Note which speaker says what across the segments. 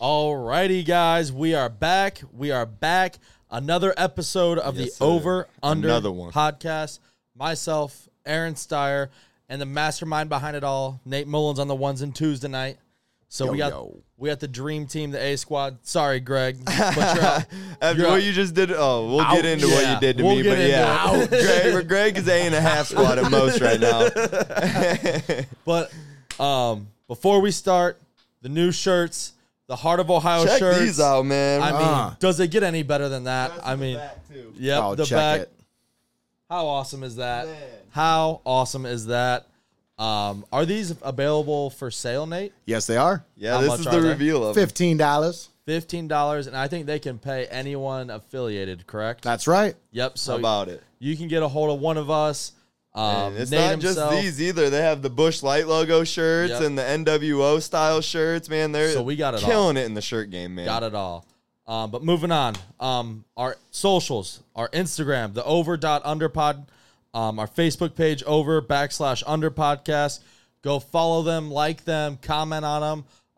Speaker 1: Alrighty, guys, we are back. We are back. Another episode of
Speaker 2: Yes,
Speaker 1: the
Speaker 2: sir.
Speaker 1: Over Under
Speaker 2: Another one.
Speaker 1: podcast. Myself, Aaron Steyer, and the mastermind behind it all, Nate Mullins, on the ones and twos tonight. So we
Speaker 2: Yo,
Speaker 1: got
Speaker 2: yo.
Speaker 1: we got the dream team, the A squad. Sorry, Greg, but you're out.
Speaker 2: After
Speaker 1: You're
Speaker 2: what
Speaker 1: up.
Speaker 2: you just did, oh, we'll get into what
Speaker 1: Yeah,
Speaker 2: you did to
Speaker 1: we'll
Speaker 2: me,
Speaker 1: get
Speaker 2: but
Speaker 1: into
Speaker 2: yeah,
Speaker 1: it.
Speaker 2: Greg, Greg is a and a half squad at most right now.
Speaker 1: But um, before we start, the new shirts, the Heart of Ohio
Speaker 2: Check
Speaker 1: shirts.
Speaker 2: these out, man.
Speaker 1: I mean,
Speaker 3: Uh.
Speaker 1: does it get any better than that? I mean, yeah,
Speaker 2: oh,
Speaker 1: the
Speaker 2: check
Speaker 1: back.
Speaker 2: it.
Speaker 1: How awesome is that?
Speaker 2: Man.
Speaker 1: How awesome is that? Um, are these available for sale, Nate?
Speaker 3: Yes, they are.
Speaker 2: Yeah,
Speaker 1: How
Speaker 2: this
Speaker 1: much
Speaker 2: is
Speaker 1: are
Speaker 2: the
Speaker 1: they?
Speaker 2: reveal of it.
Speaker 3: Fifteen dollars.
Speaker 1: Fifteen dollars, and I think they can pay anyone affiliated. Correct?
Speaker 3: That's right.
Speaker 1: yep. So
Speaker 2: about it.
Speaker 1: you can get a hold of one of us. Um,
Speaker 2: And it's
Speaker 1: Nate
Speaker 2: not just
Speaker 1: himself.
Speaker 2: these either. They have the Bush Light logo shirts
Speaker 1: Yep.
Speaker 2: and the NWO style shirts, man. They're
Speaker 1: So we got it all.
Speaker 2: killing it in the shirt game, man.
Speaker 1: Got it all. Um, but moving on, um, our socials, our Instagram, the over dot underpod, um, our Facebook page, over backslash under podcast. Go follow them, like them, comment on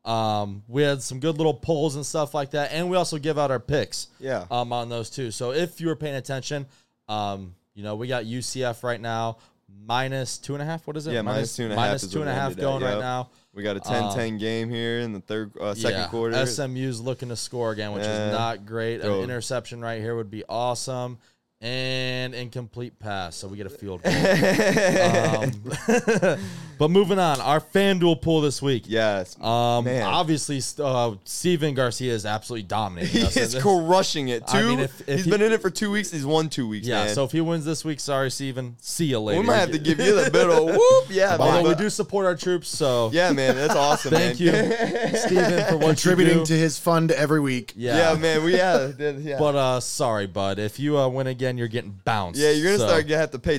Speaker 1: them. Um, we had some good little polls and stuff like that, and we also give out our picks.
Speaker 2: Yeah.
Speaker 1: Um, on those too. So if you were paying attention, um, you know we got UCF right now minus two and a half. What is it?
Speaker 2: Yeah, minus two and a half
Speaker 1: Minus
Speaker 2: is
Speaker 1: two
Speaker 2: what
Speaker 1: and a
Speaker 2: we
Speaker 1: half
Speaker 2: ended at,
Speaker 1: going right
Speaker 2: yep.
Speaker 1: now. Um,
Speaker 2: We got a 10-10 game here in the third, uh, second quarter.
Speaker 1: SMU's looking to score again, which
Speaker 2: Yeah.
Speaker 1: is not great. An
Speaker 2: Go.
Speaker 1: interception right here would be awesome. And incomplete pass, so we get a field goal. um, but moving on, our FanDuel pool this week.
Speaker 2: yes,
Speaker 1: Um,
Speaker 2: Man.
Speaker 1: obviously, st- uh, Steven Garcia is absolutely dominating.
Speaker 2: he
Speaker 1: us in
Speaker 2: is
Speaker 1: this.
Speaker 2: crushing it. Two.
Speaker 1: I mean, if- if
Speaker 2: he's
Speaker 1: he-
Speaker 2: been in it for two weeks. He's won two weeks.
Speaker 1: Yeah,
Speaker 2: man.
Speaker 1: so if he wins this week, sorry, Steven. See you later.
Speaker 2: we might have to give you the bit of whoop. Yeah, man.
Speaker 1: Although we
Speaker 2: but-
Speaker 1: do support our troops, so
Speaker 2: Yeah, man, that's awesome.
Speaker 1: thank you,
Speaker 2: man.
Speaker 1: Steven, for what you
Speaker 3: Contributing
Speaker 1: do.
Speaker 3: to his fund every week.
Speaker 2: Yeah, man. We yeah, yeah.
Speaker 1: But uh, sorry, bud. If you uh, win again, you're getting bounced.
Speaker 2: yeah, you're gonna
Speaker 1: So,
Speaker 2: start gonna have to pay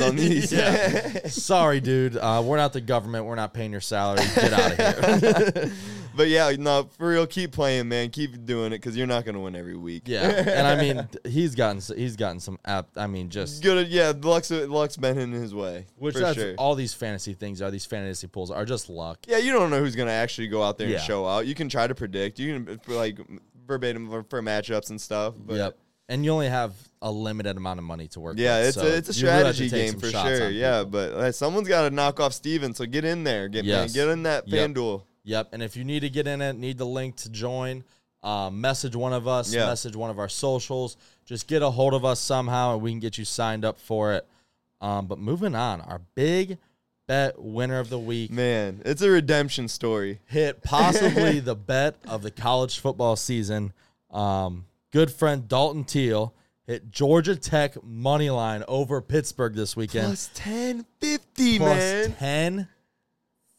Speaker 2: on these.
Speaker 1: Yeah. sorry, dude. Uh, we're not the government. We're not paying your salary. Get out of here.
Speaker 2: But yeah, no, for real, keep playing, man. Keep doing it because you're not gonna win every week.
Speaker 1: yeah, and I mean, he's gotten s- he's gotten some app. I mean, just
Speaker 2: Good. Yeah, luck's luck's been in his way.
Speaker 1: which
Speaker 2: Mm. for
Speaker 1: that's
Speaker 2: sure.
Speaker 1: all these fantasy things are. These fantasy pools are just luck.
Speaker 2: yeah, you don't know who's gonna actually go out there
Speaker 1: Yeah.
Speaker 2: and show out. You can try to predict. You can like verbatim for, for matchups and stuff. But
Speaker 1: yep. And you only have a limited amount of money to work.
Speaker 2: Yeah,
Speaker 1: with,
Speaker 2: it's
Speaker 1: so
Speaker 2: a, it's a
Speaker 1: you really have to
Speaker 2: strategy
Speaker 1: take
Speaker 2: game
Speaker 1: some
Speaker 2: for
Speaker 1: shots on
Speaker 2: sure.
Speaker 1: people.
Speaker 2: Yeah, but uh, someone's got to knock off Steven, so get in there. Get man,
Speaker 1: Yes.
Speaker 2: get in that
Speaker 1: Yep.
Speaker 2: FanDuel.
Speaker 1: Yep. And if you need to get in it, need the link to join, uh, message one of us,
Speaker 2: Yeah.
Speaker 1: message one of our socials. Just get a hold of us somehow and we can get you signed up for it. Um, but moving on, our big bet winner of the week
Speaker 2: Man, it's a redemption story.
Speaker 1: hit possibly the bet of the college football season. Um, good friend Dalton Teal hit Georgia Tech money line over Pittsburgh this weekend.
Speaker 2: Plus 1050,
Speaker 1: Plus
Speaker 2: man.
Speaker 1: 10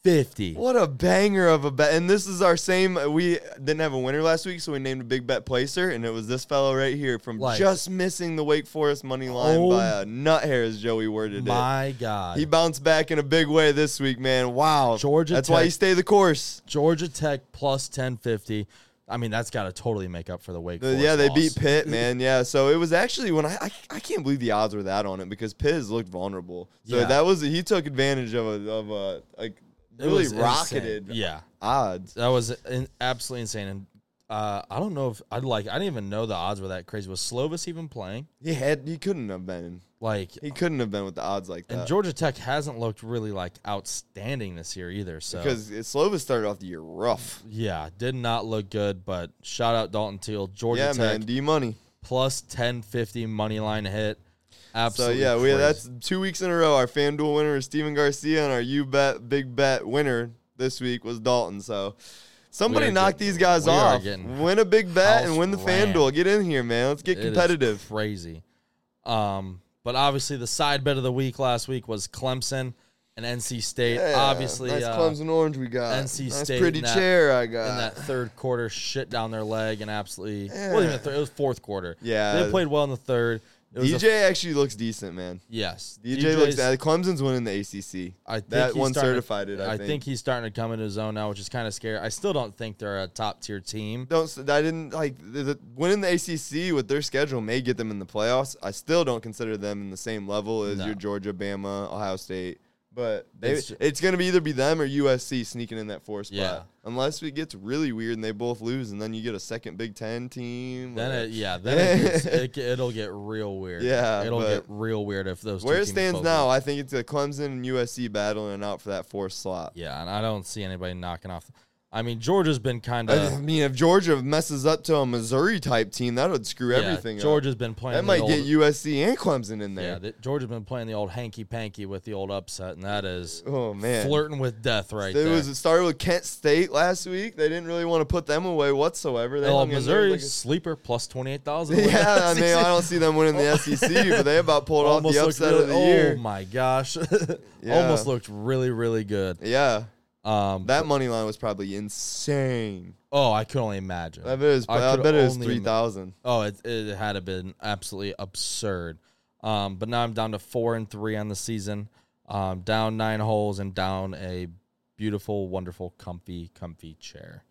Speaker 1: 50.
Speaker 2: What a banger of a bet. And this is our same. We didn't have a winner last week, so we named a big bet placer, and it was this fellow right here from
Speaker 1: Like-
Speaker 2: just missing the Wake Forest money line
Speaker 1: Oh.
Speaker 2: by a nut hair, as Joey worded it.
Speaker 1: My God.
Speaker 2: He bounced back in a big way this week, man. Wow.
Speaker 1: Georgia
Speaker 2: That's why
Speaker 1: Tech-
Speaker 2: you stay the course.
Speaker 1: Georgia Tech plus 1050. I mean, that's got to totally make up for the Wake
Speaker 2: The-
Speaker 1: Forest.
Speaker 2: Uh, yeah, they
Speaker 1: loss.
Speaker 2: beat Pitt, man. Yeah, so it was actually when I, I I can't believe the odds were that on it because Pitt has looked vulnerable. So
Speaker 1: Yeah.
Speaker 2: that was he took advantage of a of a like
Speaker 1: It
Speaker 2: really
Speaker 1: was
Speaker 2: rocketed
Speaker 1: insane. Yeah,
Speaker 2: odds.
Speaker 1: that was in, absolutely insane. And uh, I don't know if I'd like. I didn't even know the odds were that crazy. Was Slovis even playing?
Speaker 2: He had he couldn't have been
Speaker 1: Like,
Speaker 2: he couldn't have been with the odds like
Speaker 1: and
Speaker 2: that
Speaker 1: Georgia Tech hasn't looked really like outstanding this year either. So
Speaker 2: because Slovis started off the year rough.
Speaker 1: yeah, did not look good. But shout out Dalton Teal, Georgia
Speaker 2: yeah,
Speaker 1: Tech
Speaker 2: man, D money.
Speaker 1: plus ten fifty money line hit.
Speaker 2: So
Speaker 1: Absolutely.
Speaker 2: yeah, we
Speaker 1: crazy.
Speaker 2: that's two weeks in a row. Our FanDuel winner is Steven Garcia, and our U Bet Big Bet winner this week was Dalton. So somebody
Speaker 1: We are
Speaker 2: knock
Speaker 1: getting-
Speaker 2: these guys
Speaker 1: we are
Speaker 2: off.
Speaker 1: getting
Speaker 2: Win a big bet and
Speaker 1: house
Speaker 2: win the
Speaker 1: ran.
Speaker 2: FanDuel. Get in here, man. Let's get
Speaker 1: It is
Speaker 2: competitive.
Speaker 1: crazy. Um, but obviously the side bet of the week last week was Clemson and NC State.
Speaker 2: Yeah,
Speaker 1: obviously,
Speaker 2: nice
Speaker 1: uh,
Speaker 2: Clemson orange we got.
Speaker 1: NC
Speaker 2: nice
Speaker 1: State
Speaker 2: pretty
Speaker 1: in that-
Speaker 2: chair I
Speaker 1: in
Speaker 2: got.
Speaker 1: that third quarter, shit down their leg and absolutely. Well, even the third, it was fourth quarter.
Speaker 2: Yeah.
Speaker 1: they played well in the third. It was a-
Speaker 2: DJ actually looks decent, man.
Speaker 1: yes,
Speaker 2: DJ looks. uh, Clemson's winning the ACC.
Speaker 1: I think
Speaker 2: that
Speaker 1: he's starting
Speaker 2: one
Speaker 1: to-
Speaker 2: certified it. I, think.
Speaker 1: he's starting to come into his own now, which is kind of scary. I still don't think they're a top tier team.
Speaker 2: don't. s- I didn't like the, the, winning the ACC with their schedule may get them in the playoffs. I still don't consider them in the same level as
Speaker 1: No.
Speaker 2: your Georgia, Bama, Ohio State, But they,
Speaker 1: It's
Speaker 2: it's,
Speaker 1: ju-
Speaker 2: going to be either be them or USC sneaking in that four spot.
Speaker 1: Yeah.
Speaker 2: Unless it gets really weird and they both lose, and then you get a second Big Ten team.
Speaker 1: Then
Speaker 2: or-
Speaker 1: it, yeah, then it gets, it, ge- it'll get real weird.
Speaker 2: Yeah,
Speaker 1: it'll
Speaker 2: but-
Speaker 1: get real weird if those. two
Speaker 2: Where it
Speaker 1: teams
Speaker 2: stands
Speaker 1: both
Speaker 2: now, I think it's a Clemson and USC battling it out for that fourth slot.
Speaker 1: Yeah, and I don't see anybody knocking off. I mean, Georgia's been kind
Speaker 2: I
Speaker 1: of
Speaker 2: mean, if Georgia messes up to a Missouri type team, that would screw
Speaker 1: yeah,
Speaker 2: everything up.
Speaker 1: Georgia's been playing.
Speaker 2: That
Speaker 1: the
Speaker 2: might
Speaker 1: old,
Speaker 2: get USC and Clemson in
Speaker 1: Yeah,
Speaker 2: there.
Speaker 1: that, Georgia's been playing the old hanky panky with the old upset, and that is
Speaker 2: oh man,
Speaker 1: flirting with death right
Speaker 2: it
Speaker 1: there.
Speaker 2: was it started with Kent State last week. They didn't really want to put them away whatsoever. They
Speaker 1: oh,
Speaker 2: hung in there
Speaker 1: Missouri
Speaker 2: like a-
Speaker 1: sleeper plus twenty eight thousand.
Speaker 2: yeah, I mean, I don't see them winning the SEC, but they about pulled off
Speaker 1: almost
Speaker 2: the
Speaker 1: looked
Speaker 2: upset
Speaker 1: really,
Speaker 2: of the
Speaker 1: oh
Speaker 2: year.
Speaker 1: my gosh,
Speaker 2: Yeah.
Speaker 1: almost looked really really good.
Speaker 2: Yeah,
Speaker 1: Um,
Speaker 2: that money line was probably insane.
Speaker 1: oh, I could only imagine.
Speaker 2: I bet it was,
Speaker 1: I
Speaker 2: I
Speaker 1: could
Speaker 2: bet it was
Speaker 1: only
Speaker 2: three thousand.
Speaker 1: Oh, it, it had have been absolutely absurd. Um, but now I'm down to four and three on the season, um, down nine holes and down a beautiful, wonderful, comfy, comfy chair.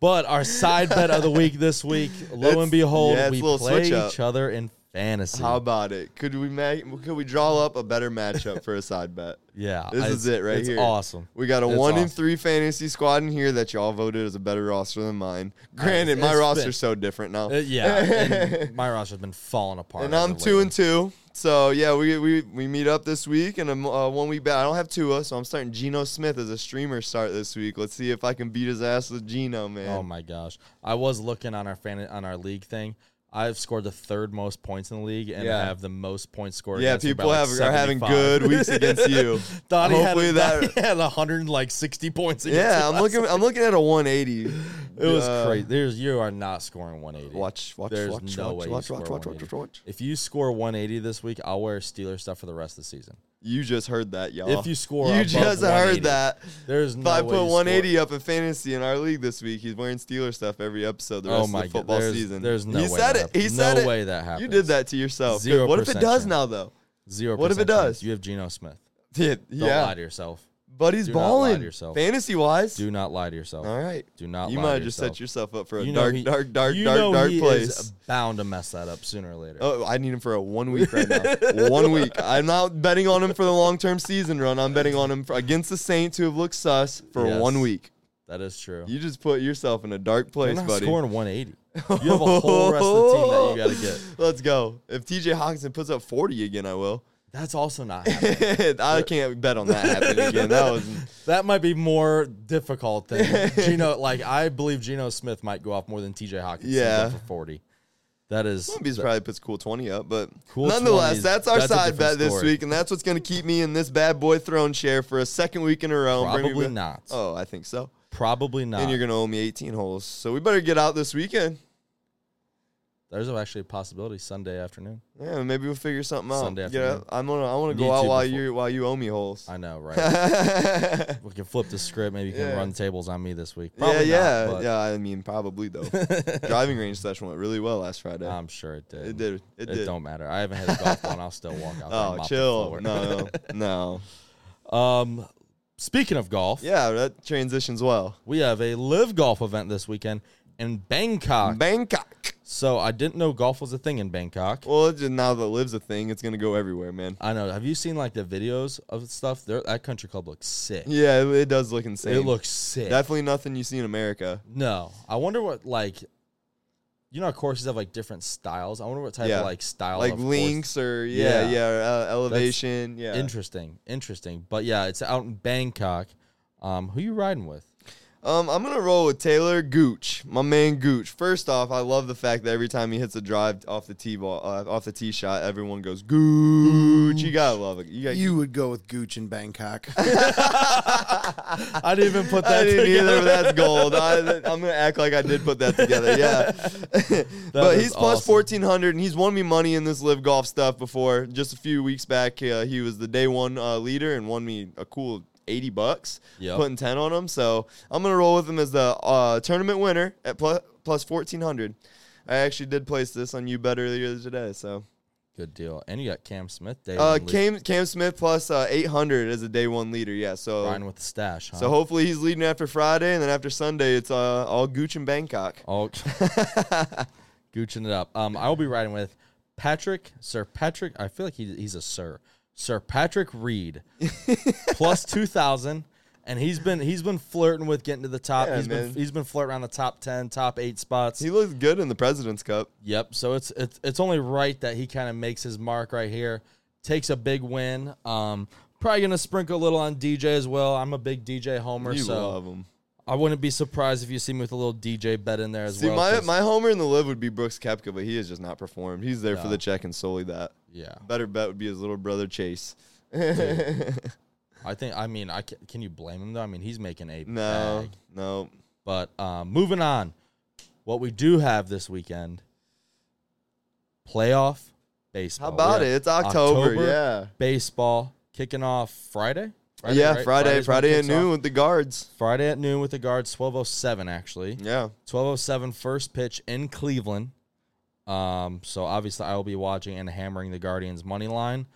Speaker 1: But our side bet of the week this week, lo
Speaker 2: It's-
Speaker 1: and behold,
Speaker 2: yeah, it's
Speaker 1: we
Speaker 2: a little
Speaker 1: play
Speaker 2: switch up.
Speaker 1: each other in fantasy.
Speaker 2: How about it? Could we make? Could we draw up a better matchup for a side bet?
Speaker 1: yeah,
Speaker 2: This
Speaker 1: it's-
Speaker 2: is it right
Speaker 1: it's
Speaker 2: here.
Speaker 1: Awesome.
Speaker 2: We got a
Speaker 1: It's
Speaker 2: one in
Speaker 1: awesome.
Speaker 2: three fantasy squad in here that y'all voted as a better roster than mine. Granted,
Speaker 1: it's
Speaker 2: my
Speaker 1: been-
Speaker 2: roster's so different now.
Speaker 1: Uh, yeah, and my roster's been falling apart.
Speaker 2: and
Speaker 1: as
Speaker 2: I'm
Speaker 1: of
Speaker 2: two
Speaker 1: late.
Speaker 2: and two. So yeah, we we, we meet up this week and I'm uh, one week back. I don't have Tua, so I'm starting Geno Smith as a streamer start this week. Let's see if I can beat his ass with Geno, man.
Speaker 1: Oh my gosh! I was looking on our fan on our league thing. I've scored the third most points in the league and
Speaker 2: Yeah.
Speaker 1: have the most points scored.
Speaker 2: yeah,
Speaker 1: against me by,
Speaker 2: people
Speaker 1: like,
Speaker 2: have are having
Speaker 1: 75.
Speaker 2: good weeks against you.
Speaker 1: Donnie
Speaker 2: Hopefully
Speaker 1: had,
Speaker 2: that-
Speaker 1: Donnie had 160 points. Against
Speaker 2: Yeah,
Speaker 1: me
Speaker 2: I'm looking. I'm looking at a 180. It
Speaker 1: last- It was crazy. There's you are not scoring 180.
Speaker 2: Watch, watch,
Speaker 1: There's
Speaker 2: watch,
Speaker 1: no way
Speaker 2: watch,
Speaker 1: you
Speaker 2: watch,
Speaker 1: score
Speaker 2: watch, watch, watch,
Speaker 1: 180.
Speaker 2: watch, watch.
Speaker 1: If you score 180 this week, I'll wear Steeler stuff for the rest of the season.
Speaker 2: You just heard that, y'all.
Speaker 1: If you score
Speaker 2: you
Speaker 1: above
Speaker 2: just
Speaker 1: 180.
Speaker 2: heard that.
Speaker 1: There's no
Speaker 2: If I
Speaker 1: way
Speaker 2: put
Speaker 1: you score-
Speaker 2: 180 up in fantasy in our league this week, he's wearing Steeler stuff every episode the
Speaker 1: Oh
Speaker 2: rest
Speaker 1: my
Speaker 2: of the
Speaker 1: god!
Speaker 2: football
Speaker 1: There's,
Speaker 2: season.
Speaker 1: there's no
Speaker 2: he
Speaker 1: way
Speaker 2: said
Speaker 1: that,
Speaker 2: it.
Speaker 1: no
Speaker 2: He said it.
Speaker 1: way that happens.
Speaker 2: You did that to yourself.
Speaker 1: Zero
Speaker 2: what if it
Speaker 1: percent
Speaker 2: does
Speaker 1: chance.
Speaker 2: now though?
Speaker 1: Zero.
Speaker 2: What if it
Speaker 1: percent chance.
Speaker 2: does?
Speaker 1: You have Geno Smith.
Speaker 2: Yeah,
Speaker 1: Don't lie
Speaker 2: yeah.
Speaker 1: to yourself.
Speaker 2: but he's
Speaker 1: Do not lie to
Speaker 2: balling.
Speaker 1: yourself.
Speaker 2: Fantasy wise,
Speaker 1: Do not lie to yourself.
Speaker 2: all right.
Speaker 1: Do not.
Speaker 2: You
Speaker 1: lie
Speaker 2: might
Speaker 1: to
Speaker 2: have just set yourself up for a
Speaker 1: You know
Speaker 2: dark,
Speaker 1: he-
Speaker 2: dark, dark,
Speaker 1: you
Speaker 2: dark,
Speaker 1: know
Speaker 2: dark
Speaker 1: he
Speaker 2: place.
Speaker 1: Is bound to mess that up sooner or later.
Speaker 2: Oh, I need him for a one week right now. one week. I'm not betting on him for the long term season run. I'm betting on him for, against the Saints who have looked sus for
Speaker 1: Yes.
Speaker 2: one week.
Speaker 1: That is true.
Speaker 2: You just put yourself in a dark
Speaker 1: You're
Speaker 2: place,
Speaker 1: not
Speaker 2: buddy.
Speaker 1: scoring 180. You have a whole rest of the team that you got to get.
Speaker 2: Let's go. If TJ Hawkinson puts up 40 again, I will.
Speaker 1: That's also not. happening.
Speaker 2: I can't bet on that happening again. That was
Speaker 1: That might be more difficult than Geno. Like I believe Geno Smith might go off more than T.J. Hawkins.
Speaker 2: Yeah.
Speaker 1: for 40. That is
Speaker 2: Bees probably puts cool 20 up, but
Speaker 1: Cool
Speaker 2: nonetheless,
Speaker 1: 20s,
Speaker 2: that's our
Speaker 1: that's a
Speaker 2: side
Speaker 1: different
Speaker 2: bet this
Speaker 1: story.
Speaker 2: week, and that's what's going to keep me in this bad boy throne chair for a second week in a row. and bring me
Speaker 1: probably
Speaker 2: back-
Speaker 1: not.
Speaker 2: Oh, I think so.
Speaker 1: Probably not.
Speaker 2: And you're going to owe me 18 holes. So we better get out this weekend.
Speaker 1: There's actually a possibility Sunday afternoon.
Speaker 2: Yeah, maybe we'll figure something out.
Speaker 1: Sunday
Speaker 2: Get
Speaker 1: afternoon.
Speaker 2: out. I'm gonna I wanna
Speaker 1: Need
Speaker 2: go out
Speaker 1: to
Speaker 2: while
Speaker 1: before-
Speaker 2: you while you owe me holes.
Speaker 1: I know, right?
Speaker 2: yeah,
Speaker 1: we can flip the script. Maybe you can
Speaker 2: Yeah.
Speaker 1: run tables on me this week. Probably
Speaker 2: yeah.
Speaker 1: not, but
Speaker 2: yeah, I mean probably though. Driving range session went really well last Friday.
Speaker 1: I'm sure it did.
Speaker 2: it did. It,
Speaker 1: It
Speaker 2: did.
Speaker 1: don't matter. I haven't hit a golf ball. and I'll still walk out. there and
Speaker 2: Oh,
Speaker 1: mop the
Speaker 2: chill.
Speaker 1: floor.
Speaker 2: No, no, no.
Speaker 1: Um, speaking of golf,
Speaker 2: Yeah, that transitions well.
Speaker 1: we have a live golf event this weekend in Bangkok.
Speaker 2: Bangkok.
Speaker 1: so I didn't know golf was a thing in Bangkok.
Speaker 2: Well, it's just, now that lives a thing, it's gonna go everywhere, man.
Speaker 1: I know. Have you seen like the videos of stuff? There, that country club looks sick.
Speaker 2: Yeah, it, it does look insane.
Speaker 1: It looks sick.
Speaker 2: definitely nothing you see in America.
Speaker 1: no, I wonder what like. You know, how courses have like different styles. I wonder what type
Speaker 2: Yeah.
Speaker 1: of like style,
Speaker 2: like
Speaker 1: of course-
Speaker 2: links or yeah,
Speaker 1: Yeah.
Speaker 2: yeah, uh, elevation. yeah,
Speaker 1: Interesting, interesting. But yeah, it's out in Bangkok. Um, who you riding with?
Speaker 2: Um, I'm gonna roll with Taylor Gooch, my man Gooch. First off, I love the fact that every time he hits a drive off the tee ball, uh, off the tee shot, everyone goes Gooch. You gotta love it. You gotta.
Speaker 3: You would go with Gooch in Bangkok.
Speaker 1: I didn't even put that
Speaker 2: I didn't
Speaker 1: together.
Speaker 2: either, but that's gold. I, I'm gonna act like I did put that together. Yeah, but
Speaker 1: is
Speaker 2: he's plus
Speaker 1: awesome.
Speaker 2: 1400, and he's won me money in this live golf stuff before. Just a few weeks back, uh, he was the day one uh, leader and won me a cool 80 bucks,
Speaker 1: Yep.
Speaker 2: putting 10 on him. So I'm gonna roll with him as the uh, tournament winner at plus plus 1400. I actually did place this on you bet earlier today, so
Speaker 1: Good deal. And you got Cam Smith. Day
Speaker 2: uh,
Speaker 1: one lead.
Speaker 2: Cam Cam Smith plus uh, 800 as a day one leader. Yeah, so
Speaker 1: Riding with the stash. Huh?
Speaker 2: so hopefully he's leading after Friday, and then after Sunday it's uh, all Gooch and Bangkok.
Speaker 1: all gooching it up. Um, I will be riding with Patrick Sir Patrick. I feel like he, he's a Sir Sir Patrick Reed, plus two thousand, and he's been he's been flirting with getting to the top.
Speaker 2: Yeah,
Speaker 1: He's been
Speaker 2: man.
Speaker 1: he's been flirting around the top ten, top eight spots.
Speaker 2: He looked good in the President's Cup.
Speaker 1: Yep. So it's it's it's only right that he kind of makes his mark right here. Takes a big win. Um, probably gonna sprinkle a little on DJ as well. I'm a big DJ homer,
Speaker 2: You
Speaker 1: so
Speaker 2: love him.
Speaker 1: I wouldn't be surprised if you see me with a little DJ bet in there as
Speaker 2: See,
Speaker 1: well.
Speaker 2: my
Speaker 1: 'cause-
Speaker 2: my homer in the live would be Brooks Kepka, but he has just not performed. He's there for the check and solely that.
Speaker 1: yeah,
Speaker 2: Better bet would be his little brother Chase.
Speaker 1: I think. I mean, I can, can you blame him though? I mean, he's making a
Speaker 2: No,
Speaker 1: bag.
Speaker 2: no.
Speaker 1: But um, moving on, what we do have this weekend: playoff baseball.
Speaker 2: How about
Speaker 1: We have
Speaker 2: it? It's October.
Speaker 1: Oh, October
Speaker 2: yeah,
Speaker 1: Baseball kicking off Friday.
Speaker 2: yeah.
Speaker 1: right?
Speaker 2: Friday,
Speaker 1: Friday's when it
Speaker 2: Friday at
Speaker 1: kicks off.
Speaker 2: noon with the guards.
Speaker 1: Friday at noon with the guards, 1207 actually.
Speaker 2: Yeah,
Speaker 1: 1207 first pitch in Cleveland. Um, so obviously I will be watching and hammering the Guardians money line.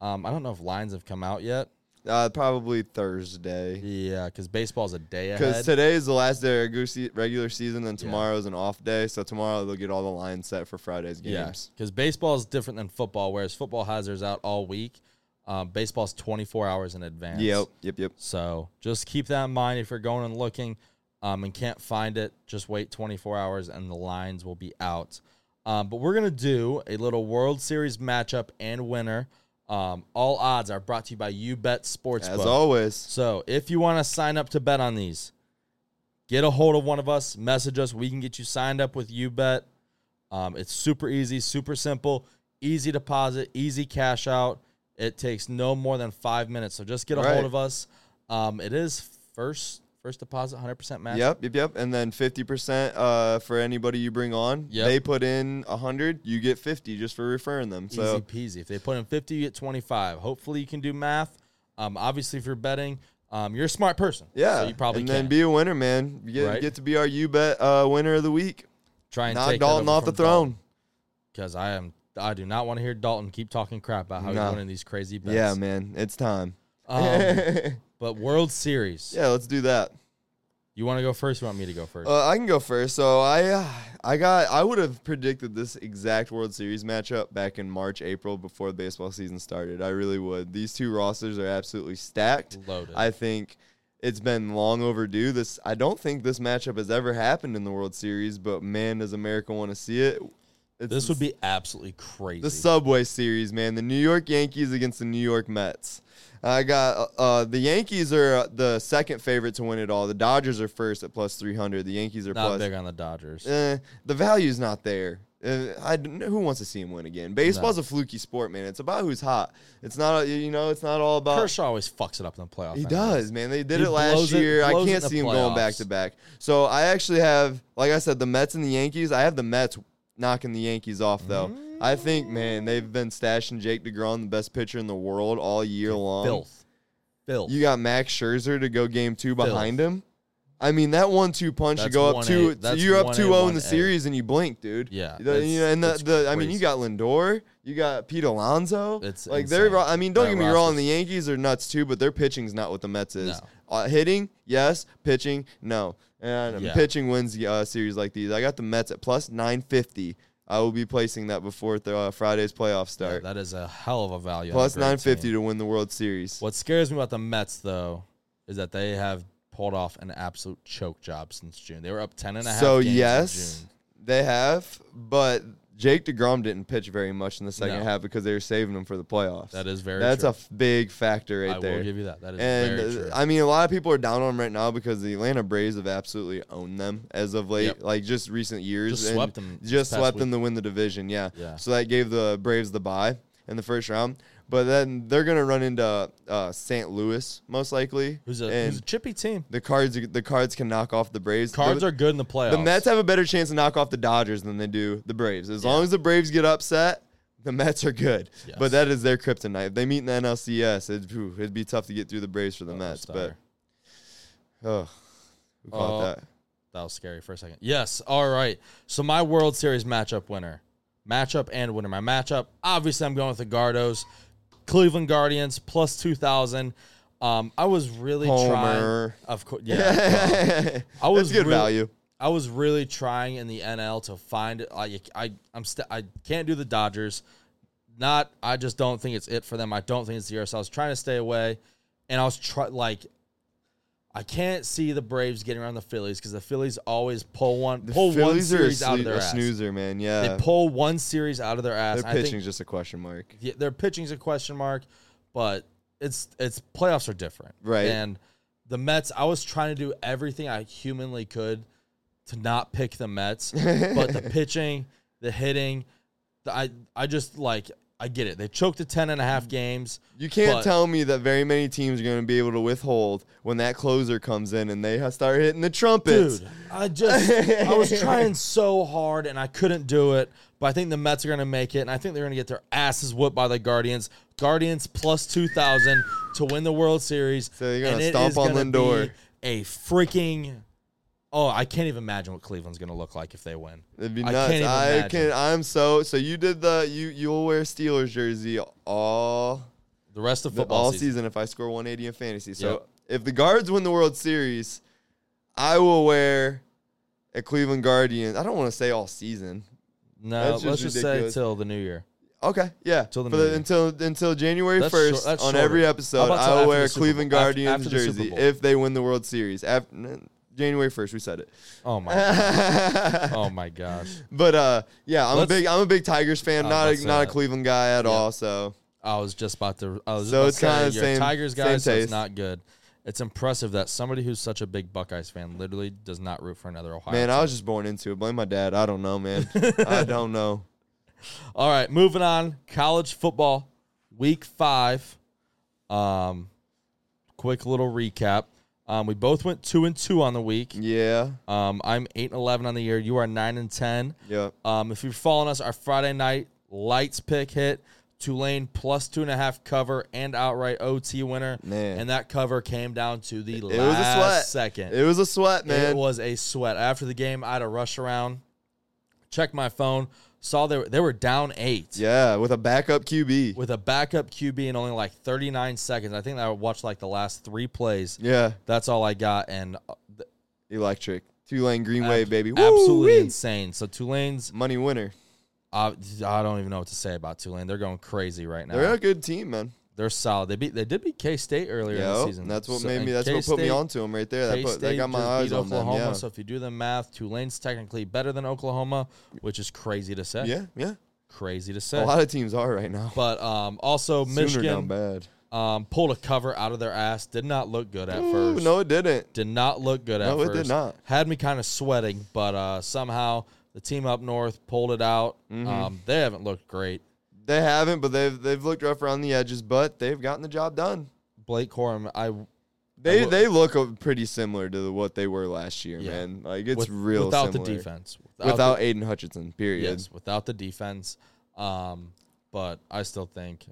Speaker 1: Um, I don't know if lines have come out yet.
Speaker 2: uh, probably Thursday.
Speaker 1: Yeah, because baseball's a day
Speaker 2: Because
Speaker 1: ahead.
Speaker 2: today is the last day of regu- se- regular season, and tomorrow is an off day. So tomorrow they'll get all the lines set for Friday's games.
Speaker 1: because baseball is different than football, whereas football has theirs out all week. Um, baseball's 24 hours in advance.
Speaker 2: Yep, yep, yep.
Speaker 1: So just keep that in mind if you're going and looking um, and can't find it. Just wait 24 hours and the lines will be out. Um, but we're going to do a little World Series matchup and winner. Um, all odds are brought to you by UBet Sportsbook.
Speaker 2: As always,
Speaker 1: So if you want to sign up to bet on these, get a hold of one of us, message us. We can get you signed up with UBet. Um, it's super easy, super simple, easy deposit, easy cash out. It takes no more than five minutes. So just get a
Speaker 2: Right.
Speaker 1: hold of us. Um, it is first first deposit, hundred percent match.
Speaker 2: Yep, yep, yep. And then 50% uh, for anybody you bring on.
Speaker 1: Yep.
Speaker 2: They put in 100, you get 50 just for referring them.
Speaker 1: Easy
Speaker 2: So
Speaker 1: peasy. If they put in 50, you get 25. Hopefully, you can do math. Um, obviously, if you're betting, um, you're a smart person.
Speaker 2: yeah.
Speaker 1: So you probably
Speaker 2: and
Speaker 1: can.
Speaker 2: then be a winner, man. You get,
Speaker 1: Right.
Speaker 2: get to be our you bet uh, winner of the week.
Speaker 1: Try and
Speaker 2: Knock
Speaker 1: take that
Speaker 2: Dalton
Speaker 1: over
Speaker 2: off the
Speaker 1: from Dalton.
Speaker 2: throne.
Speaker 1: because I am I do not want to hear Dalton keep talking crap about how
Speaker 2: No.
Speaker 1: he's winning these crazy bets.
Speaker 2: Yeah, man. It's time.
Speaker 1: Um, but World Series,
Speaker 2: Yeah, let's do that.
Speaker 1: you want to go first? You want me to go first?
Speaker 2: Uh, I can go first. So I, uh, I got, I would have predicted this exact World Series matchup back in March, April, before the baseball season started. I really would. These two rosters are absolutely stacked.
Speaker 1: Loaded.
Speaker 2: I think it's been long overdue. This, I don't think this matchup has ever happened in the World Series, but man, does America want to see it? It's
Speaker 1: this would be absolutely crazy.
Speaker 2: the Subway Series, man. The New York Yankees against the New York Mets. I got uh, the Yankees are uh, the second favorite to win it all. The Dodgers are first at plus three hundred. The Yankees are
Speaker 1: not
Speaker 2: plus
Speaker 1: big on the Dodgers.
Speaker 2: eh, the value's not there. Uh, I d- who wants to see him win again? Baseball's a fluky sport, man. It's about who's hot. It's not you know. It's not all about.
Speaker 1: Kershaw always fucks it up in the playoffs.
Speaker 2: He
Speaker 1: I know.
Speaker 2: does, man. They did
Speaker 1: He
Speaker 2: it last
Speaker 1: blows it-
Speaker 2: year. I
Speaker 1: blows it
Speaker 2: can't
Speaker 1: in the
Speaker 2: see him going back
Speaker 1: playoffs.
Speaker 2: to back. So I actually have, like I said, the Mets and the Yankees. I have the Mets knocking the Yankees off though. I think, man, they've been stashing Jake DeGrom, the best pitcher in the world, all year long.
Speaker 1: Filth, filth.
Speaker 2: You got Max Scherzer to go game two
Speaker 1: Filth.
Speaker 2: behind him. I mean, that one two punch to
Speaker 1: That's
Speaker 2: go up
Speaker 1: 1A
Speaker 2: two.
Speaker 1: that's
Speaker 2: you're up
Speaker 1: 1A,
Speaker 2: 2 0 in the
Speaker 1: 1A.
Speaker 2: series and you blink, dude.
Speaker 1: Yeah,
Speaker 2: You know,
Speaker 1: that's-
Speaker 2: you know, and the,
Speaker 1: that's
Speaker 2: the I mean, you
Speaker 1: crazy.
Speaker 2: got Lindor, you got Pete Alonso.
Speaker 1: It's
Speaker 2: like
Speaker 1: insane.
Speaker 2: they're. ro- I mean, don't
Speaker 1: That
Speaker 2: get me wrong.
Speaker 1: roster's-
Speaker 2: The Yankees are nuts too, but their pitching's not what the Mets is. Uh, hitting, yes. Pitching, no. And
Speaker 1: Yeah.
Speaker 2: pitching wins the uh, series like these. I got the Mets at plus nine fifty. I will be placing that before the, uh, Friday's
Speaker 1: Yeah,
Speaker 2: playoff start.
Speaker 1: that is a hell of a value. on a
Speaker 2: plus
Speaker 1: great team.
Speaker 2: nine fifty to win the World Series.
Speaker 1: What scares me about the Mets though is that they have pulled off an absolute choke job since June. They were up ten and a half.
Speaker 2: So
Speaker 1: games in
Speaker 2: yes,
Speaker 1: June.
Speaker 2: they have, but Jake Degrom didn't pitch very much in the second
Speaker 1: No.
Speaker 2: half because they were saving him for the playoffs.
Speaker 1: that is very.
Speaker 2: That's
Speaker 1: true.
Speaker 2: a f- big factor right
Speaker 1: I
Speaker 2: there.
Speaker 1: will give you that. That is
Speaker 2: and
Speaker 1: very
Speaker 2: uh,
Speaker 1: true.
Speaker 2: I mean, a lot of people are down on him right now because the Atlanta Braves have absolutely owned them as of late,
Speaker 1: Yep.
Speaker 2: like just recent years.
Speaker 1: Just
Speaker 2: and
Speaker 1: swept them this
Speaker 2: Just
Speaker 1: past
Speaker 2: swept
Speaker 1: week.
Speaker 2: them to win the division. Yeah.
Speaker 1: Yeah.
Speaker 2: So that gave the Braves the bye in the first round. But then they're gonna run into uh, St. Louis most likely.
Speaker 1: who's a
Speaker 2: and
Speaker 1: who's a chippy team?
Speaker 2: the cards? The cards can knock off the Braves.
Speaker 1: Cards
Speaker 2: The-
Speaker 1: are good in the playoffs.
Speaker 2: the Mets have a better chance to knock off the Dodgers than they do the Braves. As long as the Braves get upset, the Mets are good.
Speaker 1: Yes.
Speaker 2: But that is their kryptonite. If they meet in the NLCS, it'd, phew, it'd be tough to get through the Braves for the Mets. But
Speaker 1: Star.
Speaker 2: oh, who caught
Speaker 1: Oh.
Speaker 2: that?
Speaker 1: that was scary for a second. Yes. All right. So my World Series matchup winner, matchup and winner. My matchup. Obviously, I'm going with the Gardos, Cleveland Guardians plus two thousand. Um, I was really trying.
Speaker 2: Homer.
Speaker 1: Of course, yeah. I was
Speaker 2: That's good
Speaker 1: really-
Speaker 2: value.
Speaker 1: I was really trying in the NL to find. I I I'm st- I can't do the Dodgers. not. I just don't think it's it for them. I don't think it's the year. So I was trying to stay away, and I was try like. I can't see the Braves getting around the Phillies because the Phillies always pull one
Speaker 2: The
Speaker 1: pull one
Speaker 2: Phillies are a,
Speaker 1: series out
Speaker 2: sle-
Speaker 1: of their
Speaker 2: a
Speaker 1: ass.
Speaker 2: snoozer, man. Yeah,
Speaker 1: They pull one series out of their ass.
Speaker 2: their
Speaker 1: and I think
Speaker 2: pitching's just a question mark.
Speaker 1: yeah, their pitching's a question mark, but it's it's playoffs are different,
Speaker 2: Right.
Speaker 1: And the Mets, I was trying to do everything I humanly could to not pick the Mets, but the pitching, the hitting, the, I I just like I get it. They choked to 10 and a half games.
Speaker 2: You can't
Speaker 1: but-
Speaker 2: tell me that very many teams are going to be able to withhold when that closer comes in and they ha- start hitting the trumpets.
Speaker 1: Dude, I just I was trying so hard and I couldn't do it. But I think the Mets are going to make it, and I think they're going to get their asses whooped by the Guardians. Guardians plus two thousand to win the World Series.
Speaker 2: So you're gonna
Speaker 1: and it
Speaker 2: stomp
Speaker 1: is
Speaker 2: on
Speaker 1: gonna
Speaker 2: Lindor.
Speaker 1: be A freaking oh, I can't even imagine what Cleveland's going to look like if they win.
Speaker 2: It'd be
Speaker 1: I
Speaker 2: nuts.
Speaker 1: can't even
Speaker 2: I
Speaker 1: imagine.
Speaker 2: can. I'm so. So you did the. You you'll wear Steelers jersey all
Speaker 1: The rest of
Speaker 2: the,
Speaker 1: football
Speaker 2: all
Speaker 1: season.
Speaker 2: season if I score 180 in fantasy. So
Speaker 1: Yep.
Speaker 2: if the Guards win the World Series, I will wear a Cleveland Guardians. I don't want to say all season.
Speaker 1: No,
Speaker 2: That's just
Speaker 1: let's just
Speaker 2: ridiculous.
Speaker 1: say till the new year.
Speaker 2: Okay, yeah.
Speaker 1: Till the
Speaker 2: For
Speaker 1: new year.
Speaker 2: until until January
Speaker 1: That's short-
Speaker 2: first
Speaker 1: that's
Speaker 2: on
Speaker 1: shorter.
Speaker 2: every
Speaker 1: How
Speaker 2: episode,
Speaker 1: about till
Speaker 2: I
Speaker 1: after
Speaker 2: will
Speaker 1: the
Speaker 2: wear a
Speaker 1: Super Bowl?
Speaker 2: Cleveland
Speaker 1: Af-
Speaker 2: Guardians
Speaker 1: after the Super
Speaker 2: jersey
Speaker 1: Bowl.
Speaker 2: if they win the World Series. After, January first, we said it.
Speaker 1: Oh my, god. oh my gosh.
Speaker 2: But uh, yeah, I'm
Speaker 1: Let's-
Speaker 2: a big I'm a big Tigers fan.
Speaker 1: I was
Speaker 2: not
Speaker 1: about to
Speaker 2: a,
Speaker 1: say
Speaker 2: not a
Speaker 1: that.
Speaker 2: Cleveland guy at all. So
Speaker 1: I was just about to. I was
Speaker 2: So
Speaker 1: just
Speaker 2: it's
Speaker 1: about to
Speaker 2: kinda
Speaker 1: say,
Speaker 2: same-
Speaker 1: you're a Tigers
Speaker 2: same
Speaker 1: guy, so it's
Speaker 2: taste.
Speaker 1: not good. It's impressive that somebody who's such a big Buckeyes fan literally does not root for another Ohio.
Speaker 2: man,
Speaker 1: team.
Speaker 2: I was just born into it. Blame my dad. I don't know, man. I don't know.
Speaker 1: All right, moving on. College football, week five. Um, quick little recap. Um, we both went two and two on the week.
Speaker 2: Yeah,
Speaker 1: Um, I'm eight and eleven on the year. You are nine and ten.
Speaker 2: yeah.
Speaker 1: Um, if you're following us, our Friday night lights pick hit Tulane plus two and a half cover and outright OT winner.
Speaker 2: Man.
Speaker 1: And that cover came down to the
Speaker 2: It
Speaker 1: last
Speaker 2: was a sweat.
Speaker 1: second.
Speaker 2: It was a sweat, man.
Speaker 1: It was a sweat. After the game, I had a rush around, checked my phone, saw they were, they were down eight
Speaker 2: Yeah, with a backup QB.
Speaker 1: with a backup QB in only like 39 seconds. I think I watched like the last three plays.
Speaker 2: yeah,
Speaker 1: That's all I got. And uh, th-
Speaker 2: electric. Tulane Green Wave, baby.
Speaker 1: absolutely
Speaker 2: Woo-wee.
Speaker 1: insane. So Tulane's,
Speaker 2: money winner.
Speaker 1: uh, I don't even know what to say about Tulane. They're going crazy right now.
Speaker 2: They're a good team, man.
Speaker 1: They're solid. They beat. They did beat K State earlier in
Speaker 2: Yeah,
Speaker 1: the
Speaker 2: oh,
Speaker 1: season.
Speaker 2: that's what
Speaker 1: So-
Speaker 2: made
Speaker 1: and
Speaker 2: me. That's what put me
Speaker 1: K-State-
Speaker 2: onto them right there. That, put, that
Speaker 1: K-State
Speaker 2: got my
Speaker 1: just
Speaker 2: eyes
Speaker 1: beat
Speaker 2: on them.
Speaker 1: Oklahoma.
Speaker 2: Yeah.
Speaker 1: So if you do the math, Tulane's technically better than Oklahoma, which is crazy to say.
Speaker 2: yeah, yeah.
Speaker 1: crazy to say.
Speaker 2: A lot of teams are right now.
Speaker 1: But um, also
Speaker 2: Sooner down
Speaker 1: Michigan
Speaker 2: bad.
Speaker 1: um, pulled a cover out of their ass. Did not look good at
Speaker 2: Ooh,
Speaker 1: first.
Speaker 2: no, it didn't.
Speaker 1: Did not look good at
Speaker 2: No,
Speaker 1: first.
Speaker 2: it did not.
Speaker 1: Had me kind of sweating, but uh, somehow the team up north pulled it out.
Speaker 2: Mm-hmm.
Speaker 1: Um, they haven't looked great.
Speaker 2: They haven't, but they've they've looked rough around the edges, but they've gotten the job done.
Speaker 1: Blake Corum, I
Speaker 2: They
Speaker 1: will-
Speaker 2: they look uh, pretty similar to the, what they were last year,
Speaker 1: Yeah.
Speaker 2: man. Like it's
Speaker 1: with-
Speaker 2: real
Speaker 1: without
Speaker 2: similar.
Speaker 1: the defense the-
Speaker 2: Without Aiden Hutchinson, period.
Speaker 1: Yes, without the defense. Um, but I still think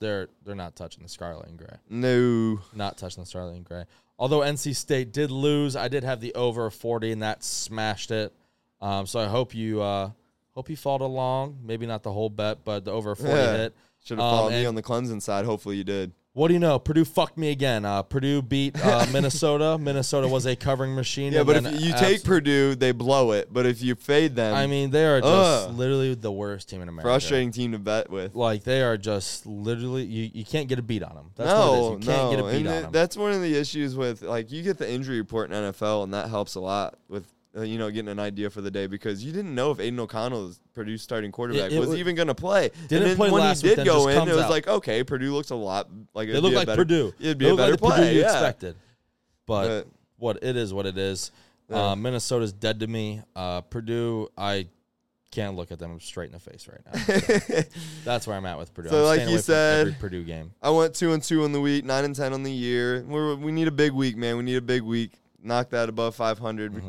Speaker 1: they're they're not touching the Scarlet and Gray.
Speaker 2: No.
Speaker 1: Not touching the Scarlet and Gray. Although NC State did lose, I did have the over of 40 and that smashed it. Um, so I hope you uh, hope you followed along. Maybe not the whole bet, but the over of 40
Speaker 2: Yeah.
Speaker 1: hit.
Speaker 2: Should have
Speaker 1: Um,
Speaker 2: followed me
Speaker 1: and-
Speaker 2: on the Clemson side. Hopefully you did.
Speaker 1: What do you know? Purdue fucked me again. Uh, Purdue beat uh, Minnesota. Minnesota was a covering machine.
Speaker 2: Yeah,
Speaker 1: and
Speaker 2: but if
Speaker 1: then
Speaker 2: you
Speaker 1: abs-
Speaker 2: take Purdue, they blow it. But if you fade them,
Speaker 1: I mean, they are just
Speaker 2: Ugh.
Speaker 1: literally the worst team in America.
Speaker 2: uh. frustrating team to bet with.
Speaker 1: like they are just literally you, you can't get a beat on them. That's
Speaker 2: no,
Speaker 1: what it is. You
Speaker 2: no,
Speaker 1: can't get a beat
Speaker 2: and
Speaker 1: on
Speaker 2: th-
Speaker 1: them.
Speaker 2: that's one of the issues with like you get the injury report in NFL, and that helps a lot with uh, you know getting an idea for the day because you didn't know if Aiden O'Connell's Purdue's starting quarterback
Speaker 1: it
Speaker 2: was
Speaker 1: was-
Speaker 2: even going to play. And
Speaker 1: Didn't
Speaker 2: then
Speaker 1: play
Speaker 2: when
Speaker 1: last
Speaker 2: he
Speaker 1: week,
Speaker 2: did
Speaker 1: then
Speaker 2: go
Speaker 1: just
Speaker 2: in,
Speaker 1: comes
Speaker 2: it was
Speaker 1: out.
Speaker 2: like okay, Purdue looks a lot like
Speaker 1: they look like Purdue.
Speaker 2: It'd be
Speaker 1: they
Speaker 2: a
Speaker 1: look
Speaker 2: better
Speaker 1: like the
Speaker 2: play.
Speaker 1: Purdue you
Speaker 2: yeah.
Speaker 1: expected. But,
Speaker 2: But-
Speaker 1: what it is, what it is. Uh, Minnesota's dead to me. Uh, Purdue, I can't look at them straight in the face right now. that's where I'm at with Purdue.
Speaker 2: So
Speaker 1: I'm
Speaker 2: like
Speaker 1: staying
Speaker 2: you
Speaker 1: away from
Speaker 2: said-
Speaker 1: every Purdue game.
Speaker 2: I went two and two on the week, nine and ten on the year. We're, we need a big week, man. We need a big week. Knock that above five
Speaker 1: Mm-hmm.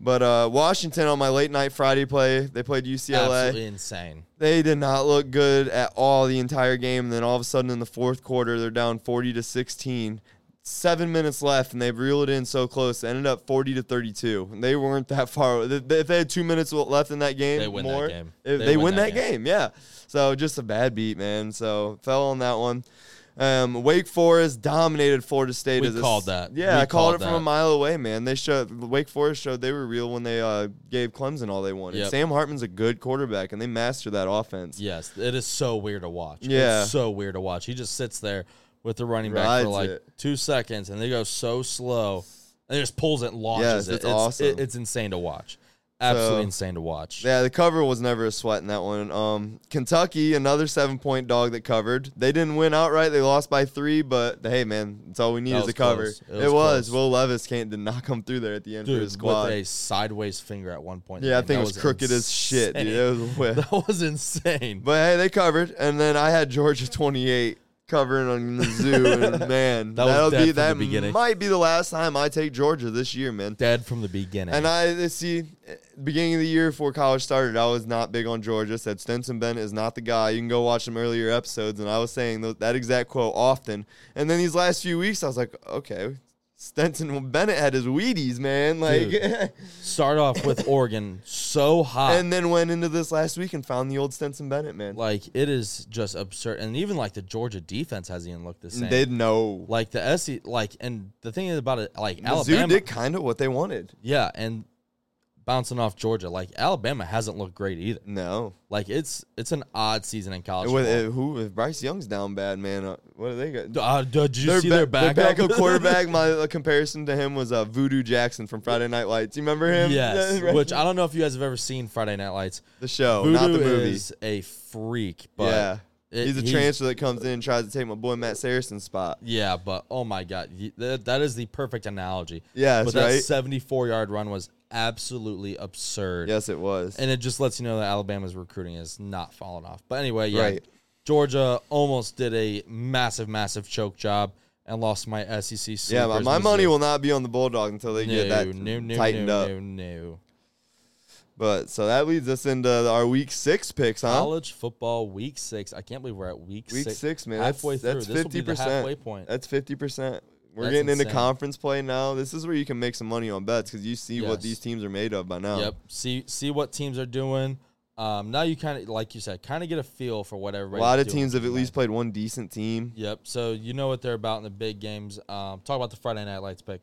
Speaker 2: But uh, Washington on my late night Friday play, they played UCLA.
Speaker 1: Absolutely insane.
Speaker 2: They did not look good at all the entire game. And then all of a sudden in the fourth quarter, they're down 40 to 16. Seven minutes left, and they reeled it in so close. They ended up 40 to 32. And They weren't that far. th- th- If they had two minutes left in that game,
Speaker 1: They win that
Speaker 2: more,
Speaker 1: game.
Speaker 2: if- They, win, that game. yeah. So just a bad beat, man. So fell on that one. Um, Wake Forest dominated Florida State.
Speaker 1: We
Speaker 2: as a s-
Speaker 1: called that.
Speaker 2: Yeah,
Speaker 1: We
Speaker 2: I called,
Speaker 1: called
Speaker 2: it from a
Speaker 1: that.
Speaker 2: mile away, man. They showed Wake Forest showed they were real when they uh, gave Clemson all they wanted.
Speaker 1: Yep.
Speaker 2: Sam Hartman's a good quarterback, and they master that offense.
Speaker 1: Yes, it is so weird to watch.
Speaker 2: Yeah.
Speaker 1: it's so weird to watch. He just sits there with the running back
Speaker 2: Rides
Speaker 1: for like
Speaker 2: it.
Speaker 1: two seconds, and they go so slow, and he just pulls it, and launches
Speaker 2: Yes,
Speaker 1: it.
Speaker 2: it's awesome.
Speaker 1: it- it's insane to watch. Absolutely
Speaker 2: So-
Speaker 1: insane to watch.
Speaker 2: Yeah, the cover was never a sweat in that one. Um, Kentucky, another seven point dog that covered. They didn't win outright. They lost by three, but hey, man, that's all we need
Speaker 1: That
Speaker 2: is
Speaker 1: was
Speaker 2: a cover.
Speaker 1: close.
Speaker 2: It
Speaker 1: It
Speaker 2: was.
Speaker 1: was close.
Speaker 2: Will Levis can't, did not come through there at the end for
Speaker 1: Dude, with
Speaker 2: his squad.
Speaker 1: a sideways finger at one point. in the
Speaker 2: Yeah, I
Speaker 1: game.
Speaker 2: think it
Speaker 1: That
Speaker 2: was crooked as shit, dude.
Speaker 1: insane.
Speaker 2: It was a whip.
Speaker 1: That was insane.
Speaker 2: But hey, they covered, and then I had Georgia twenty eight covering on the zoo, and man,
Speaker 1: That was
Speaker 2: will
Speaker 1: dead
Speaker 2: be
Speaker 1: from the
Speaker 2: that
Speaker 1: beginning.
Speaker 2: might be the last time I take Georgia this year, man.
Speaker 1: Dead from the beginning.
Speaker 2: And I let's see, beginning of the year before college started, I was not big on Georgia. Said Stenson Bennett is not the guy. You can go watch some earlier episodes, and I was saying tho- that exact quote often. And then these last few weeks, I was like, okay, Stenson Bennett had his Wheaties, man. Like,
Speaker 1: Dude. Start off with Oregon so hot.
Speaker 2: and then went into this last week and found the old Stenson Bennett, man.
Speaker 1: like it is just absurd. And even like the Georgia defense hasn't even looked the same.
Speaker 2: They know.
Speaker 1: like the SC, like and the thing is about it, like
Speaker 2: Mizzou
Speaker 1: Alabama,
Speaker 2: did kind of what they wanted.
Speaker 1: yeah, and bouncing off Georgia, like Alabama hasn't looked great either.
Speaker 2: No,
Speaker 1: Like it's it's an odd season in college.
Speaker 2: with
Speaker 1: football.
Speaker 2: uh, who if Bryce Young's down bad, man. Uh, what do they got?
Speaker 1: Uh, did you see
Speaker 2: ba-
Speaker 1: their backup,
Speaker 2: backup quarterback. My uh, comparison to him was uh, Voodoo Jackson from Friday Night Lights. You remember him?
Speaker 1: yes,
Speaker 2: Right?
Speaker 1: which I don't know if you guys have ever seen Friday Night Lights.
Speaker 2: the show,
Speaker 1: Voodoo
Speaker 2: not the movie.
Speaker 1: is a freak, but
Speaker 2: yeah,
Speaker 1: it-
Speaker 2: he's a transfer that comes in and tries to take my boy Matt Saracen's spot.
Speaker 1: Yeah, but oh my god, y- that, that is the perfect analogy.
Speaker 2: Yes,
Speaker 1: but
Speaker 2: right?
Speaker 1: that seventy-four yard run was absolutely absurd.
Speaker 2: Yes, it was.
Speaker 1: and it just lets you know that Alabama's recruiting is not falling off. But anyway, yeah,
Speaker 2: Right.
Speaker 1: Georgia almost did a massive, massive choke job and lost my E SEC.
Speaker 2: yeah, my,
Speaker 1: sleepers,
Speaker 2: my money
Speaker 1: Mizzou.
Speaker 2: will not be on the Bulldog until they
Speaker 1: no,
Speaker 2: get that
Speaker 1: no, no,
Speaker 2: tightened
Speaker 1: no,
Speaker 2: up.
Speaker 1: No, no.
Speaker 2: But so that leads us into our week six picks, huh?
Speaker 1: College football week six. I can't believe we're at week,
Speaker 2: Week
Speaker 1: six.
Speaker 2: six, man.
Speaker 1: Halfway
Speaker 2: that's,
Speaker 1: through.
Speaker 2: That's
Speaker 1: This will be
Speaker 2: fifty
Speaker 1: the
Speaker 2: percent.
Speaker 1: halfway point.
Speaker 2: That's fifty percent. We're
Speaker 1: That's
Speaker 2: getting into
Speaker 1: insane.
Speaker 2: conference play now. This is where you can make some money on bets because you see what
Speaker 1: Yes.
Speaker 2: these teams are made of by now.
Speaker 1: Yep. See see what teams are doing. Um, now you kind of like you said, kind of get a feel for what
Speaker 2: A
Speaker 1: everybody.
Speaker 2: lot of teams have at least played one decent team.
Speaker 1: Yep. So you know what they're about in the big games. Um, talk about the Friday night lights pick.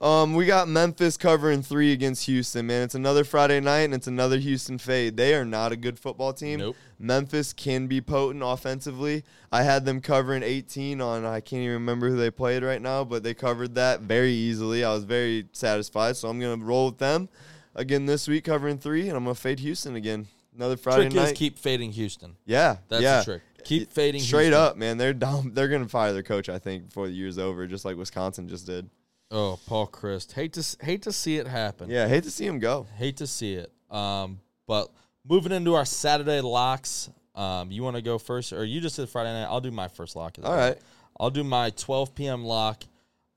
Speaker 2: Um, we got Memphis covering three against Houston, man. It's another Friday night and it's another Houston fade. They are not a good football team.
Speaker 1: Nope.
Speaker 2: Memphis can be potent offensively. I had them covering 18 on, I can't even remember who they played right now, but they covered that very easily. I was very satisfied, so I'm going to roll with them again this week, covering three, and I'm going to fade Houston again. Another Friday
Speaker 1: trick is
Speaker 2: night.
Speaker 1: keep fading Houston.
Speaker 2: yeah.
Speaker 1: That's
Speaker 2: yeah.
Speaker 1: the trick. Keep fading
Speaker 2: Straight
Speaker 1: Houston.
Speaker 2: up, man. They're down. They're going to fire their coach, I think, before the year's over, just like Wisconsin just did.
Speaker 1: Oh, Paul Christ. Hate to s- hate to see it happen.
Speaker 2: Yeah, I hate to see him go.
Speaker 1: Hate to see it. Um, but moving into our Saturday locks. Um, you want to go first, or you just did Friday night? I'll do my first lock. as
Speaker 2: All
Speaker 1: well.
Speaker 2: right.
Speaker 1: I'll do my 12 p.m. lock.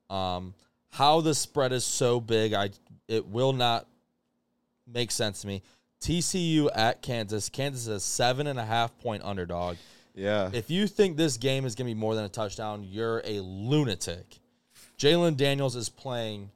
Speaker 1: Um, how the spread is so big, I it will not make sense to me. TCU at Kansas. Kansas is a seven and a half point underdog.
Speaker 2: Yeah.
Speaker 1: If you think this game is going to be more than a touchdown, you're a lunatic. Jalen Daniels is playing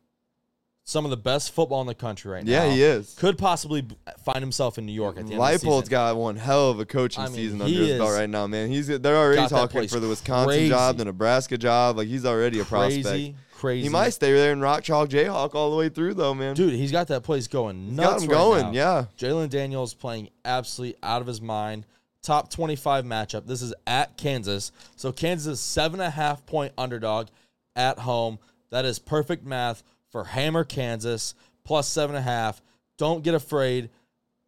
Speaker 1: some of the best football in the coury right now.
Speaker 2: Yeah, he is.
Speaker 1: Could possibly b- find himself in New York at the end of the
Speaker 2: Leipold's
Speaker 1: season.
Speaker 2: got one hell of a coaching
Speaker 1: I mean,
Speaker 2: season
Speaker 1: he
Speaker 2: under his belt
Speaker 1: is-
Speaker 2: right now, man. He's they're already
Speaker 1: got that
Speaker 2: talking
Speaker 1: place
Speaker 2: for the Wisconsin
Speaker 1: crazy.
Speaker 2: job, the Nebraska job. Like he's already a prospect.
Speaker 1: crazy, crazy.
Speaker 2: He might stay there and rock chalk Jayhawk all the way through though, man.
Speaker 1: dude. He's got that place going
Speaker 2: got
Speaker 1: nuts.
Speaker 2: him
Speaker 1: right
Speaker 2: going,
Speaker 1: now.
Speaker 2: yeah.
Speaker 1: Jalen Daniels playing absolutely out of his mind. Top twenty-five matchup. This is at Kansas, so Kansas is seven and a half point underdog at home. That is perfect math for Hammer Kansas plus seven and a half. Don't get afraid.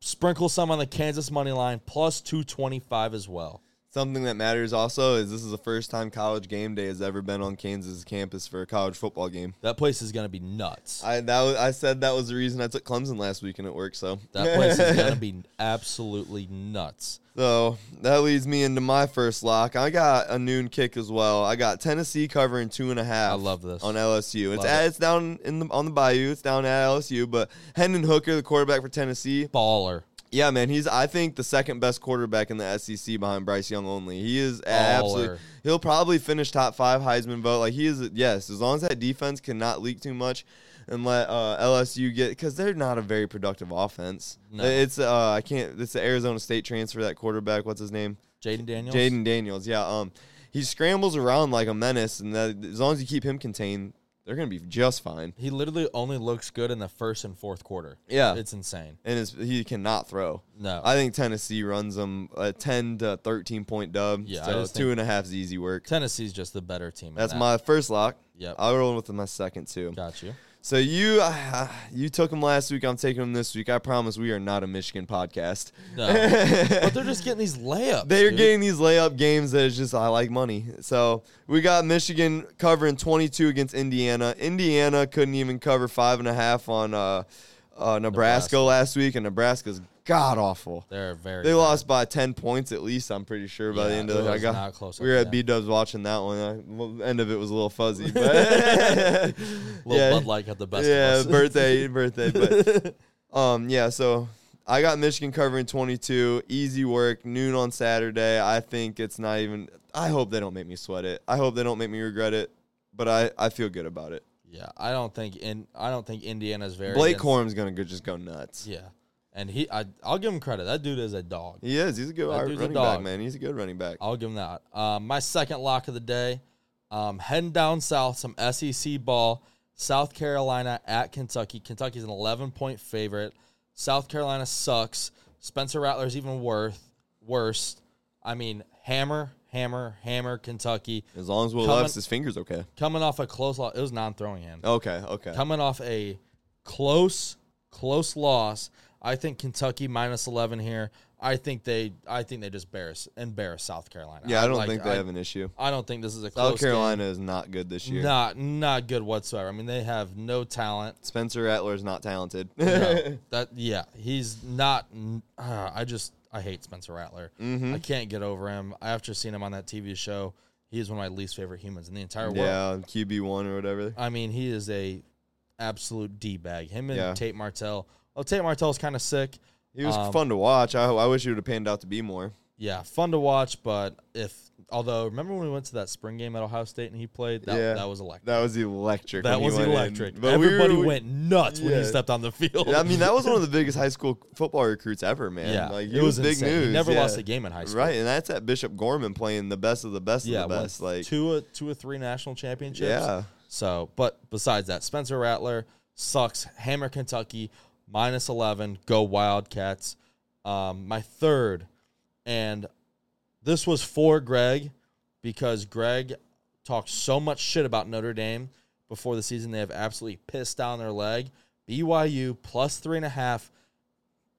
Speaker 1: Sprinkle some on the Kansas money line plus two twenty-five as well.
Speaker 2: Something that matters also is this is the first time college game day has ever been on Kansas campus for a college football game.
Speaker 1: That place is going to be nuts.
Speaker 2: I that was, I said that was the reason I took Clemson last week and it worked. So
Speaker 1: That place is going to be absolutely nuts.
Speaker 2: So that leads me into my first lock. I got a noon kick as well. I got Tennessee covering two and a half.
Speaker 1: I love this.
Speaker 2: on LSU. It's
Speaker 1: Love
Speaker 2: at,
Speaker 1: it.
Speaker 2: it's down in the on the Bayou. It's down at LSU. But Hendon Hooker, the quarterback for Tennessee,
Speaker 1: Baller.
Speaker 2: yeah, man, he's I think the second best quarterback in the SEC behind Bryce Young only. He is absolutely.
Speaker 1: Baller.
Speaker 2: He'll probably finish top five Heisman vote. Like he is, yes, as long as that defense cannot leak too much. And let uh, LSU get because they're not a very productive offense.
Speaker 1: No.
Speaker 2: It's uh, I can't. It's the Arizona State transfer that quarterback. What's his name?
Speaker 1: Jaden Daniels.
Speaker 2: Jaden Daniels, yeah. Um, He scrambles around like a menace, and that, as long as you keep him contained, they're gonna be just fine.
Speaker 1: He literally only looks good in the first and fourth quarter.
Speaker 2: Yeah.
Speaker 1: It's insane.
Speaker 2: And it's, he cannot throw.
Speaker 1: No.
Speaker 2: I think Tennessee runs them a ten to thirteen point dub.
Speaker 1: Yeah, I
Speaker 2: so
Speaker 1: just
Speaker 2: two and a half is easy work.
Speaker 1: Tennessee's just the better team. in
Speaker 2: That's
Speaker 1: that.
Speaker 2: my first lock.
Speaker 1: Yep.
Speaker 2: I'll roll with my second too.
Speaker 1: Got you.
Speaker 2: So you uh, you took them last week. I'm taking them this week. I promise we are not a Michigan podcast.
Speaker 1: No. but they're just getting these layups.
Speaker 2: They are
Speaker 1: dude.
Speaker 2: getting these layup games that is just I like money. So we got Michigan covering 22 against Indiana. Indiana couldn't even cover five and a half on uh, uh, Nebraska,
Speaker 1: Nebraska.
Speaker 2: last week, and Nebraska's god awful.
Speaker 1: They're very.
Speaker 2: They
Speaker 1: bad.
Speaker 2: lost by 10 points at least. I'm pretty sure by the
Speaker 1: Yeah,
Speaker 2: end of
Speaker 1: it
Speaker 2: it. I
Speaker 1: was
Speaker 2: got
Speaker 1: not close
Speaker 2: we were
Speaker 1: up
Speaker 2: at
Speaker 1: to
Speaker 2: B
Speaker 1: that.
Speaker 2: Dubs watching that one. I, well, end of it was a little fuzzy, but
Speaker 1: Little
Speaker 2: Yeah.
Speaker 1: Bud Light got the best.
Speaker 2: yeah,
Speaker 1: of us.
Speaker 2: birthday, birthday. But um, yeah. So I got Michigan covering 22. Easy work. Noon on Saturday. I think it's not even. I hope they don't make me sweat it. I hope they don't make me regret it. But I, I feel good about it.
Speaker 1: yeah, I don't think in I don't think Indiana's very.
Speaker 2: Blake
Speaker 1: against-
Speaker 2: Corum's gonna go, just go nuts.
Speaker 1: Yeah, and he I I'll give him credit. That dude is a dog.
Speaker 2: He is. He's a good
Speaker 1: That
Speaker 2: running
Speaker 1: dude's a
Speaker 2: back,
Speaker 1: dog.
Speaker 2: man. He's a good running back.
Speaker 1: I'll give him that. Um, my second lock of the day, um, heading down south, some SEC ball. South Carolina at Kentucky. Kentucky's an 11 point favorite. South Carolina sucks. Spencer Rattler's even worse. Worst. I mean, hammer, hammer, hammer. Kentucky
Speaker 2: As long as Will
Speaker 1: Coming-
Speaker 2: left, his fingers okay.
Speaker 1: coming off a close loss. It was non-throwing hand.
Speaker 2: Okay. Okay.
Speaker 1: coming off a close close loss i think kentucky minus 11 here i think they i think they just embarrass embarrass south carolina
Speaker 2: yeah, I don't
Speaker 1: like-
Speaker 2: think they
Speaker 1: I,
Speaker 2: have an issue.
Speaker 1: i don't think this is a close
Speaker 2: South Carolina is not good this year.
Speaker 1: game. not not good whatsoever i mean they have no talent
Speaker 2: Spencer Rattler is not talented.
Speaker 1: No, that yeah he's not uh, i just i hate spencer rattler
Speaker 2: Mm-hmm.
Speaker 1: i can't get over him after seeing him on that tv show he is one of my least favorite humans in the entire world
Speaker 2: yeah, QB one or whatever.
Speaker 1: I mean, he is a absolute d bag. Him and
Speaker 2: Yeah.
Speaker 1: Tate Martell. Well, Tate Martell's kind of sick.
Speaker 2: He was
Speaker 1: Um,
Speaker 2: fun to watch. I, I wish he would have panned out to be more.
Speaker 1: Yeah, fun to watch, but if although remember when we went to that spring game at Ohio State and he played, that,
Speaker 2: Yeah.
Speaker 1: that was electric.
Speaker 2: That was electric.
Speaker 1: That
Speaker 2: when he
Speaker 1: was
Speaker 2: went in.
Speaker 1: electric.
Speaker 2: But we were-
Speaker 1: Everybody
Speaker 2: we-
Speaker 1: went nuts when
Speaker 2: Yeah.
Speaker 1: he stepped on the field.
Speaker 2: I mean, that was one of the biggest high school football recruits ever, man.
Speaker 1: yeah,
Speaker 2: like he
Speaker 1: it was
Speaker 2: big
Speaker 1: insane.
Speaker 2: news.
Speaker 1: He never
Speaker 2: yeah.
Speaker 1: lost a game in high school.
Speaker 2: Right, and that's at Bishop Gorman playing the best of the best
Speaker 1: Yeah,
Speaker 2: of the
Speaker 1: won
Speaker 2: best. Like
Speaker 1: two or two or three national championships.
Speaker 2: Yeah.
Speaker 1: So, but besides that, Spencer Rattler sucks. Hammer Kentucky minus eleven. Go Wildcats. Um, my third, and this was for Greg because Greg talked so much shit about Notre Dame before the season. They have absolutely pissed down their leg. BYU plus three and a half.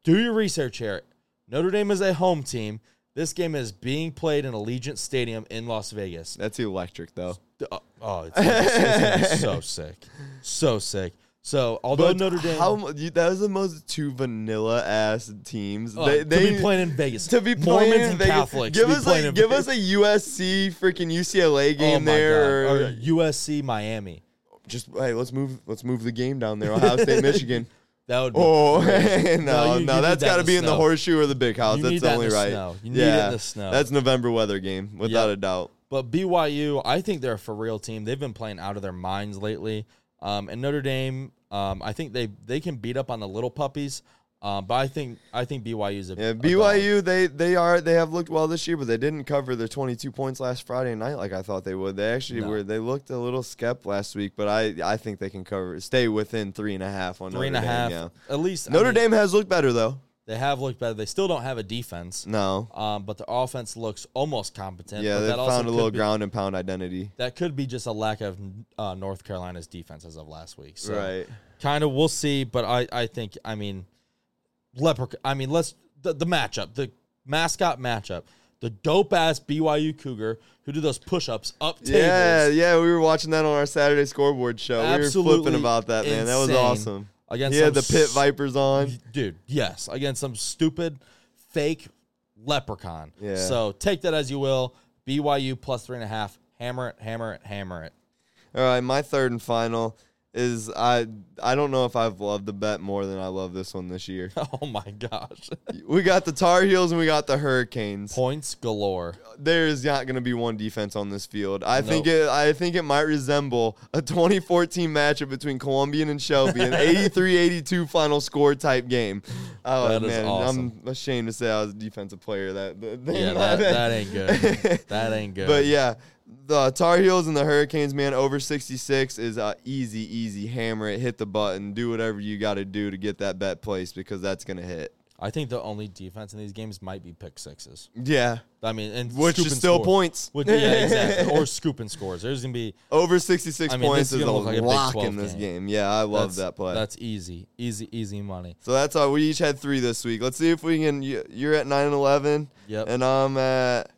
Speaker 1: Do your research here. Notre Dame is a home team. This game is being played in Allegiant Stadium in Las Vegas.
Speaker 2: that's electric though.
Speaker 1: Uh, Oh, it's, it's gonna be so sick, so sick. So, although
Speaker 2: But
Speaker 1: Notre Dame
Speaker 2: how mu- you, that was the most two vanilla ass teams.
Speaker 1: uh,
Speaker 2: they, they
Speaker 1: to be playing in Vegas,
Speaker 2: to be
Speaker 1: Mormons
Speaker 2: playing in
Speaker 1: and
Speaker 2: Vegas.
Speaker 1: Catholics,
Speaker 2: Give
Speaker 1: to be
Speaker 2: us
Speaker 1: playing
Speaker 2: a,
Speaker 1: in
Speaker 2: give
Speaker 1: Vegas.
Speaker 2: us a USC freaking UCLA
Speaker 1: oh
Speaker 2: game
Speaker 1: my
Speaker 2: there.
Speaker 1: God.
Speaker 2: or-
Speaker 1: Or USC Miami.
Speaker 2: just hey, let's move let's move the game down there. Ohio State, Michigan.
Speaker 1: That would be
Speaker 2: Oh no,
Speaker 1: No,
Speaker 2: no,
Speaker 1: you- you need
Speaker 2: that's
Speaker 1: that
Speaker 2: got to
Speaker 1: in
Speaker 2: be in the
Speaker 1: snow.
Speaker 2: horseshoe or the big house.
Speaker 1: You
Speaker 2: that's
Speaker 1: need
Speaker 2: the
Speaker 1: that in
Speaker 2: only
Speaker 1: the
Speaker 2: right.
Speaker 1: snow. You need it in the snow.
Speaker 2: That's November weather game without
Speaker 1: Yep.
Speaker 2: a doubt.
Speaker 1: But BYU, I think they're a for real team. They've been playing out of their minds lately. Um, and Notre Dame, um, I think they they can beat up on the little puppies. Um, but I think I think BYU is a
Speaker 2: Yeah,
Speaker 1: a dog.
Speaker 2: BYU they they are they have looked well this year, but they didn't cover their 22 points last Friday night like I thought they would. They actually
Speaker 1: No.
Speaker 2: were they looked a little skep last week, but I I think they can cover stay within three and a half on
Speaker 1: three and
Speaker 2: Notre
Speaker 1: a half.
Speaker 2: Dame, yeah.
Speaker 1: At least I
Speaker 2: Notre
Speaker 1: mean,
Speaker 2: Dame has looked better though.
Speaker 1: they have looked better. They still don't have a defense,
Speaker 2: No,
Speaker 1: um, but their offense looks almost competent.
Speaker 2: yeah,
Speaker 1: but
Speaker 2: they
Speaker 1: that also
Speaker 2: found a
Speaker 1: could
Speaker 2: little
Speaker 1: be-
Speaker 2: ground and pound identity.
Speaker 1: That could be just a lack of uh, North Carolina's defense as of last week. So
Speaker 2: Right.
Speaker 1: kind of we'll see but i i think i mean leprechaun i mean let's the, the matchup the mascot matchup the dope ass BYU Cougar who do those push ups up tables.
Speaker 2: Yeah, yeah, we were watching that on our Saturday scoreboard show. we were
Speaker 1: Absolutely
Speaker 2: flipping about that, man. That was
Speaker 1: insane.
Speaker 2: awesome.
Speaker 1: Against
Speaker 2: he had
Speaker 1: some
Speaker 2: the pit
Speaker 1: s-
Speaker 2: vipers on.
Speaker 1: Dude, yes, against some stupid fake leprechaun.
Speaker 2: Yeah.
Speaker 1: So take that as you will. BYU plus three and a half. Hammer it, hammer it, hammer it.
Speaker 2: All right, my third and final is I I don't know if I've loved the bet more than I love this one this year.
Speaker 1: Oh my gosh.
Speaker 2: we got the Tar Heels and we got the Hurricanes.
Speaker 1: Points galore.
Speaker 2: There is not going to be one defense on this field. I
Speaker 1: No.
Speaker 2: think it I think it might resemble a 2014 matchup between Columbian and Shelby, an 83-82 final score type game. Oh
Speaker 1: That is
Speaker 2: man,
Speaker 1: awesome.
Speaker 2: I'm ashamed to say I was a defensive player that. that
Speaker 1: Yeah, that, that ain't good. That ain't good.
Speaker 2: But yeah, the Tar Heels and the Hurricanes, man, over 66 is uh, easy, easy. Hammer it, hit the button, do whatever you got to do to get that bet placed because that's going to hit.
Speaker 1: I think the only defense in these games might be pick sixes.
Speaker 2: Yeah.
Speaker 1: I mean, and
Speaker 2: Which
Speaker 1: scoop
Speaker 2: is
Speaker 1: and
Speaker 2: still
Speaker 1: score.
Speaker 2: points.
Speaker 1: Which, yeah, exactly. or scooping scores. There's gonna be
Speaker 2: Over 66
Speaker 1: I mean, this
Speaker 2: points
Speaker 1: is
Speaker 2: is a
Speaker 1: gonna look like a Big
Speaker 2: lock
Speaker 1: 12
Speaker 2: in this
Speaker 1: game.
Speaker 2: game. Yeah, I
Speaker 1: that's-
Speaker 2: love that play.
Speaker 1: That's easy, easy, easy money.
Speaker 2: so that's all. We each had three this week. Let's see if we can. you- You're at 9 and 11,
Speaker 1: Yep,
Speaker 2: and I'm at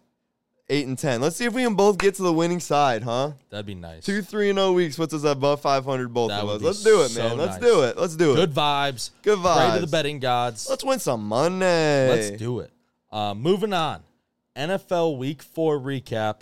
Speaker 2: 8 and 10. Let's see if we can both get to the winning side, huh?
Speaker 1: that'd be nice.
Speaker 2: Two, three, and 0 weeks puts us above 500, both
Speaker 1: That
Speaker 2: of
Speaker 1: would
Speaker 2: us.
Speaker 1: be
Speaker 2: Let's do it,
Speaker 1: so
Speaker 2: man. Let's
Speaker 1: nice.
Speaker 2: do it. Let's do it.
Speaker 1: Good vibes.
Speaker 2: Good
Speaker 1: Pray to the
Speaker 2: vibes.
Speaker 1: betting gods.
Speaker 2: Let's win some Monday.
Speaker 1: Let's do it. Uh, moving on. NFL Week Four recap.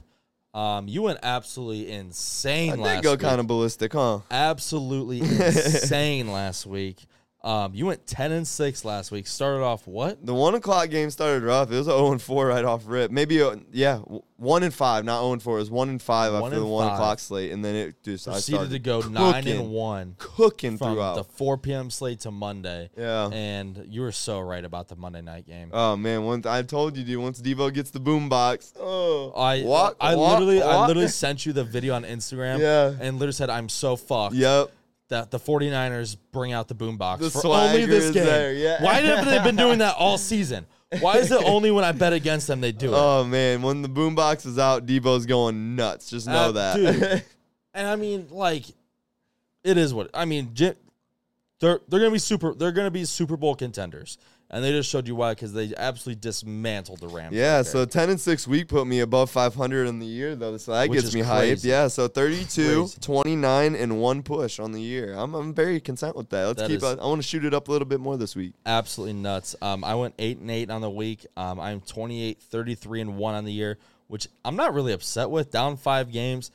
Speaker 1: Um, you went absolutely insane
Speaker 2: I
Speaker 1: last
Speaker 2: did go
Speaker 1: week.
Speaker 2: kind of ballistic, huh?
Speaker 1: absolutely insane last week. Um, you went ten and six last week. Started off what?
Speaker 2: The one o'clock game started rough. It was 0 and 4 right off rip. Maybe uh, yeah, w- one and five, not 0 and 4. It was one and five
Speaker 1: One
Speaker 2: after
Speaker 1: and
Speaker 2: the one
Speaker 1: five.
Speaker 2: o'clock slate, and then it just I
Speaker 1: Proceeded
Speaker 2: started
Speaker 1: to go nine and
Speaker 2: cooking.
Speaker 1: one
Speaker 2: cooking
Speaker 1: from
Speaker 2: throughout.
Speaker 1: the four p.m. slate to Monday.
Speaker 2: Yeah.
Speaker 1: and you were so right about the Monday night game.
Speaker 2: oh man, once I told you, dude. Once Devo gets the boom box, oh,
Speaker 1: I
Speaker 2: walk,
Speaker 1: I
Speaker 2: walk,
Speaker 1: literally I
Speaker 2: walk.
Speaker 1: literally sent you the video on Instagram.
Speaker 2: Yeah.
Speaker 1: and literally said I'm so fucked.
Speaker 2: yep.
Speaker 1: that the 49ers bring out the boombox
Speaker 2: The
Speaker 1: for only
Speaker 2: swagger
Speaker 1: this
Speaker 2: is
Speaker 1: game.
Speaker 2: there, yeah.
Speaker 1: Why haven't they been doing that all season? Why is it only when I bet against them they do it?
Speaker 2: Oh man, when the boom box is out, Debo's going nuts. Just know
Speaker 1: Uh,
Speaker 2: that.
Speaker 1: dude. and I mean, like, it is what I mean. J- They're they're gonna be super. They're gonna be Super Bowl contenders, and they just showed you why because they absolutely dismantled the Rams.
Speaker 2: Yeah,
Speaker 1: right there.
Speaker 2: so ten and six week put me above five hundred in the year though, so that
Speaker 1: Which
Speaker 2: gets
Speaker 1: is
Speaker 2: me hyped.
Speaker 1: crazy.
Speaker 2: Yeah, so 32,
Speaker 1: Crazy.
Speaker 2: 29, and one push on the year. I'm I'm very content with that. Let's
Speaker 1: That
Speaker 2: keep.
Speaker 1: is-
Speaker 2: I, I want to shoot it up a little bit more this week.
Speaker 1: absolutely nuts. Um, I went eight and eight on the week. Um, I'm 28, 33 and one on the year, which I'm not really upset with. Down five games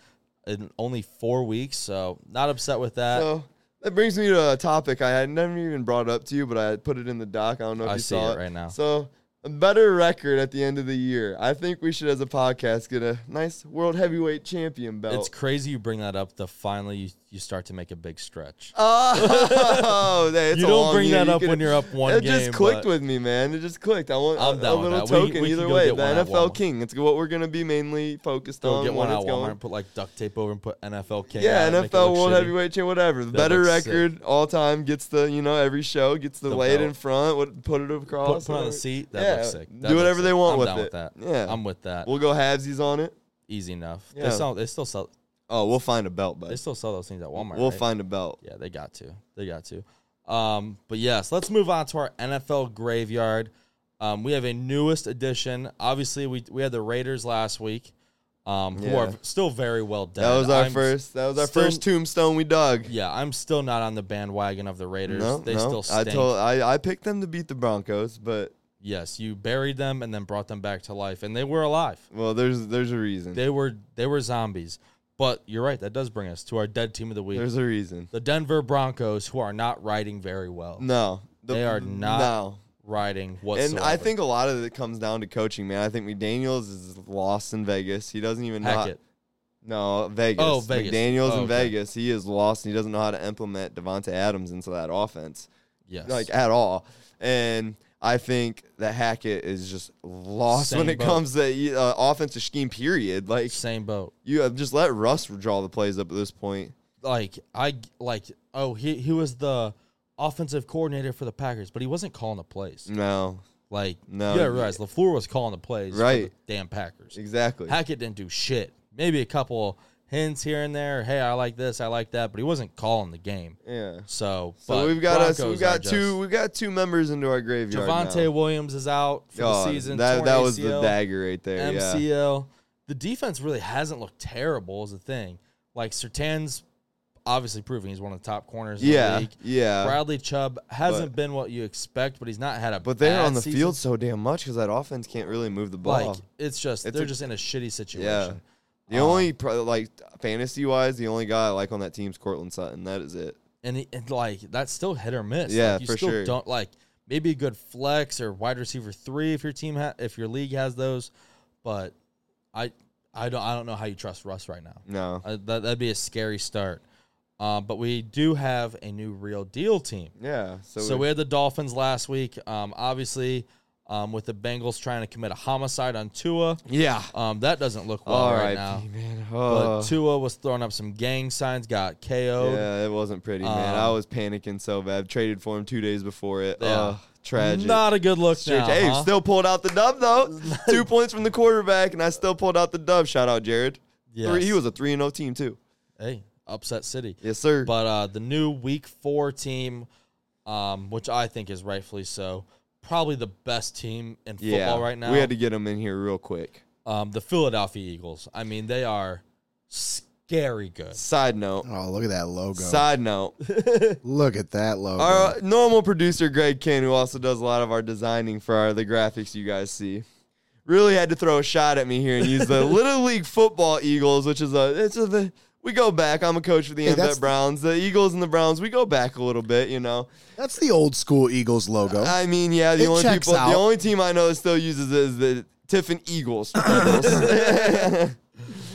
Speaker 1: in only four weeks, so not upset with that.
Speaker 2: So that brings me to a topic I had never even brought up to you, but I put it in the doc. I don't know if
Speaker 1: I
Speaker 2: you
Speaker 1: see
Speaker 2: saw
Speaker 1: it right now.
Speaker 2: So a better record at the end of the year. I think we should, as a podcast, get a nice world heavyweight champion belt.
Speaker 1: it's crazy you bring that up. The finally you, you start to make a big stretch.
Speaker 2: Oh, hey, it's
Speaker 1: You
Speaker 2: a
Speaker 1: don't
Speaker 2: long
Speaker 1: bring
Speaker 2: year.
Speaker 1: that
Speaker 2: You
Speaker 1: up
Speaker 2: could-
Speaker 1: when you're up one
Speaker 2: It
Speaker 1: game,
Speaker 2: just clicked
Speaker 1: but-
Speaker 2: with me, man. It just clicked. I want
Speaker 1: I'm
Speaker 2: a, a
Speaker 1: down with
Speaker 2: little
Speaker 1: that. We-
Speaker 2: token
Speaker 1: we
Speaker 2: either
Speaker 1: can go
Speaker 2: way.
Speaker 1: get
Speaker 2: The
Speaker 1: one at
Speaker 2: NFL
Speaker 1: Walmart.
Speaker 2: King. It's what we're gonna be mainly focused
Speaker 1: Go
Speaker 2: on.
Speaker 1: get one
Speaker 2: when
Speaker 1: out
Speaker 2: it's
Speaker 1: Walmart
Speaker 2: going.
Speaker 1: and put like duct tape over and put NFL King.
Speaker 2: Yeah,
Speaker 1: on it, make it
Speaker 2: NFL
Speaker 1: look
Speaker 2: World
Speaker 1: shitty.
Speaker 2: Heavyweight Champion, whatever. The better
Speaker 1: looks sick.
Speaker 2: record all time gets the you know every show gets the,
Speaker 1: The
Speaker 2: laid
Speaker 1: belt.
Speaker 2: in front. What put it across?
Speaker 1: Put, put on
Speaker 2: whatever.
Speaker 1: the seat. That
Speaker 2: Yeah,
Speaker 1: looks sick. That
Speaker 2: do
Speaker 1: looks
Speaker 2: whatever
Speaker 1: sick.
Speaker 2: they want
Speaker 1: I'm
Speaker 2: with
Speaker 1: down
Speaker 2: it.
Speaker 1: with that.
Speaker 2: Yeah.
Speaker 1: I'm with that.
Speaker 2: We'll go halvesies on it.
Speaker 1: Easy enough.
Speaker 2: Yeah.
Speaker 1: They sell. They still sell.
Speaker 2: Oh, we'll find a belt,
Speaker 1: They
Speaker 2: bud.
Speaker 1: still sell those things at Walmart.
Speaker 2: We'll
Speaker 1: right?
Speaker 2: find a belt.
Speaker 1: Yeah, they got to. They got to. Um, but yes, let's move on to our NFL graveyard. Um, we have a newest addition. Obviously, we we had the Raiders last week, um, who are
Speaker 2: Yeah.
Speaker 1: still very well dead.
Speaker 2: That was our
Speaker 1: I'm-
Speaker 2: first. That was our
Speaker 1: still-
Speaker 2: first tombstone we dug.
Speaker 1: Yeah, I'm still not on the bandwagon of the Raiders.
Speaker 2: No,
Speaker 1: they
Speaker 2: no.
Speaker 1: still
Speaker 2: I
Speaker 1: stink.
Speaker 2: told I, I picked them to beat the Broncos, but
Speaker 1: yes, you buried them and then brought them back to life, and they were alive.
Speaker 2: well, there's there's a reason.
Speaker 1: They were they were zombies. But you're right. That does bring us to our dead team of the week,
Speaker 2: There's a reason.
Speaker 1: the Denver Broncos, who are not riding very well.
Speaker 2: No, The-
Speaker 1: They are not
Speaker 2: No,
Speaker 1: Riding whatsoever.
Speaker 2: and I think a lot of it comes down to coaching, man. I think McDaniel's is lost in Vegas. He doesn't even know.
Speaker 1: Hackett.
Speaker 2: How, no, Vegas.
Speaker 1: Oh, Vegas.
Speaker 2: McDaniel's
Speaker 1: Oh,
Speaker 2: in
Speaker 1: okay.
Speaker 2: Vegas. He is lost. and He doesn't know how to implement Devonta Adams into that offense,
Speaker 1: Yes.
Speaker 2: like at all. And I think that Hackett is just lost
Speaker 1: Same
Speaker 2: when it
Speaker 1: boat.
Speaker 2: comes to uh, offensive scheme. Period. Like
Speaker 1: Same boat.
Speaker 2: you have just let Russ draw the plays up at this point.
Speaker 1: Like I like oh he he was the offensive coordinator for the Packers, but he wasn't calling the plays.
Speaker 2: No,
Speaker 1: Like
Speaker 2: Mm. No,
Speaker 1: you gotta
Speaker 2: he-
Speaker 1: realize Lafleur was calling the plays. For
Speaker 2: Right.
Speaker 1: the damn Packers.
Speaker 2: exactly.
Speaker 1: Hackett didn't do shit. Maybe a couple hints here and there. Hey, I like this. I like that. But he wasn't calling the game.
Speaker 2: yeah.
Speaker 1: So,
Speaker 2: So
Speaker 1: but
Speaker 2: we've got us.
Speaker 1: Broncos
Speaker 2: We've
Speaker 1: are
Speaker 2: got
Speaker 1: just-
Speaker 2: two. We've got two members into our graveyard. now.
Speaker 1: Javante Williams is out for
Speaker 2: God,
Speaker 1: the season.
Speaker 2: That,
Speaker 1: torn
Speaker 2: that was the
Speaker 1: ACL.
Speaker 2: dagger right there. yeah.
Speaker 1: MCL. The defense really hasn't looked terrible as a thing. Like Sertan's obviously proving he's one of the top corners in the
Speaker 2: Yeah.
Speaker 1: league.
Speaker 2: Yeah.
Speaker 1: Bradley Chubb hasn't been what you expect, but he's not had a
Speaker 2: but they're
Speaker 1: bad
Speaker 2: on the
Speaker 1: season.
Speaker 2: field so damn much because that offense can't really move the ball.
Speaker 1: Like it's just
Speaker 2: It's
Speaker 1: they're
Speaker 2: a-
Speaker 1: just in a shitty situation.
Speaker 2: yeah. The
Speaker 1: Uh,
Speaker 2: only pro- like fantasy wise, the only guy I like on that team's Cortland Sutton. That is it.
Speaker 1: and, he- and like that's still hit or miss.
Speaker 2: Yeah,
Speaker 1: like, you
Speaker 2: for
Speaker 1: still
Speaker 2: sure.
Speaker 1: Don't like maybe a good flex or wide receiver three if your team ha- if your league has those, but I I don't I don't know how you trust Russ right now.
Speaker 2: No.
Speaker 1: Uh, that that'd be a scary start. Um, but we do have a new real deal team.
Speaker 2: Oh, Yeah. So,
Speaker 1: So
Speaker 2: we,
Speaker 1: we had the Dolphins last week. Um, obviously, um, with the Bengals trying to commit a homicide on Tua,
Speaker 2: yeah.
Speaker 1: um, that doesn't look well
Speaker 2: All
Speaker 1: right,
Speaker 2: right,
Speaker 1: now.
Speaker 2: man.
Speaker 1: But
Speaker 2: Oh.
Speaker 1: Tua was throwing up some gang signs, got KO'd.
Speaker 2: Yeah, it wasn't pretty, man. I
Speaker 1: Um,
Speaker 2: was panicking so bad. Traded for him two days before it.
Speaker 1: Yeah.
Speaker 2: Ugh, tragic.
Speaker 1: Not a good look
Speaker 2: Straight-
Speaker 1: now.
Speaker 2: hey,
Speaker 1: huh?
Speaker 2: still pulled out the dub though. two points from the quarterback, and I still pulled out the dub. Shout out Jared. Three,
Speaker 1: Yes.
Speaker 2: he was a three and zero team too.
Speaker 1: hey, upset city.
Speaker 2: Yes, sir.
Speaker 1: But uh, the new Week Four team, um, which I think is rightfully so, probably the best team in football
Speaker 2: yeah,
Speaker 1: right now.
Speaker 2: we had to get him in here real quick.
Speaker 1: um, the Philadelphia Eagles. I mean, they are scary good.
Speaker 2: Side note.
Speaker 3: Oh, look at that logo.
Speaker 2: Side note.
Speaker 3: look at that logo.
Speaker 2: Our uh, normal producer Greg Ken, who also does a lot of our designing for our, the graphics you guys see, really had to throw a shot at me here and use the Little League Football Eagles, which is a it's a, the, we go back. I'm a coach for the
Speaker 3: Hey,
Speaker 2: hey,
Speaker 3: that's-
Speaker 2: Browns, the Eagles and the Browns. We go back a little bit, you know.
Speaker 3: That's the old school Eagles logo.
Speaker 2: Uh, I mean, yeah, the
Speaker 3: It
Speaker 2: only
Speaker 3: checks
Speaker 2: people,
Speaker 3: out.
Speaker 2: the only team I know that still uses it is the Tiffin Eagles.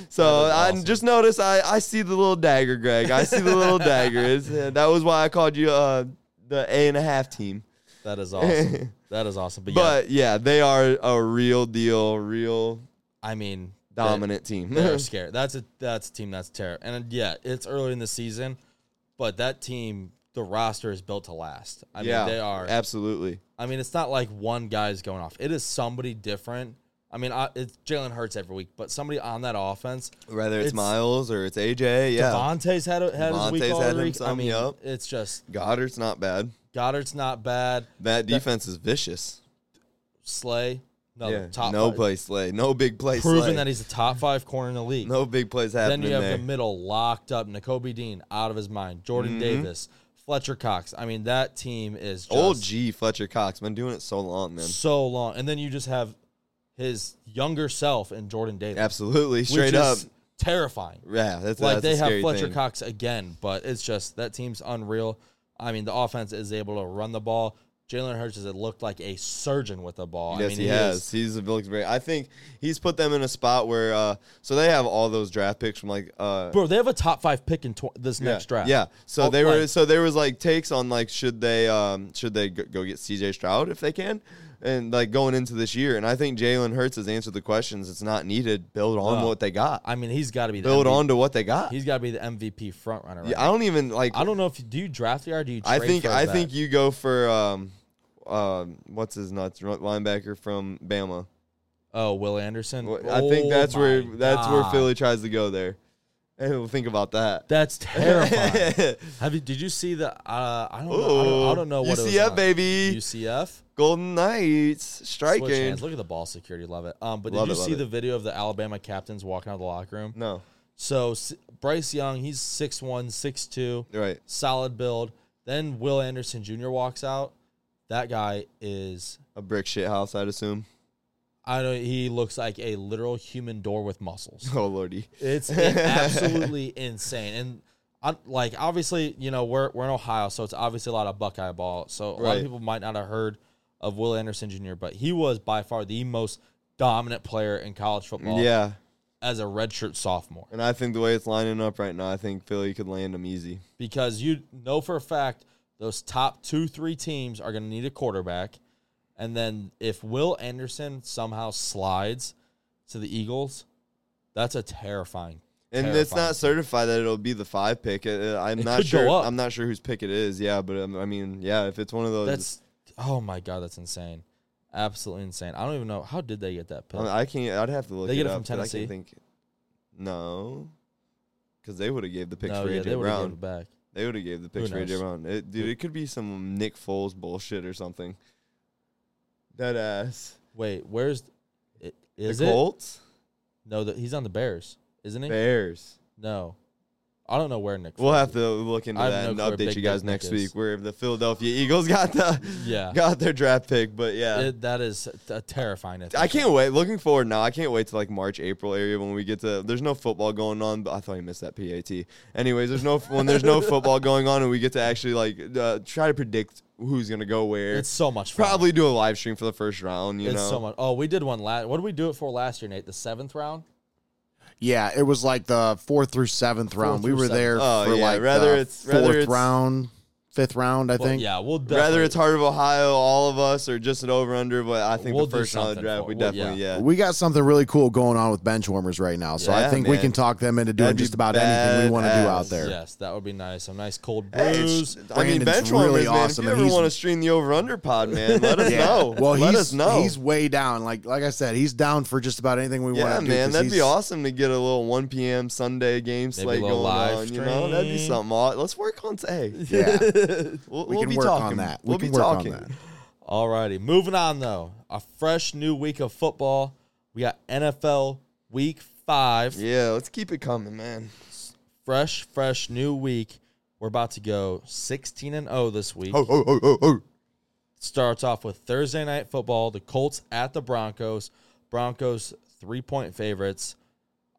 Speaker 2: So I
Speaker 1: awesome.
Speaker 2: just noticed I, I see the little dagger, Greg. I see the little dagger. It's, yeah, that was why I called you uh, the A and a half team.
Speaker 1: That is awesome. that is awesome. But, yeah,
Speaker 2: But yeah, they are a real deal, real
Speaker 1: I mean, they-
Speaker 2: dominant team.
Speaker 1: They're scared. That's a that's a team that's terrible. And uh, yeah, it's early in the season, but that team, the roster is built to last. I
Speaker 2: yeah,
Speaker 1: mean, they are
Speaker 2: absolutely.
Speaker 1: I mean, it's not like one guy's going off. It is somebody different. I mean, I, it's Jalen Hurts every week, but somebody on that offense.
Speaker 2: Whether it's,
Speaker 1: It's-
Speaker 2: Miles or it's AJ, yeah,
Speaker 1: Devontae's had a- had his
Speaker 2: Devontae's
Speaker 1: week all
Speaker 2: had him
Speaker 1: week. I
Speaker 2: some,
Speaker 1: mean,
Speaker 2: yup.
Speaker 1: it's just
Speaker 2: Goddard's not bad.
Speaker 1: Goddard's not bad.
Speaker 2: That defense is vicious.
Speaker 1: Slay, no
Speaker 2: yeah,
Speaker 1: top.
Speaker 2: no
Speaker 1: five-
Speaker 2: play Slay, no big play
Speaker 1: proven
Speaker 2: Slay.
Speaker 1: that he's a top five corner in the league.
Speaker 2: no big plays
Speaker 1: then
Speaker 2: happening
Speaker 1: you have
Speaker 2: there. Mm-hmm.
Speaker 1: the middle locked up. N'Kobe Dean out of his mind. Jordan Davis, Fletcher Cox. I mean, that team is just
Speaker 2: Old G Fletcher Cox been doing it so long, man.
Speaker 1: so long. And then you just have his younger self and Jordan Davis.
Speaker 2: Absolutely, straight
Speaker 1: which
Speaker 2: up.
Speaker 1: is terrifying.
Speaker 2: Yeah, that's
Speaker 1: like
Speaker 2: that's
Speaker 1: they
Speaker 2: a
Speaker 1: have
Speaker 2: scary
Speaker 1: Fletcher
Speaker 2: thing.
Speaker 1: Cox again, but it's just that team's unreal. I mean, the offense is able to run the ball. Jalen Hurts has looked like a surgeon with the ball. I
Speaker 2: Yes,
Speaker 1: mean,
Speaker 2: he,
Speaker 1: is-
Speaker 2: has. He's looks great. I think he's put them in a spot where uh, so they have all those draft picks from like uh,
Speaker 1: bro, they have a top five pick in tw- this
Speaker 2: yeah,
Speaker 1: next draft.
Speaker 2: Yeah. So
Speaker 1: Oh,
Speaker 2: they were
Speaker 1: like-
Speaker 2: so there was like takes on like should they um should they go- go get CJ Stroud if they can and like going into this year and I think Jalen Hurts has answered the questions. It's not needed. Build on
Speaker 1: No.
Speaker 2: what they got.
Speaker 1: I mean, he's got to be the
Speaker 2: Build
Speaker 1: MVP.
Speaker 2: on to what they got.
Speaker 1: He's got to be the MVP front runner. Right
Speaker 2: Yeah, I don't even like.
Speaker 1: I don't know if you do you draft the or do you? Trade
Speaker 2: I think
Speaker 1: for
Speaker 2: I
Speaker 1: that?
Speaker 2: think you go for um um what's his nuts run- linebacker from Bama.
Speaker 1: Oh, Will Anderson.
Speaker 2: Wh- I think
Speaker 1: Oh
Speaker 2: that's where
Speaker 1: my
Speaker 2: that's where
Speaker 1: God.
Speaker 2: Philly tries to go there. And we'll think about that.
Speaker 1: That's terrifying. Have you? Did you see the? Uh, I don't know. I don't, I don't know what
Speaker 2: UCF
Speaker 1: it was on.
Speaker 2: baby,
Speaker 1: UCF.
Speaker 2: Golden Knights
Speaker 1: Switch hands.
Speaker 2: striking.
Speaker 1: Look at the ball security. Love it. Um, but
Speaker 2: Love
Speaker 1: did
Speaker 2: it,
Speaker 1: you
Speaker 2: love
Speaker 1: see
Speaker 2: it.
Speaker 1: the video of the Alabama captains walking out of the locker room?
Speaker 2: No,
Speaker 1: So S- Bryce Young, he's 6'1", 6'2",
Speaker 2: right.
Speaker 1: solid build. Then Will Anderson Jr. walks out. That guy is.
Speaker 2: A brick shit house, I'd assume.
Speaker 1: I don't. He looks like a literal human door with muscles.
Speaker 2: Oh lordy,
Speaker 1: It's in- absolutely insane. And I'm like, obviously, you know, we're we're in Ohio, so it's obviously a lot of Buckeye ball. So a lot
Speaker 2: Right.
Speaker 1: of people might not have heard of Will Anderson Jr., but he was by far the most dominant player in college football
Speaker 2: yeah.
Speaker 1: as a redshirt sophomore.
Speaker 2: And I think the way it's lining up right now, I think Philly could land them easy.
Speaker 1: Because you know for a fact those top two, three teams are gonna need a quarterback. And then if Will Anderson somehow slides to the Eagles, that's a terrifying
Speaker 2: And it's
Speaker 1: Terrifying.
Speaker 2: not certified that it'll be the five pick. Uh, uh, I'm
Speaker 1: It
Speaker 2: not
Speaker 1: could go
Speaker 2: sure.
Speaker 1: up.
Speaker 2: I'm not sure whose pick it is. Yeah, but um, I mean, yeah, if it's one of those,
Speaker 1: That's oh my god, that's insane, absolutely insane. I don't even know how did they get that pick.
Speaker 2: I I can't. I'd have to look.
Speaker 1: They
Speaker 2: it
Speaker 1: get it
Speaker 2: up,
Speaker 1: from
Speaker 2: but I can't
Speaker 1: Tennessee?
Speaker 2: think. No, because they would have gave the picks
Speaker 1: no,
Speaker 2: for
Speaker 1: yeah, they
Speaker 2: AJ
Speaker 1: would've given
Speaker 2: Brown.
Speaker 1: it back.
Speaker 2: They would have gave the picks for AJ
Speaker 1: knows?
Speaker 2: Brown. It, dude, it could be some Nick Foles bullshit or something. That ass.
Speaker 1: Wait, where's i- is
Speaker 2: the
Speaker 1: it?
Speaker 2: Colts,
Speaker 1: No, that he's on the Bears, isn't he?
Speaker 2: Bears.
Speaker 1: No. I don't know where Nick.
Speaker 2: We'll have to look into
Speaker 1: I have
Speaker 2: that
Speaker 1: no
Speaker 2: and
Speaker 1: clue where
Speaker 2: update
Speaker 1: Big
Speaker 2: you guys
Speaker 1: Dick
Speaker 2: next
Speaker 1: Nick
Speaker 2: week
Speaker 1: is.
Speaker 2: where the Philadelphia Eagles got the
Speaker 1: Yeah.
Speaker 2: got their draft pick. But yeah,
Speaker 1: It- that is a terrifying. I,
Speaker 2: I can't wait. Looking forward now. I can't wait to like March, April area when we get to. There's no football going on, but I thought you missed that PAT. Anyways, there's no when there's no football going on and we get to actually like uh, try to predict who's gonna go where.
Speaker 1: It's so much fun.
Speaker 2: probably do a live stream for the first round. You
Speaker 1: it's
Speaker 2: know,
Speaker 1: so much. Oh, we did one last. What did we do it for last year, Nate? The seventh round.
Speaker 3: Yeah, it was like the fourth through seventh round. we
Speaker 1: through
Speaker 3: were
Speaker 1: seventh.
Speaker 3: there
Speaker 2: Oh,
Speaker 3: for
Speaker 2: yeah,
Speaker 3: like
Speaker 2: rather
Speaker 3: the
Speaker 2: it's- rather
Speaker 3: fourth
Speaker 2: it's-
Speaker 3: round, fifth round, I
Speaker 1: Well,
Speaker 3: think.
Speaker 1: yeah, we'll definitely,
Speaker 2: Rather it's heart of Ohio, all of us, or just an over under. But I think
Speaker 1: We'll
Speaker 2: the
Speaker 1: do
Speaker 2: first round of the
Speaker 1: something
Speaker 2: draft,
Speaker 1: for
Speaker 2: we
Speaker 1: it. We'll-
Speaker 2: definitely
Speaker 1: yeah.
Speaker 2: yeah.
Speaker 3: We got something really cool going on with bench warmers right now, so I
Speaker 2: Yeah,
Speaker 3: think we
Speaker 2: man.
Speaker 3: can talk them into doing
Speaker 2: That'd be
Speaker 3: just about anything we want to do
Speaker 2: badass.
Speaker 3: out there.
Speaker 1: Yes, that would be nice. A nice cold
Speaker 2: Hey,
Speaker 1: brews.
Speaker 2: it's- I mean,
Speaker 3: Brandon's
Speaker 2: bench
Speaker 3: really
Speaker 2: warmers, man. If
Speaker 3: awesome,
Speaker 2: you
Speaker 3: and
Speaker 2: ever
Speaker 3: he's-
Speaker 2: want to stream the over under pod, man, let us know.
Speaker 3: Well,
Speaker 2: let
Speaker 3: he's
Speaker 2: us know.
Speaker 3: he's way down. Like like I said, he's down for just about anything we
Speaker 2: yeah,
Speaker 3: want to do.
Speaker 2: man,
Speaker 3: 'cause
Speaker 2: that'd be
Speaker 3: he's-
Speaker 2: awesome to get a little 1 p.m. Sunday game slate
Speaker 1: little
Speaker 2: going
Speaker 1: live
Speaker 2: on. You know, that'd be
Speaker 1: stream.
Speaker 2: something. aw- Let's work on. Hey,
Speaker 3: Yeah,
Speaker 2: we'll,
Speaker 3: we
Speaker 2: we'll
Speaker 3: can
Speaker 2: be
Speaker 3: work
Speaker 2: talking.
Speaker 3: on that.
Speaker 2: We'll
Speaker 3: we can
Speaker 2: be
Speaker 3: work
Speaker 2: talking.
Speaker 3: on that.
Speaker 1: Alrighty, moving on though. A fresh new week of football. We got NFL Week Five.
Speaker 2: Yeah, let's keep it coming, man.
Speaker 1: Fresh, fresh new week. We're about to go 16 and 0 this week.
Speaker 2: Oh, oh, oh, oh, oh.
Speaker 1: Starts off with Thursday night football. The Colts at the Broncos. Broncos three point favorites.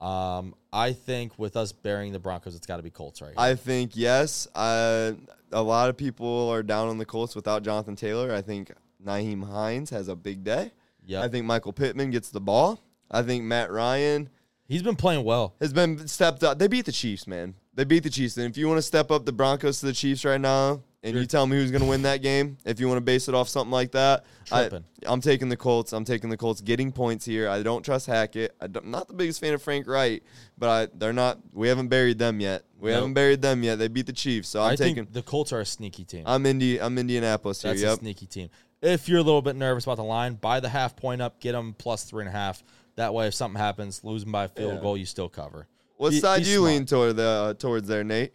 Speaker 1: Um, I think with us burying the Broncos, it's got to be Colts right here.
Speaker 2: I think yes. Uh, a lot of people are down on the Colts without Jonathan Taylor. I think Naheem Hines has a big day.
Speaker 1: Yep.
Speaker 2: I think Michael Pittman gets the ball. I think Matt Ryan
Speaker 1: He's been playing well.
Speaker 2: has been stepped up. They beat the Chiefs, man. They beat the Chiefs. And if you want to step up the Broncos to the Chiefs right now, and you tell me who's going to win that game, if you want to base it off something like that, I,
Speaker 1: Tripping.
Speaker 2: I'm taking the Colts. I'm taking the Colts getting points here. I don't trust Hackett. I am not the biggest fan of Frank Wright, but I, they're not. We haven't buried them yet. We
Speaker 1: Nope.
Speaker 2: haven't buried them yet. They beat the Chiefs, so I'm
Speaker 1: I
Speaker 2: taking.
Speaker 1: think the Colts are a sneaky team.
Speaker 2: I'm Indi- I'm Indianapolis here.
Speaker 1: That's a
Speaker 2: yep.
Speaker 1: sneaky team. If you're a little bit nervous about the line, buy the half point up, get them plus three and a half. That way, if something happens, losing by a field
Speaker 2: Yeah.
Speaker 1: goal, you still cover.
Speaker 2: What
Speaker 1: He-
Speaker 2: side
Speaker 1: he's
Speaker 2: you
Speaker 1: smart.
Speaker 2: lean toward the, uh, towards there, Nate?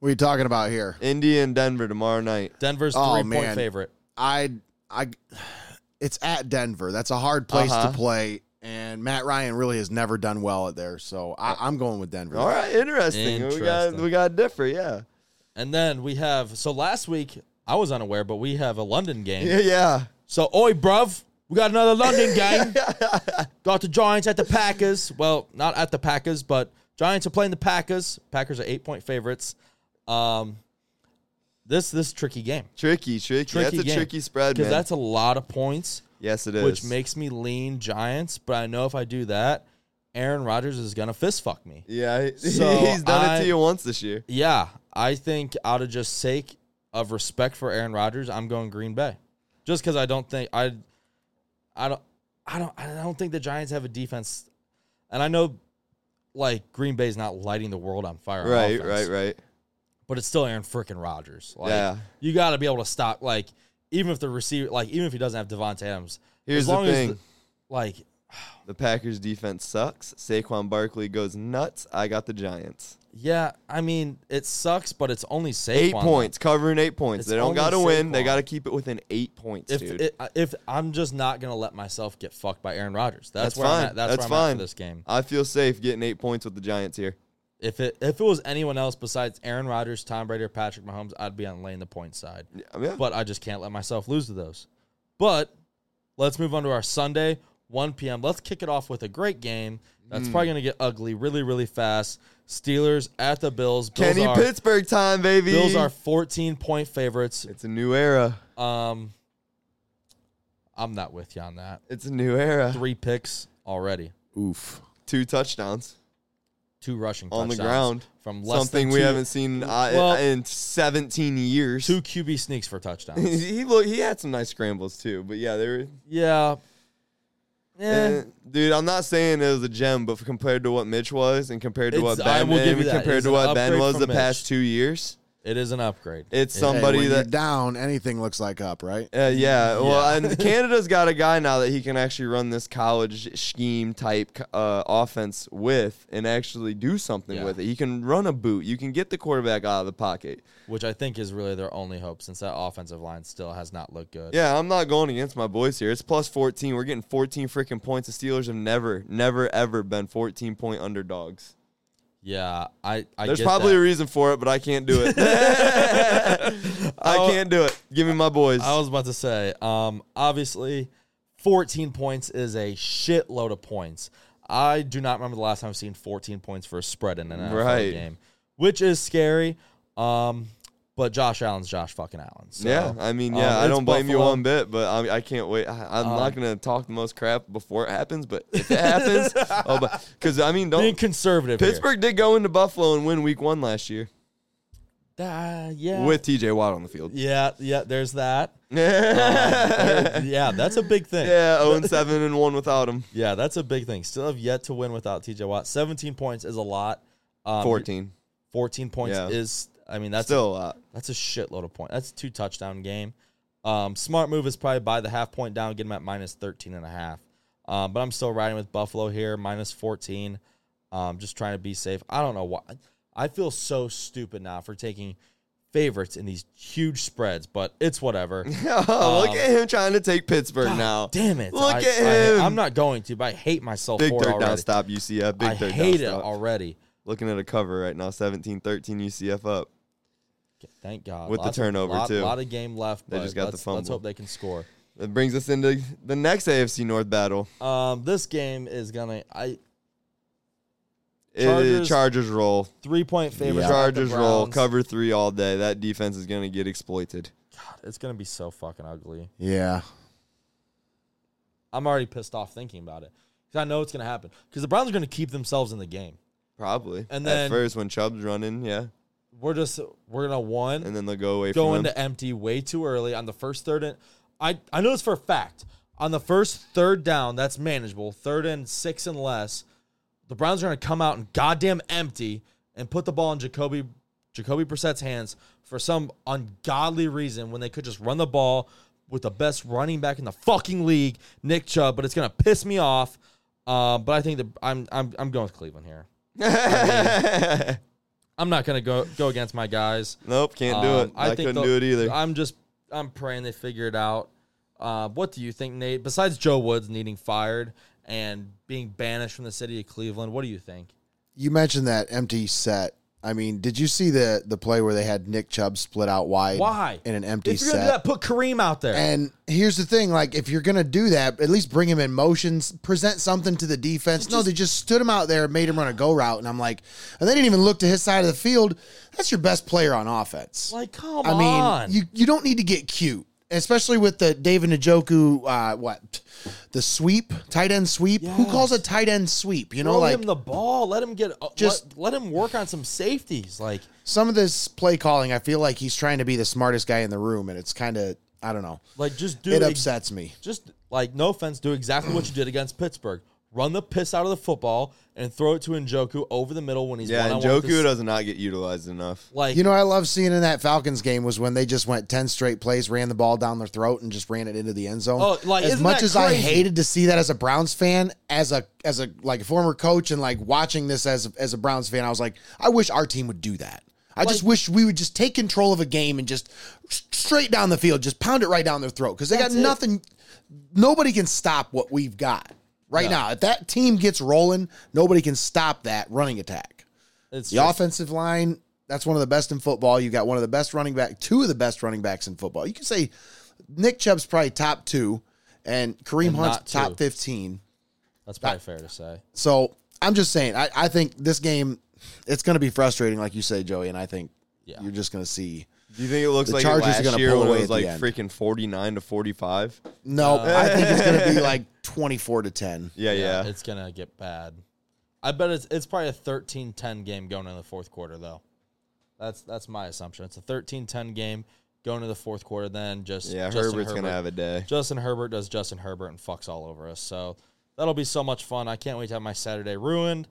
Speaker 3: What are you talking about here?
Speaker 2: Indy and Denver tomorrow night.
Speaker 1: Denver's
Speaker 3: Oh,
Speaker 1: three point
Speaker 3: man.
Speaker 1: favorite.
Speaker 3: I I it's at Denver. That's a hard place
Speaker 2: Uh-huh.
Speaker 3: to play, and Matt Ryan really has never done well at there. So I, I'm going with Denver.
Speaker 2: All right, interesting. We got
Speaker 1: Interesting.
Speaker 2: we got different, yeah.
Speaker 1: And then we have so last week I was unaware, but we have a London game.
Speaker 2: Yeah, yeah.
Speaker 1: So oi, bruv, we got another London game. got the Giants at the Packers. Well, not at the Packers, but Giants are playing the Packers. Packers are eight point favorites. Um, this this tricky game
Speaker 2: Tricky, tricky.
Speaker 1: Tricky
Speaker 2: that's a
Speaker 1: game.
Speaker 2: tricky spread,
Speaker 1: because
Speaker 2: man.
Speaker 1: that's a lot of points.
Speaker 2: yes, it is.
Speaker 1: which makes me lean Giants. But I know if I do that, Aaron Rodgers is gonna fist fuck me.
Speaker 2: yeah, he-
Speaker 1: So
Speaker 2: he's done it
Speaker 1: I-
Speaker 2: to you once this year.
Speaker 1: Yeah, I think out of just sake of respect for Aaron Rodgers, I'm going Green Bay, just because I don't think I, I don't, I don't, I don't think the Giants have a defense, and I know, like Green Bay's not lighting the world on fire, on
Speaker 2: Right,
Speaker 1: offense,
Speaker 2: right, right.
Speaker 1: But it's still Aaron freaking Rodgers. Like,
Speaker 2: Yeah.
Speaker 1: you got to be able to stop. Like even if the receiver, like even if he doesn't have Devontae Adams,
Speaker 2: Here's
Speaker 1: as
Speaker 2: the
Speaker 1: long
Speaker 2: thing.
Speaker 1: as, the, like
Speaker 2: The Packers defense sucks. Saquon Barkley goes nuts. I got the Giants.
Speaker 1: Yeah, I mean it sucks, but it's only Saquon.
Speaker 2: Eight points, covering eight points.
Speaker 1: It's
Speaker 2: they
Speaker 1: only
Speaker 2: don't got to win. They
Speaker 1: Saquon.
Speaker 2: got to keep it within eight points,
Speaker 1: If
Speaker 2: dude.
Speaker 1: it, uh, if I'm just not gonna let myself get fucked by Aaron Rodgers, that's,
Speaker 2: That's
Speaker 1: where I'm
Speaker 2: fine.
Speaker 1: at. That's,
Speaker 2: That's
Speaker 1: where I'm at
Speaker 2: fine.
Speaker 1: for this game.
Speaker 2: I feel safe getting eight points with the Giants here.
Speaker 1: If it if it was anyone else besides Aaron Rodgers, Tom Brady, or Patrick Mahomes, I'd be on laying the point side.
Speaker 2: Yeah.
Speaker 1: But I just can't let myself lose to those. But let's move on to our Sunday 1 p.m. Let's kick it off with a great game
Speaker 2: Mm.
Speaker 1: that's probably gonna get ugly really really fast. Steelers at the Bills. Bills
Speaker 2: Kenny
Speaker 1: are,
Speaker 2: Pittsburgh time, baby.
Speaker 1: Bills are 14 point favorites.
Speaker 2: It's a new era.
Speaker 1: Um, I'm not with you on that.
Speaker 2: It's a new era.
Speaker 1: Three picks already,
Speaker 3: Oof.
Speaker 2: Two touchdowns
Speaker 1: two rushing
Speaker 2: on the
Speaker 1: touchdowns
Speaker 2: ground.
Speaker 1: from less
Speaker 2: Something
Speaker 1: than
Speaker 2: we
Speaker 1: two-
Speaker 2: haven't seen uh,
Speaker 1: Well-
Speaker 2: in 17 years.
Speaker 1: two QB sneaks for touchdowns.
Speaker 2: he look, he had some nice scrambles too, but yeah, they were.
Speaker 1: yeah, yeah.
Speaker 2: eh, dude, I'm not saying it was a gem, but compared to what Mitch was, and compared to what
Speaker 1: It's- I
Speaker 2: Ben,
Speaker 1: will give
Speaker 2: and
Speaker 1: you that.
Speaker 2: compared
Speaker 1: It's
Speaker 2: to
Speaker 1: an
Speaker 2: what Ben
Speaker 1: upgrade
Speaker 2: was
Speaker 1: from
Speaker 2: the
Speaker 1: Mitch.
Speaker 2: past two years,
Speaker 1: It is an upgrade.
Speaker 2: it's
Speaker 1: It-
Speaker 2: somebody
Speaker 3: when
Speaker 2: that.
Speaker 3: you're down, anything looks like up, right?
Speaker 2: Uh, yeah, well,
Speaker 1: Yeah.
Speaker 2: and Canada's got a guy now that he can actually run this college scheme type uh, offense with, and actually do something
Speaker 1: Yeah.
Speaker 2: with it. He can run a boot. You can get the quarterback out of the pocket.
Speaker 1: which I think is really their only hope since that offensive line still has not looked good.
Speaker 2: Yeah, I'm not going against my boys here. It's plus 14. We're getting 14 freaking points. The Steelers have never, never, ever been 14 point underdogs.
Speaker 1: Yeah, I. I
Speaker 2: There's
Speaker 1: get
Speaker 2: probably
Speaker 1: that.
Speaker 2: a reason for it, but I can't do it. I
Speaker 1: wa-
Speaker 2: can't do it. Give me my boys.
Speaker 1: I was about to say, um, obviously, 14 points is a shitload of points. I do not remember the last time I've seen 14 points for a spread in an NFL
Speaker 2: Right.
Speaker 1: game, which is scary. Um, but Josh Allen's Josh fucking Allen. So,
Speaker 2: yeah, I mean,
Speaker 1: um,
Speaker 2: yeah, I
Speaker 1: it's
Speaker 2: don't blame you
Speaker 1: Buffalo. Uh,
Speaker 2: one bit, but I, I can't wait. I, I'm not gonna talk the most crap before it happens, but if it happens, oh, but because I mean,
Speaker 1: Being
Speaker 2: don't
Speaker 1: conservative. here.
Speaker 2: Pittsburgh did go into Buffalo and win Week One last year
Speaker 1: Uh, yeah.
Speaker 2: with T.J. Watt on the field.
Speaker 1: yeah, yeah, there's that.
Speaker 2: yeah,
Speaker 1: yeah, that's a big thing.
Speaker 2: zero oh and seven and one without him.
Speaker 1: Yeah, that's a big thing. Still have yet to win without TJ Watt. 17 points is a lot. Um,
Speaker 2: Fourteen,
Speaker 1: 14 points
Speaker 2: Yeah.
Speaker 1: is, I mean, that's
Speaker 2: still a lot.
Speaker 1: That's a shitload of points. That's a two touchdown game. Um, smart move is probably buy the half point down, get them at minus 13 and a half. Um, but I'm still riding with Buffalo here, minus 14. Um, just trying to be safe. I don't know why. I feel so stupid now for taking favorites in these huge spreads, but it's whatever.
Speaker 2: Oh, Look at him trying to take Pittsburgh now.
Speaker 1: Um, Damn it.
Speaker 2: Look
Speaker 1: I-
Speaker 2: at
Speaker 1: I-
Speaker 2: him.
Speaker 1: I'm not going to, but I hate myself
Speaker 2: Big
Speaker 1: for it
Speaker 2: third
Speaker 1: already.
Speaker 2: down stop UCF. Big
Speaker 1: I
Speaker 2: third
Speaker 1: hate it
Speaker 2: down stop.
Speaker 1: already.
Speaker 2: Looking at a cover right now, 17-13 UCF up.
Speaker 1: Thank God.
Speaker 2: With the
Speaker 1: Lots of-
Speaker 2: turnover,
Speaker 1: lot,
Speaker 2: too.
Speaker 1: lot of game left.
Speaker 2: They
Speaker 1: but
Speaker 2: just got the
Speaker 1: let's- Let's
Speaker 2: fumble.
Speaker 1: hope they can score.
Speaker 2: That brings us into the next AFC North battle.
Speaker 1: Um, this game is gonna. I
Speaker 2: It
Speaker 1: Chargers-
Speaker 2: is Chargers roll.
Speaker 1: three point favorites.
Speaker 3: Yeah.
Speaker 1: at the
Speaker 2: Chargers roll.
Speaker 1: Browns.
Speaker 2: Cover three all day. That defense is going to get exploited.
Speaker 1: God, it's gonna be so fucking ugly.
Speaker 3: Yeah.
Speaker 1: I'm already pissed off thinking about it because I know it's gonna happen. Because the Browns are gonna keep themselves in the game.
Speaker 2: Probably.
Speaker 1: And
Speaker 2: At
Speaker 1: then-
Speaker 2: first, when Chubb's running, yeah.
Speaker 1: We're just we're gonna one
Speaker 2: And then they'll go away
Speaker 1: go
Speaker 2: from him.
Speaker 1: into empty way too early on the first third. And I I know this for a fact. On the first third down, that's manageable. Third and six and less, the Browns are gonna come out and goddamn empty and put the ball in Jacoby Jacoby Brissett's hands for some ungodly reason when they could just run the ball with the best running back in the fucking league, Nick Chubb. But it's gonna piss me off. Uh, but I think that I'm I'm I'm going with Cleveland here. I'm not gonna go go against my guys.
Speaker 2: nope, can't do
Speaker 1: Um,
Speaker 2: it. I, couldn't
Speaker 1: they'll-
Speaker 2: do it either.
Speaker 1: I'm just I'm praying they figure it out. Uh, what do you think, Nate? Besides Joe Woods needing fired and being banished from the city of Cleveland, what do you think?
Speaker 3: You mentioned that empty set. I mean, did you see the the play where they had Nick Chubb split out wide?
Speaker 1: Why
Speaker 3: in an empty
Speaker 1: If you're
Speaker 3: set?
Speaker 1: gonna do that, put Kareem out there.
Speaker 3: And here's the thing: like, if you're gonna do that, at least bring him in motions, present something to the defense. no, they just stood him out there and made him run a go route, and I'm like, and they didn't even look to his side of the field. That's your best player on offense.
Speaker 1: like, come
Speaker 3: I mean,
Speaker 1: on.
Speaker 3: you you don't need to get cute, especially with the David Njoku, uh, what the sweep, tight end sweep. Who
Speaker 1: Yes.
Speaker 3: calls a tight end sweep? You know,
Speaker 1: Throw
Speaker 3: like
Speaker 1: him the ball. Let him get
Speaker 3: Just-
Speaker 1: just let, let him work on some safeties. Like
Speaker 3: some of this play calling, I feel like he's trying to be the smartest guy in the room, and it's kind of I don't know.
Speaker 1: like just do
Speaker 3: It
Speaker 1: ex-
Speaker 3: upsets me.
Speaker 1: just like no offense, do exactly what you did against Pittsburgh. Run the piss out of the football and throw it to Njoku over the middle when he's
Speaker 2: yeah,
Speaker 1: one
Speaker 2: and
Speaker 1: on one.
Speaker 2: Joku does not get utilized enough.
Speaker 1: like
Speaker 3: You know, I love seeing in that Falcons game was when they just went ten straight plays, ran the ball down their throat, and just ran it into the end zone.
Speaker 1: Oh, like,
Speaker 3: as
Speaker 1: isn't
Speaker 3: much
Speaker 1: that
Speaker 3: as I
Speaker 1: crazy?
Speaker 3: hated to see that as a Browns fan, as a as a like former coach, and like watching this as a, as a Browns fan, I was like, I wish our team would do that. I just
Speaker 1: Like-
Speaker 3: wish we would just take control of a game and just s- straight down the field, just pound it right down their throat because they got
Speaker 1: That's it.
Speaker 3: nothing. Nobody can stop what we've got right now. If that team gets rolling, nobody can stop that running attack.
Speaker 1: it's
Speaker 3: The
Speaker 1: just-
Speaker 3: offensive line, that's one of the best in football. You got one of the best running back, two of the best running backs in football. You can say Nick Chubb's probably top two, and Kareem
Speaker 1: And not
Speaker 3: Hunt's
Speaker 1: two.
Speaker 3: top fifteen.
Speaker 1: that's probably fair to say.
Speaker 3: So I'm just saying, I, I think this game, it's going to be frustrating, like you say, Joey, and I think
Speaker 1: Yeah.
Speaker 3: you're just going to see.
Speaker 2: Do you think it looks
Speaker 3: The
Speaker 2: like
Speaker 3: Chargers are
Speaker 2: it last
Speaker 3: gonna
Speaker 2: year
Speaker 3: pull
Speaker 2: when it
Speaker 3: away
Speaker 2: was
Speaker 3: at
Speaker 2: like
Speaker 3: the end.
Speaker 2: freaking 49 to 45?
Speaker 3: No,
Speaker 1: Uh,
Speaker 3: I think it's going to be like twenty-four to ten.
Speaker 2: Yeah, yeah.
Speaker 1: It's gonna get bad. I bet it's it's probably a 13-10 game going into the fourth quarter though. That's that's my assumption. It's a 13-10 game going to the fourth quarter. Then just
Speaker 2: yeah,
Speaker 1: Justin
Speaker 2: Herbert's going to
Speaker 1: Herbert-
Speaker 2: have a day.
Speaker 1: Justin Herbert does Justin Herbert and fucks all over us. So that'll be so much fun. I can't wait to have my Saturday ruined.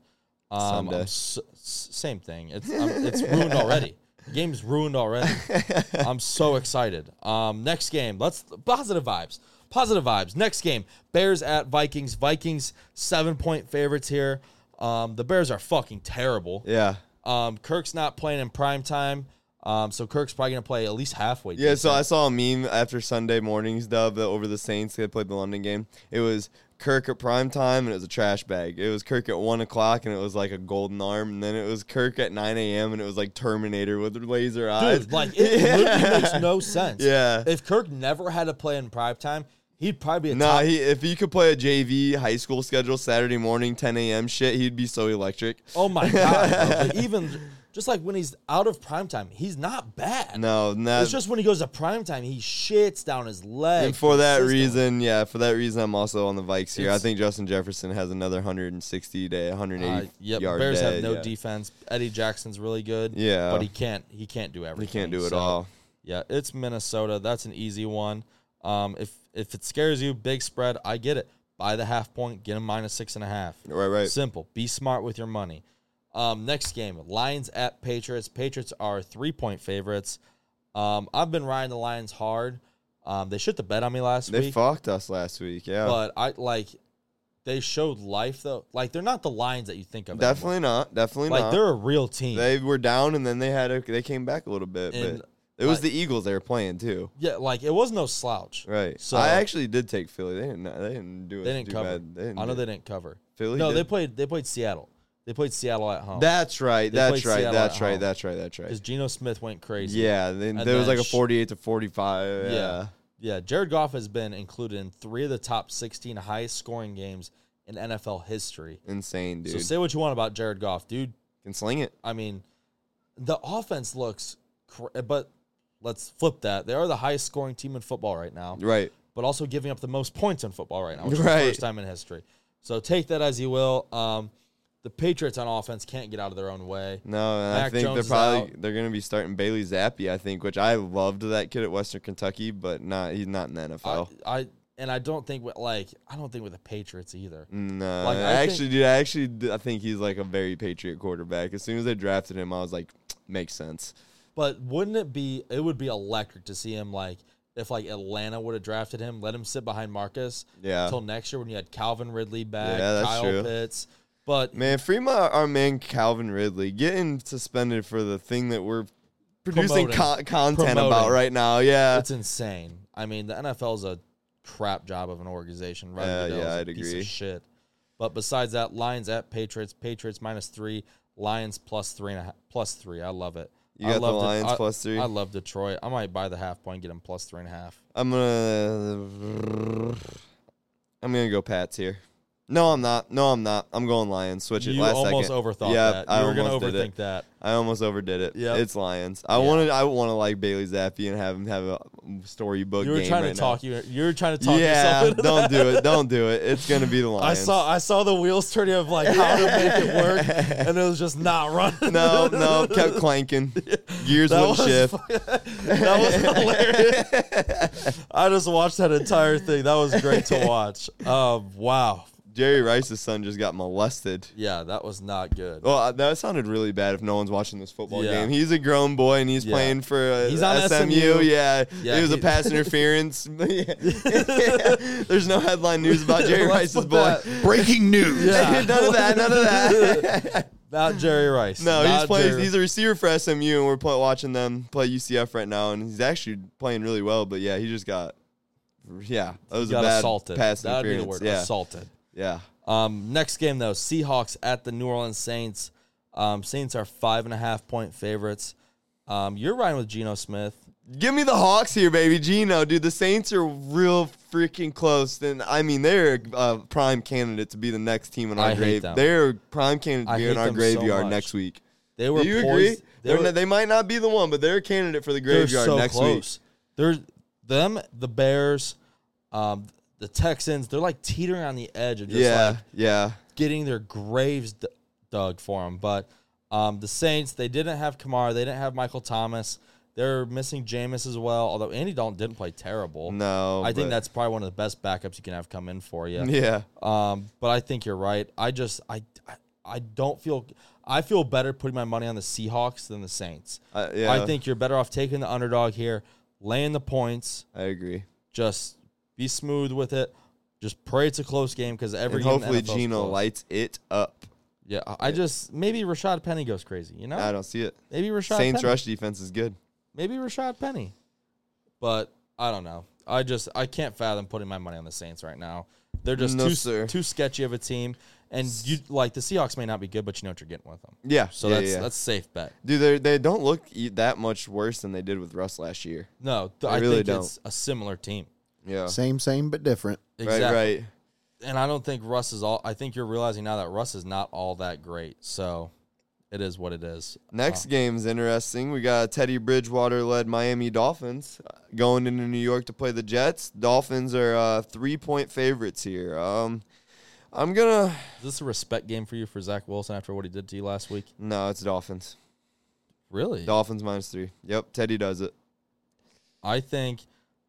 Speaker 1: Um,
Speaker 2: Sunday.
Speaker 1: I'm s- s- same thing. It's um, it's ruined already. The game's ruined already. I'm so excited. Um, next game. Let's positive vibes. Positive vibes. Next game. Bears at Vikings. Vikings seven point favorites here. Um, the Bears are fucking terrible.
Speaker 2: Yeah.
Speaker 1: Um, Kirk's not playing in prime time. Um, so Kirk's probably going to play at least halfway.
Speaker 2: Yeah, so
Speaker 1: decent.
Speaker 2: I saw a meme after Sunday morning's dub that over the Saints. They played the London game. It was Kirk at prime time, and it was a trash bag. It was Kirk at one o'clock, and it was like a golden arm. And then it was Kirk at nine a.m., and it was like Terminator with laser eyes.
Speaker 1: Dude, like it literally makes no sense.
Speaker 2: Yeah.
Speaker 1: If Kirk never had to play in prime time, he'd probably be a
Speaker 2: Nah,
Speaker 1: top.
Speaker 2: he, if he could play a JV high school schedule Saturday morning, 10 a.m. shit, he'd be so electric.
Speaker 1: oh my god! bro. Like, even just like when he's out of prime time, he's not bad.
Speaker 2: No, nah,
Speaker 1: It's just when he goes to prime time, he shits down his leg.
Speaker 2: and for that
Speaker 1: consistently.
Speaker 2: reason, yeah, for that reason, I'm also on the Vikes here. I
Speaker 1: It's-
Speaker 2: think Justin Jefferson has another 160 to 180
Speaker 1: Uh, yep,
Speaker 2: yard
Speaker 1: Bears
Speaker 2: day,
Speaker 1: have no
Speaker 2: yeah.
Speaker 1: defense. Eddie Jackson's really good.
Speaker 2: Yeah.
Speaker 1: but he can't. He can't do everything.
Speaker 2: do it
Speaker 1: So,
Speaker 2: all.
Speaker 1: Yeah, it's Minnesota. That's an easy one. Um, if if it scares you, big spread. I get it. Buy the half point. Get a minus six and a half.
Speaker 2: Right, right.
Speaker 1: Simple. Be smart with your money. Um, next game, Lions at Patriots. Patriots are three point favorites. Um, I've been riding the Lions hard. Um, they should the bet on me last
Speaker 2: They
Speaker 1: week.
Speaker 2: fucked us last week. Yeah,
Speaker 1: But I like they showed life though. Like they're not the Lions that you think of. anymore.
Speaker 2: definitely not. Definitely
Speaker 1: Like
Speaker 2: not.
Speaker 1: they're a real team.
Speaker 2: they were down and then they had a, they came back a little bit,
Speaker 1: And,
Speaker 2: but it was
Speaker 1: like-
Speaker 2: the Eagles they were playing too.
Speaker 1: yeah, like it was no slouch.
Speaker 2: Right.
Speaker 1: So-
Speaker 2: So I actually did take Philly. They didn't. They didn't do it.
Speaker 1: They didn't
Speaker 2: too
Speaker 1: cover.
Speaker 2: Bad. They didn't
Speaker 1: I know
Speaker 2: do-
Speaker 1: they didn't cover.
Speaker 2: Philly
Speaker 1: no, they
Speaker 2: did?
Speaker 1: played. They played Seattle. They played Seattle at home.
Speaker 2: That's right.
Speaker 1: They
Speaker 2: That's
Speaker 1: played
Speaker 2: right.
Speaker 1: Seattle
Speaker 2: That's
Speaker 1: at
Speaker 2: right.
Speaker 1: home.
Speaker 2: That's right. That's
Speaker 1: because
Speaker 2: right.
Speaker 1: Geno Smith went crazy.
Speaker 2: Yeah. Then
Speaker 1: And
Speaker 2: there was
Speaker 1: then
Speaker 2: like a
Speaker 1: sh-
Speaker 2: 48 to 45. Yeah.
Speaker 1: yeah, yeah. Jared Goff has been included in three of the top 16 highest scoring games in NFL history.
Speaker 2: Insane, dude.
Speaker 1: So say what you want about Jared Goff, dude.
Speaker 2: Can sling it.
Speaker 1: I mean, the offense looks, cr- but let's flip that. They are the highest scoring team in football right now.
Speaker 2: Right.
Speaker 1: but also giving up the most points in football right now, which is
Speaker 2: Right.
Speaker 1: the first time in history. So take that as you will. Um, the Patriots on offense can't get out of their own way.
Speaker 2: No, and I
Speaker 1: Mac
Speaker 2: think
Speaker 1: Jones
Speaker 2: they're
Speaker 1: is
Speaker 2: probably they're gonna be starting Bailey Zappi. I think, which I loved that kid at Western Kentucky, but not he's not in the NFL.
Speaker 1: I, I and I don't think with like I don't think with the Patriots either.
Speaker 2: Mm. No,
Speaker 1: Like,
Speaker 2: I
Speaker 1: I
Speaker 2: actually, dude, I actually, d- I think he's like a very patriot quarterback. As soon as they drafted him, I was like, makes sense.
Speaker 1: But wouldn't it be it would be electric to see him like if like Atlanta would have drafted him, let him sit behind Marcus
Speaker 2: Yeah.
Speaker 1: until next year when you had Calvin Ridley back,
Speaker 2: Yeah, that's
Speaker 1: Kyle
Speaker 2: true.
Speaker 1: Pitts. But
Speaker 2: Man, Fremont, our man Calvin Ridley, getting suspended for the thing that we're producing co-
Speaker 1: Promoting.
Speaker 2: content about
Speaker 1: Promoting.
Speaker 2: right now. Yeah,
Speaker 1: It's insane. I mean, the NFL's a crap job of an organization. Roger
Speaker 2: Yeah,
Speaker 1: Goodell
Speaker 2: yeah,
Speaker 1: is a
Speaker 2: I'd
Speaker 1: piece
Speaker 2: agree.
Speaker 1: Of shit. But besides that, Lions at Patriots. Patriots minus three. Lions plus three and a half, plus three. I love it.
Speaker 2: You
Speaker 1: I
Speaker 2: got the
Speaker 1: love Det-
Speaker 2: Lions
Speaker 1: I-
Speaker 2: plus three?
Speaker 1: I love Detroit. I might buy the half point, get them plus three and a half.
Speaker 2: I'm gonna, I'm gonna go Pats here. No, I'm not. No, I'm not. I'm going Lions. Switch it.
Speaker 1: you
Speaker 2: Last
Speaker 1: almost
Speaker 2: second.
Speaker 1: overthought
Speaker 2: yeah,
Speaker 1: that. You
Speaker 2: I
Speaker 1: were gonna
Speaker 2: almost did it.
Speaker 1: overthink that.
Speaker 2: I almost overdid it.
Speaker 1: Yep.
Speaker 2: it's Lions. I
Speaker 1: Yeah.
Speaker 2: wanted. I want to like Bailey Zappi and have him have a storybook.
Speaker 1: You were
Speaker 2: game
Speaker 1: trying
Speaker 2: right
Speaker 1: to
Speaker 2: now.
Speaker 1: talk you. You were trying to talk
Speaker 2: yeah,
Speaker 1: yourself into
Speaker 2: don't
Speaker 1: that.
Speaker 2: do it. Don't do it. It's gonna be the
Speaker 1: I
Speaker 2: Lions.
Speaker 1: saw I saw the wheels turning of like how to make it work, and it was just not running.
Speaker 2: No, no, kept clanking. Gears
Speaker 1: That
Speaker 2: wouldn't
Speaker 1: was
Speaker 2: shift.
Speaker 1: That was hilarious. I just watched that entire thing. That was great to watch. Um, wow.
Speaker 2: Jerry Rice's son just got molested.
Speaker 1: Yeah, that was not good.
Speaker 2: Well, uh, that sounded really bad. If no one's watching this football
Speaker 1: Yeah.
Speaker 2: game, he's a grown boy and he's
Speaker 1: Yeah.
Speaker 2: playing for uh,
Speaker 1: He's on
Speaker 2: SMU.
Speaker 1: SMU.
Speaker 2: Yeah,
Speaker 1: Yeah,
Speaker 2: it was a
Speaker 1: he-
Speaker 2: pass interference. There's no headline news about Jerry
Speaker 1: Let's
Speaker 2: Rice's
Speaker 1: put
Speaker 2: boy.
Speaker 1: that-
Speaker 3: Breaking news.
Speaker 1: Yeah.
Speaker 2: none of that. None of that.
Speaker 1: Not Jerry Rice.
Speaker 2: No,
Speaker 1: Not
Speaker 2: he's playing.
Speaker 1: Jerry-
Speaker 2: He's a receiver for SMU, and we're play, watching them play UCF right now, and he's actually playing really well. But yeah, he just got, yeah, that was
Speaker 1: got
Speaker 2: a bad
Speaker 1: assaulted.
Speaker 2: pass
Speaker 1: That would be the
Speaker 2: interference.
Speaker 1: word.
Speaker 2: Yeah,
Speaker 1: Assaulted.
Speaker 2: yeah.
Speaker 1: Um, next game though, Seahawks at the New Orleans Saints. Um, Saints are five and a half point favorites. Um, you're riding with Geno Smith.
Speaker 2: Give me the Hawks here, baby. Gino, dude, the Saints are real freaking close. And I mean, they're a uh, prime candidate to be the next team in our
Speaker 1: I hate
Speaker 2: grave.
Speaker 1: them.
Speaker 2: They're a prime candidate
Speaker 1: I
Speaker 2: to be
Speaker 1: hate
Speaker 2: in our
Speaker 1: them so
Speaker 2: graveyard
Speaker 1: much.
Speaker 2: next week.
Speaker 1: They were
Speaker 2: Do you
Speaker 1: poised.
Speaker 2: agree?
Speaker 1: They
Speaker 2: They,
Speaker 1: were,
Speaker 2: they might not be the one, but they're a candidate for the
Speaker 1: they're
Speaker 2: graveyard
Speaker 1: so
Speaker 2: next week.
Speaker 1: close. They're them, the Bears, um, the Texans. They're like teetering on the edge of just
Speaker 2: Yeah,
Speaker 1: like
Speaker 2: yeah.
Speaker 1: getting their graves d- dug for them. But um, the Saints, they didn't have Kamara, they didn't have Michael Thomas. They're missing Jameis as well. Although Andy Dalton didn't play terrible.
Speaker 2: No,
Speaker 1: I think
Speaker 2: but-
Speaker 1: that's probably one of the best backups you can have come in for you.
Speaker 2: Yeah.
Speaker 1: Um, but I think you're right. I just I, I I don't feel I feel better putting my money on the Seahawks than the Saints.
Speaker 2: Uh, yeah.
Speaker 1: I think you're better off taking the underdog here, laying the points,
Speaker 2: I agree.
Speaker 1: just be smooth with it. Just pray it's a close game because every
Speaker 2: and
Speaker 1: game in the
Speaker 2: hopefully
Speaker 1: NFL is
Speaker 2: Gino
Speaker 1: close.
Speaker 2: lights it up.
Speaker 1: Yeah, I- I just maybe Rashad Penny goes crazy. You know,
Speaker 2: I don't see it.
Speaker 1: maybe Rashad
Speaker 2: Saints
Speaker 1: Penny.
Speaker 2: rush defense is good.
Speaker 1: Maybe Rashad Penny, but I don't know. I just I can't fathom putting my money on the Saints right now. They're just
Speaker 2: No,
Speaker 1: too
Speaker 2: sir.
Speaker 1: too sketchy of a team, and you like the Seahawks may not be good, but you know what you're getting with them.
Speaker 2: Yeah.
Speaker 1: So
Speaker 2: yeah,
Speaker 1: that's
Speaker 2: yeah.
Speaker 1: that's a safe bet.
Speaker 2: dude. They they don't look e- that much worse than they did with Russ last year.
Speaker 1: No, th- I,
Speaker 2: really
Speaker 1: think
Speaker 2: don't.
Speaker 1: it's a similar team.
Speaker 2: Yeah.
Speaker 3: Same, same, but different.
Speaker 1: Exactly.
Speaker 2: Right. Right.
Speaker 1: And I don't think Russ is all. I think you're realizing now that Russ is not all that great. So it is what it is.
Speaker 2: Next game's interesting. We got Teddy Bridgewater led Miami Dolphins uh, going into New York to play the Jets. Dolphins are uh, three point favorites here. Um, I'm gonna
Speaker 1: Is this a respect game for you for Zach Wilson after what he did to you last week?
Speaker 2: no, it's Dolphins.
Speaker 1: Really?
Speaker 2: Dolphins minus three. Yep, Teddy does it.
Speaker 1: I think,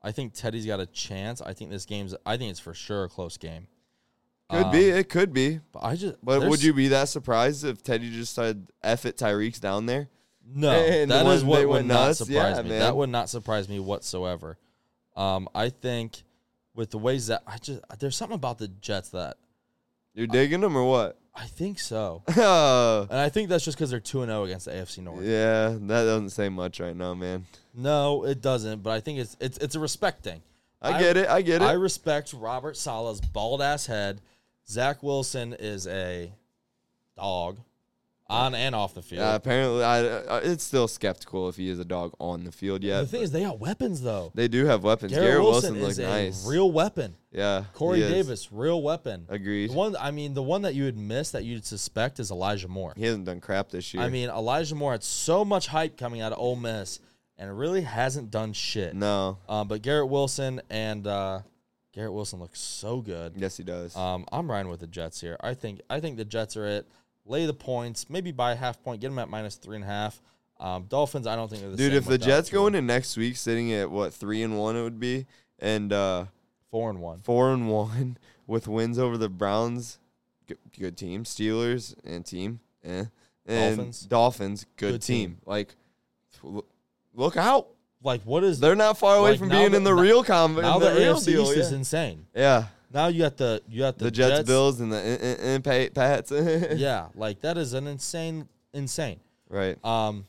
Speaker 1: I think Teddy's got a chance. I think this game's. I think it's for sure a close game.
Speaker 2: Could be. It could be.
Speaker 1: But I just.
Speaker 2: But
Speaker 1: Um, there's-
Speaker 2: would you be that surprised if Teddy just said "F it, Tyreek's down there"?
Speaker 1: No,
Speaker 2: And
Speaker 1: that
Speaker 2: the
Speaker 1: is
Speaker 2: one
Speaker 1: what
Speaker 2: they
Speaker 1: would
Speaker 2: went
Speaker 1: not
Speaker 2: nuts?
Speaker 1: surprise
Speaker 2: Yeah,
Speaker 1: me.
Speaker 2: man.
Speaker 1: That would not surprise me whatsoever. Um, I think with the ways that I just there's something about the Jets that
Speaker 2: You're digging them or what?
Speaker 1: I think so,
Speaker 2: yeah,
Speaker 1: and I think that's just because they're two and zero against the AFC North.
Speaker 2: that doesn't say much right now, man.
Speaker 1: No, it doesn't. But I think it's it's it's a respect thing.
Speaker 2: I get it. I get it.
Speaker 1: I respect Robert Sala's bald ass head. Zach Wilson is a dog, on and off the field.
Speaker 2: Uh, apparently, I, I, it's still skeptical if he is a dog on the field yet.
Speaker 1: the thing is, they got weapons though.
Speaker 2: they do have weapons.
Speaker 1: Garrett, Wilson,
Speaker 2: looked
Speaker 1: is a
Speaker 2: nice.
Speaker 1: real weapon.
Speaker 2: yeah,
Speaker 1: Corey
Speaker 2: he is.
Speaker 1: Davis, real weapon.
Speaker 2: Agreed.
Speaker 1: The one, I mean, the one that you would miss that you'd suspect is Elijah Moore.
Speaker 2: He hasn't done crap this year.
Speaker 1: I mean, Elijah Moore had so much hype coming out of Ole Miss, and really hasn't done shit.
Speaker 2: no.
Speaker 1: Um, but Garrett Wilson and uh, Garrett Wilson looks so good.
Speaker 2: Yes, he does.
Speaker 1: Um, I'm riding with the Jets here. I think I think the Jets are it. Lay the points, maybe by a half point. Get them at minus three and a half. Um, Dolphins, I don't think they're the
Speaker 2: Dude,
Speaker 1: same
Speaker 2: if the
Speaker 1: without
Speaker 2: Jets
Speaker 1: Tua.
Speaker 2: go into next week sitting at what three and one, it would be, and uh,
Speaker 1: four and one,
Speaker 2: four and one with wins over the Browns, good, good team, Steelers and team, eh, and
Speaker 1: Dolphins.
Speaker 2: Dolphins, good,
Speaker 1: Good
Speaker 2: team.
Speaker 1: team.
Speaker 2: Like, l- look out!
Speaker 1: like what is
Speaker 2: They're not far away
Speaker 1: Like,
Speaker 2: from
Speaker 1: now
Speaker 2: being
Speaker 1: the-
Speaker 2: in the
Speaker 1: now-
Speaker 2: real com.
Speaker 1: now?
Speaker 2: in
Speaker 1: The,
Speaker 2: the, real
Speaker 1: AFC
Speaker 2: deal,
Speaker 1: East
Speaker 2: yeah.
Speaker 1: is insane.
Speaker 2: yeah.
Speaker 1: Now you got the you got the,
Speaker 2: the Jets, Bills, and the uh, uh, uh, Pa- Pats.
Speaker 1: Yeah, like that is an insane, insane.
Speaker 2: Right.
Speaker 1: Um,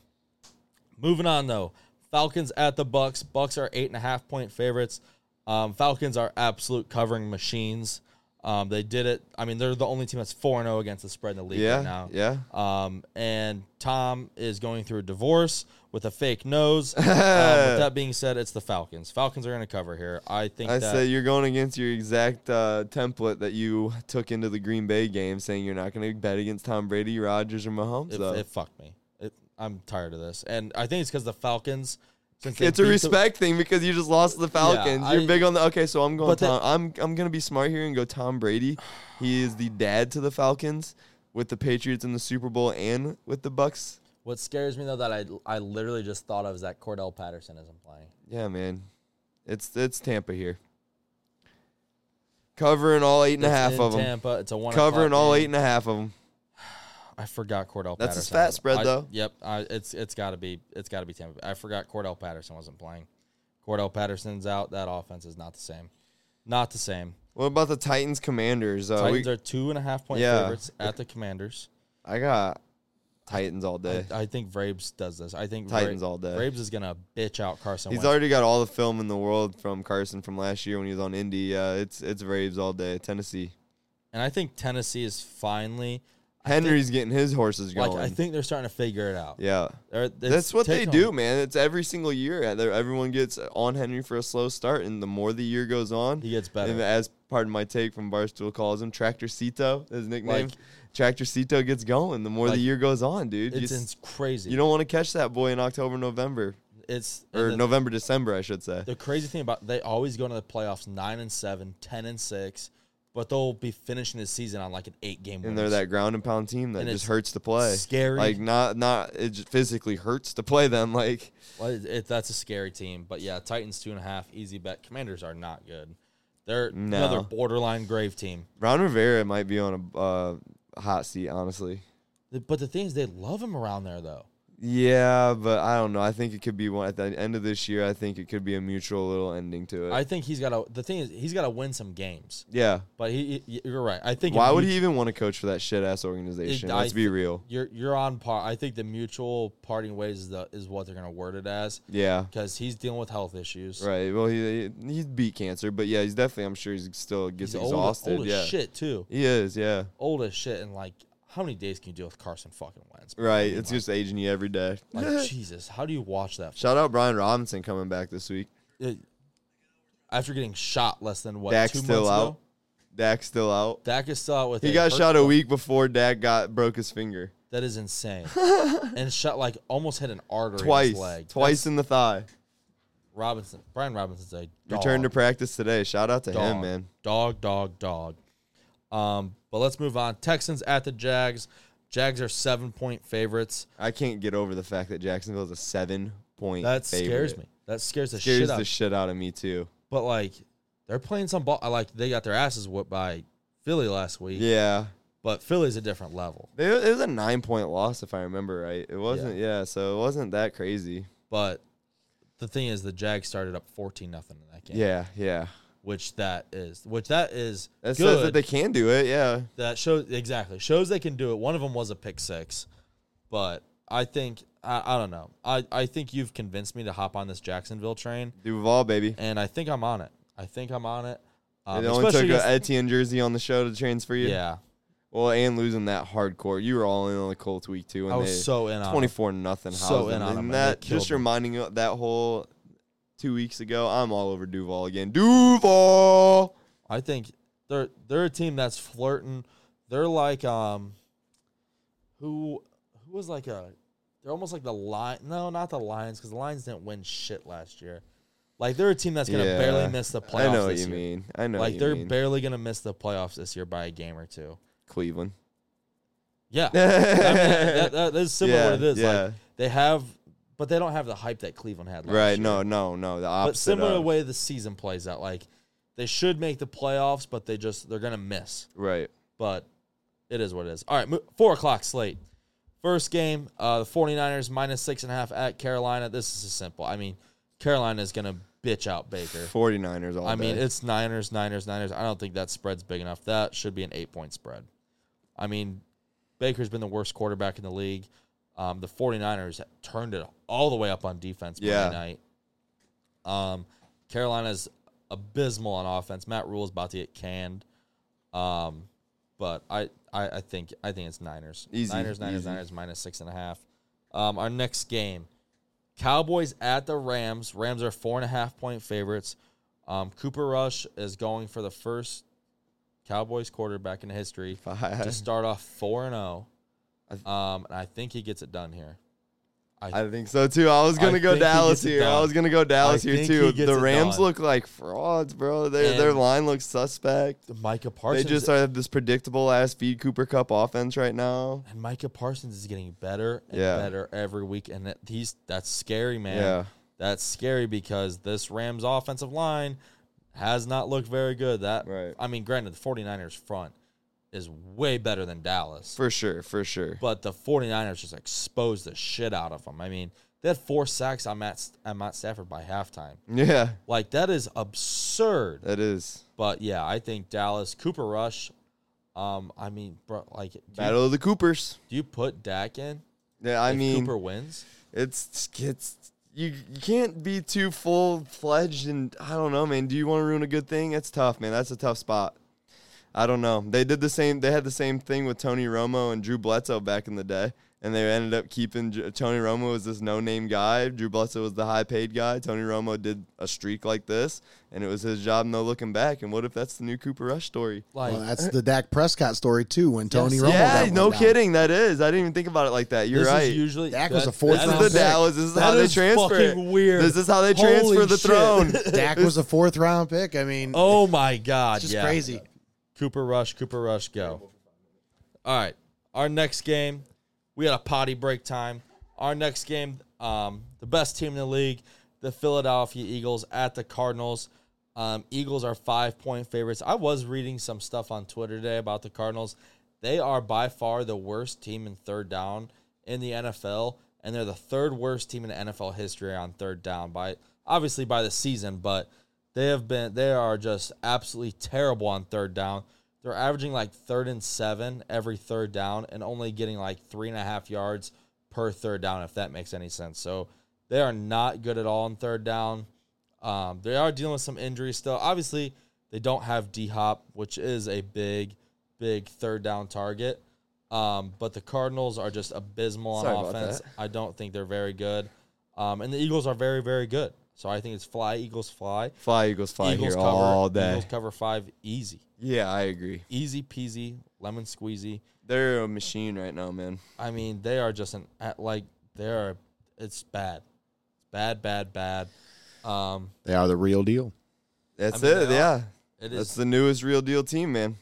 Speaker 1: moving on though, Falcons at the Bucks. Bucks are eight and a half point favorites. Um, Falcons are absolute covering machines. Um, they did it. I mean, they're the only team that's four and zero against the spread in the league
Speaker 2: Yeah.
Speaker 1: right now.
Speaker 2: Yeah.
Speaker 1: Um, and Tom is going through a divorce with a fake nose. um, with that being said, it's the Falcons. Falcons are going to cover here. I think
Speaker 2: I
Speaker 1: that
Speaker 2: say you're going against your exact uh, template that you took into the Green Bay game, saying you're not going to bet against Tom Brady, Rogers, or Mahomes.
Speaker 1: it,
Speaker 2: though.
Speaker 1: it fucked me. It, I'm tired of this, and I think it's because the Falcons. Since they
Speaker 2: it's a
Speaker 1: beat the-
Speaker 2: respect thing because you just lost to the Falcons. you're
Speaker 1: I-
Speaker 2: big on the okay. So I'm going.
Speaker 1: But the-
Speaker 2: Tom, I'm I'm going to be smart here and go Tom Brady. He is the dad to the Falcons with the Patriots in the Super Bowl and with the Bucks.
Speaker 1: What scares me though that I I literally just thought of is that Cordell Patterson isn't playing.
Speaker 2: Yeah, man. It's it's Tampa here. Covering all eight and a
Speaker 1: It's
Speaker 2: half
Speaker 1: in
Speaker 2: of them.
Speaker 1: Tampa. It's a one
Speaker 2: Covering
Speaker 1: o'clock
Speaker 2: all
Speaker 1: game.
Speaker 2: eight and a half of them.
Speaker 1: I forgot Cordell.
Speaker 2: That's a
Speaker 1: Patterson.
Speaker 2: fat spread,
Speaker 1: I-
Speaker 2: though.
Speaker 1: Yep. I, it's it's got to be it's got to be Tampa. I forgot Cordell Patterson wasn't playing. Cordell Patterson's out. That offense is not the same. Not the same.
Speaker 2: What about the Titans Commanders? Uh,
Speaker 1: Titans
Speaker 2: we,
Speaker 1: are two and a half point
Speaker 2: Yeah.
Speaker 1: favorites at the Commanders.
Speaker 2: I got Titans all day.
Speaker 1: I, I think Vrabes does this. I think Vra-
Speaker 2: Titans all day.
Speaker 1: Vrabes is gonna bitch out Carson.
Speaker 2: He's
Speaker 1: Wentz.
Speaker 2: already got all the film in the world from Carson from last year when he was on Indy. Uh, it's it's Braves all day. Tennessee.
Speaker 1: and I think Tennessee is finally
Speaker 2: Henry's getting his horses
Speaker 1: like
Speaker 2: going.
Speaker 1: I think they're starting to figure it out.
Speaker 2: yeah.
Speaker 1: They're- it's
Speaker 2: That's what they
Speaker 1: take
Speaker 2: do,
Speaker 1: home.
Speaker 2: man. It's every single year. Uh, they're- Everyone gets on Henry for a slow start, and the more the year goes on,
Speaker 1: He gets better.
Speaker 2: And as part of my take from Barstool calls him Tractor Cito, his nickname.
Speaker 1: Like-
Speaker 2: Tractor Cito gets going the more
Speaker 1: Like,
Speaker 2: the year goes on, dude. You,
Speaker 1: It's
Speaker 2: s-
Speaker 1: ins- crazy.
Speaker 2: you don't want to catch that boy in October, November,
Speaker 1: it's and
Speaker 2: or
Speaker 1: the,
Speaker 2: November, December, I should say.
Speaker 1: the crazy thing about they always go into the playoffs nine and seven, 10 and six, but they'll be finishing the season on like an eight game.
Speaker 2: And they're
Speaker 1: winning
Speaker 2: that ground and pound team that
Speaker 1: And
Speaker 2: just
Speaker 1: it's
Speaker 2: hurts to play.
Speaker 1: scary.
Speaker 2: Like not not it just physically hurts to play them. Like
Speaker 1: streak. Well, it- it- that's a scary team, but yeah, Titans two and a half, easy bet. Commanders are not good. They're
Speaker 2: No.
Speaker 1: another borderline grave team.
Speaker 2: Ron Rivera might be on a uh, hot seat, honestly.
Speaker 1: But the thing is, they love him around there though.
Speaker 2: Yeah, but I don't know. I think it could be one at the end of this year. I think it could be a mutual little ending to it.
Speaker 1: I think he's got to. The thing is, he's got to win some games.
Speaker 2: yeah.
Speaker 1: But he, he- you're right. I think. if
Speaker 2: Why would
Speaker 1: you-
Speaker 2: he even want to coach for that shit ass organization?
Speaker 1: It- I
Speaker 2: Let's be
Speaker 1: th-
Speaker 2: real.
Speaker 1: You're you're on par. I think the mutual parting ways is the is what they're gonna word it as
Speaker 2: Yeah.
Speaker 1: because he's dealing with health issues.
Speaker 2: Right. Well, he he- he beat cancer, but yeah, he's definitely. I'm sure he's still gets
Speaker 1: He's old-
Speaker 2: exhausted.
Speaker 1: Old,
Speaker 2: yeah.
Speaker 1: as shit too.
Speaker 2: He is. Yeah.
Speaker 1: Old as shit. And like, how many days can you deal with Carson fucking Wentz? bro?
Speaker 2: Right. It's just aging you every day.
Speaker 1: Like Jesus, how do you watch that?
Speaker 2: Shout out Brian Robinson coming back this week.
Speaker 1: It- after getting shot less than what
Speaker 2: Dak's
Speaker 1: two
Speaker 2: still
Speaker 1: months
Speaker 2: out.
Speaker 1: ago,
Speaker 2: Dak's still out.
Speaker 1: Dak is still out with.
Speaker 2: He
Speaker 1: a
Speaker 2: got
Speaker 1: hurt-
Speaker 2: shot a week before Dak got broke his finger
Speaker 1: That is insane. and shot like almost hit an artery in
Speaker 2: twice,
Speaker 1: his leg.
Speaker 2: twice in the thigh.
Speaker 1: Robinson, Brian Robinson's a dog,
Speaker 2: Returned to practice today. Shout out to
Speaker 1: dog,
Speaker 2: him, man.
Speaker 1: Dog, dog, dog. Um, but let's move on. Texans at the Jags. Jags are seven point favorites.
Speaker 2: I can't get over the fact that Jacksonville's a seven point.
Speaker 1: That
Speaker 2: favorite.
Speaker 1: scares me. That scares the
Speaker 2: Scares
Speaker 1: shit
Speaker 2: the
Speaker 1: out.
Speaker 2: shit out of me too.
Speaker 1: but like, they're playing some ball. I like they got their asses whipped by Philly last week.
Speaker 2: Yeah.
Speaker 1: But Philly's a different level.
Speaker 2: It was, it was a nine point loss if I remember right. It wasn't yeah, so it wasn't that crazy.
Speaker 1: But the thing is, the Jags started up fourteen nothing in that game.
Speaker 2: Yeah, yeah.
Speaker 1: Which that is, which that is
Speaker 2: That
Speaker 1: good.
Speaker 2: says that they can do it, yeah.
Speaker 1: that shows exactly shows they can do it. One of them was a pick six, but I think I, I don't know. I, I think you've convinced me to hop on this Jacksonville train,
Speaker 2: Duval, baby.
Speaker 1: and I think I'm on it. I think I'm on it. Um,
Speaker 2: it only took
Speaker 1: especially
Speaker 2: a
Speaker 1: against-
Speaker 2: Etienne jersey on the show to transfer you.
Speaker 1: yeah,
Speaker 2: Well, and losing that hardcore. You were all in on the Colts week two and
Speaker 1: I
Speaker 2: they
Speaker 1: was so in on. 20,
Speaker 2: twenty four nothing.
Speaker 1: So
Speaker 2: housed
Speaker 1: in on
Speaker 2: and
Speaker 1: them, and
Speaker 2: that
Speaker 1: they killed
Speaker 2: just
Speaker 1: them.
Speaker 2: reminding you of that whole two weeks ago, I'm all over Duval again. Duval
Speaker 1: I think they're they're a team that's flirting. They're like um, who who was like a they're almost like the lion. No, not the Lions because the Lions didn't win shit last year. Like they're a team that's gonna
Speaker 2: Yeah.
Speaker 1: barely miss the playoffs.
Speaker 2: I know what
Speaker 1: this
Speaker 2: you
Speaker 1: year.
Speaker 2: mean. I know what
Speaker 1: like
Speaker 2: you
Speaker 1: they're
Speaker 2: mean.
Speaker 1: barely gonna miss the playoffs this year by a game or two.
Speaker 2: Cleveland.
Speaker 1: Yeah, I mean, that, that- that is similar. to what it
Speaker 2: Yeah,
Speaker 1: is
Speaker 2: yeah.
Speaker 1: like they have, but they don't have the hype that Cleveland had. Last
Speaker 2: Right,
Speaker 1: year.
Speaker 2: no, no, no. The opposite.
Speaker 1: but similar
Speaker 2: of-
Speaker 1: way the season plays out. Like they should make the playoffs, but they just they're gonna miss.
Speaker 2: Right.
Speaker 1: But it is what it is. All right, mo- four o'clock slate. First game, uh, the 49ers minus six and a half at Carolina. This is simple. I mean, Carolina is gonna bitch out Baker.
Speaker 2: 49ers all
Speaker 1: I mean,
Speaker 2: day.
Speaker 1: it's Niners, Niners, Niners. I don't think that spread's big enough. That should be an eight point spread. I mean, Baker's been the worst quarterback in the league. Um, the 49ers turned it all the way up on defense Monday
Speaker 2: Yeah.
Speaker 1: night. Um, Carolina's abysmal on offense. Matt Rule's about to get canned. Um, but I, I, I think I think it's Niners.
Speaker 2: Easy,
Speaker 1: Niners, Niners,
Speaker 2: easy.
Speaker 1: Niners minus six and a half. Um, our next game. Cowboys at the Rams. Rams are four and a half point favorites. Um, Cooper Rush is going for the first Cowboys quarterback in history
Speaker 2: Five.
Speaker 1: to start off four and zero.
Speaker 2: I th-
Speaker 1: Um, and I think he gets it done here.
Speaker 2: I think so too. I was
Speaker 1: I
Speaker 2: gonna
Speaker 1: think
Speaker 2: go
Speaker 1: he
Speaker 2: Dallas
Speaker 1: gets it
Speaker 2: here. I
Speaker 1: done.
Speaker 2: was gonna go Dallas
Speaker 1: I
Speaker 2: here
Speaker 1: think
Speaker 2: too.
Speaker 1: he gets
Speaker 2: The
Speaker 1: it
Speaker 2: Rams
Speaker 1: done.
Speaker 2: look like frauds, bro. Their their
Speaker 1: And-
Speaker 2: line looks suspect.
Speaker 1: Micah
Speaker 2: They
Speaker 1: Parsons
Speaker 2: just have this predictable ass feed Cooper Cup offense right now.
Speaker 1: and Micah Parsons is getting better and
Speaker 2: Yeah.
Speaker 1: better every week, and that, he's that's scary, man.
Speaker 2: Yeah.
Speaker 1: that's scary because this Rams offensive line has not looked very good. That
Speaker 2: Right.
Speaker 1: I mean, granted, the 49ers front is way better than Dallas.
Speaker 2: For sure, for sure.
Speaker 1: But the 49ers just exposed the shit out of them. I mean, they had four sacks on Matt, on Matt Stafford by halftime.
Speaker 2: Yeah,
Speaker 1: Like, that is absurd.
Speaker 2: that is.
Speaker 1: But yeah, I think Dallas, Cooper Rush, um, I mean, bro, like, do you,
Speaker 2: Battle of the Coopers.
Speaker 1: do you put Dak in?
Speaker 2: Yeah, I
Speaker 1: if
Speaker 2: mean
Speaker 1: Cooper wins?
Speaker 2: it's it's you you can't be too full fledged and I don't know, man. Do you want to ruin a good thing? That's tough, man. That's a tough spot. I don't know. They did the same. They had the same thing with Tony Romo and Drew Bledsoe back in the day, and they ended up keeping J- Tony Romo was this no name guy. Drew Bledsoe was the high paid guy. Tony Romo did a streak like this, and it was his job, no looking back. And what if that's the new Cooper Rush story?
Speaker 1: Like, uh,
Speaker 3: Well, that's the Dak Prescott story too. When Tony Romo, got
Speaker 2: yeah,
Speaker 3: one
Speaker 2: no
Speaker 3: down.
Speaker 2: kidding. That is. I didn't even think about it like that. You're
Speaker 1: this
Speaker 2: right.
Speaker 1: is usually
Speaker 3: Dak was
Speaker 1: that-
Speaker 3: a fourth
Speaker 1: that
Speaker 2: This
Speaker 3: round
Speaker 2: is
Speaker 1: is-
Speaker 2: the
Speaker 3: pick.
Speaker 2: Dallas. This is
Speaker 1: That
Speaker 2: how they
Speaker 1: is
Speaker 2: transfer. it.
Speaker 1: fucking weird.
Speaker 2: This is how they
Speaker 1: Holy
Speaker 2: transfer the
Speaker 1: shit.
Speaker 2: throne.
Speaker 3: Dak was a fourth round pick. I mean,
Speaker 1: Oh my god,
Speaker 3: it's just
Speaker 1: yeah.
Speaker 3: crazy.
Speaker 1: Cooper Rush, Cooper Rush, go. All right. Our next game, we had a potty break time. Our next game, um, the best team in the league, the Philadelphia Eagles at the Cardinals. Um, Eagles are five point favorites. I was reading some stuff on Twitter today about the Cardinals. They are by far the worst team in third down in the NFL. and they're the third worst team in NFL history on third down by obviously by the season, but they have been they are just absolutely terrible on third down. They're averaging like third and seven every third down and only getting like three and a half yards per third down, if that makes any sense. So they are not good at all on third down. Um, they are dealing with some injuries still. Obviously, they don't have D Hop, which is a big, big third down target. Um, but the Cardinals are just abysmal on
Speaker 2: Sorry about
Speaker 1: offense.
Speaker 2: that.
Speaker 1: I don't think they're very good. Um, and the Eagles are very, very good. So I think it's fly, Eagles fly.
Speaker 2: Fly Eagles fly
Speaker 1: Eagles
Speaker 2: here all day.
Speaker 1: Eagles cover five easy.
Speaker 2: Yeah, I agree.
Speaker 1: Easy peasy, lemon squeezy.
Speaker 2: They're a machine right now, man.
Speaker 1: I mean, they are just an at- like they're it's bad, it's bad, bad, bad. Um,
Speaker 4: They are the real deal.
Speaker 2: That's
Speaker 1: mean,
Speaker 2: it.
Speaker 1: they
Speaker 2: Yeah,
Speaker 1: it
Speaker 2: that's
Speaker 1: is,
Speaker 2: the newest real deal team, man.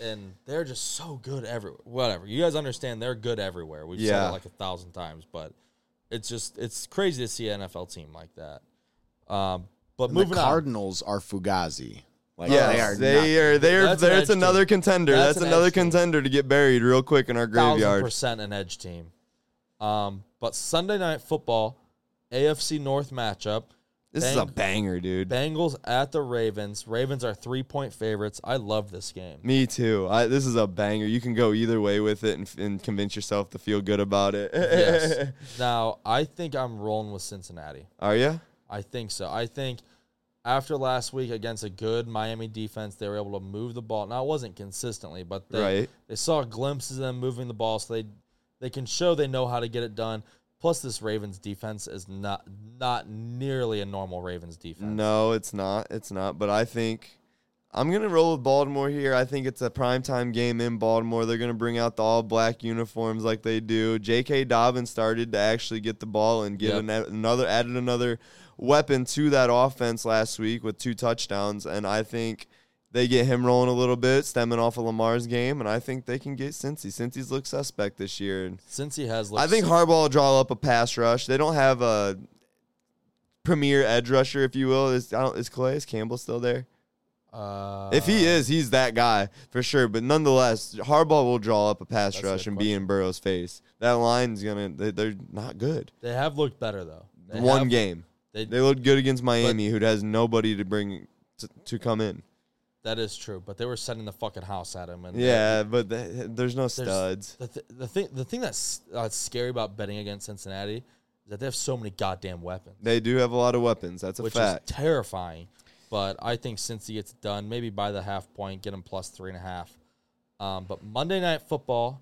Speaker 1: and they're just so good everywhere. Whatever you guys understand, they're good everywhere. We've said
Speaker 2: Yeah.
Speaker 1: it like a thousand times, but it's just it's crazy to see an NFL team like that. Um, but
Speaker 4: And
Speaker 1: moving
Speaker 4: the Cardinals are Fugazi. Like
Speaker 2: Yes, they are. They are.
Speaker 1: That's
Speaker 2: That's,
Speaker 1: an edge team.
Speaker 2: another contender.
Speaker 1: That's
Speaker 2: That's,
Speaker 1: an
Speaker 2: another
Speaker 1: edge team.
Speaker 2: contender to get buried real quick in our
Speaker 1: on, thousand
Speaker 2: graveyard.
Speaker 1: percent an edge team. Um, but Sunday night football, AFC North matchup.
Speaker 2: This is a banger, dude.
Speaker 1: Bengals at the Ravens. Ravens are three point favorites. I love this game.
Speaker 2: Me too. I, this is a banger. You can go either way with it and, f- and convince yourself to feel good about it.
Speaker 1: Yes. now, I think I'm rolling with Cincinnati.
Speaker 2: Are you?
Speaker 1: I think so. I think after last week against a good Miami defense, they were able to move the ball. Now, it wasn't consistently, but they,
Speaker 2: Right.
Speaker 1: they saw glimpses of them moving the ball, so they they can show they know how to get it done. Plus, this Ravens defense is not not nearly a normal Ravens defense.
Speaker 2: No, it's not. It's not. But I think I'm gonna roll with Baltimore here. I think it's a primetime game in Baltimore. They're gonna bring out the all black uniforms like they do. J.K. Dobbins started to actually get the ball and get
Speaker 1: Yep.
Speaker 2: an, another added another weapon to that offense last week with two touchdowns, and I think. They get him rolling a little bit, stemming off of Lamar's game, and I think they can get Cincy. Cincy's looked suspect this year, and
Speaker 1: Since he has,
Speaker 2: I
Speaker 1: looked
Speaker 2: think Harbaugh will draw up a pass rush. They don't have a premier edge rusher, if you will. Is, I don't, is Calais Campbell still there?
Speaker 1: uh,
Speaker 2: if he is, he's that guy for sure. But nonetheless, Harbaugh will draw up a pass
Speaker 1: That's a
Speaker 2: rush
Speaker 1: good
Speaker 2: and be in Burrow's face. That line's gonna. They, they're not good.
Speaker 1: they have looked better though. They
Speaker 2: One
Speaker 1: have-
Speaker 2: game,
Speaker 1: they,
Speaker 2: they looked good against Miami, who has nobody to bring to, to come in.
Speaker 1: That is true, but they were sending the fucking house at him. And
Speaker 2: Yeah, but th there's no studs.
Speaker 1: the, th- the thing the thing that's uh, scary about betting against Cincinnati is that they have so many goddamn weapons,
Speaker 2: They do have a lot of weapons. That's a
Speaker 1: which
Speaker 2: fact.
Speaker 1: is terrifying. But I think since he gets done, maybe by the half point, get him plus three and a half. Um, but Monday Night Football,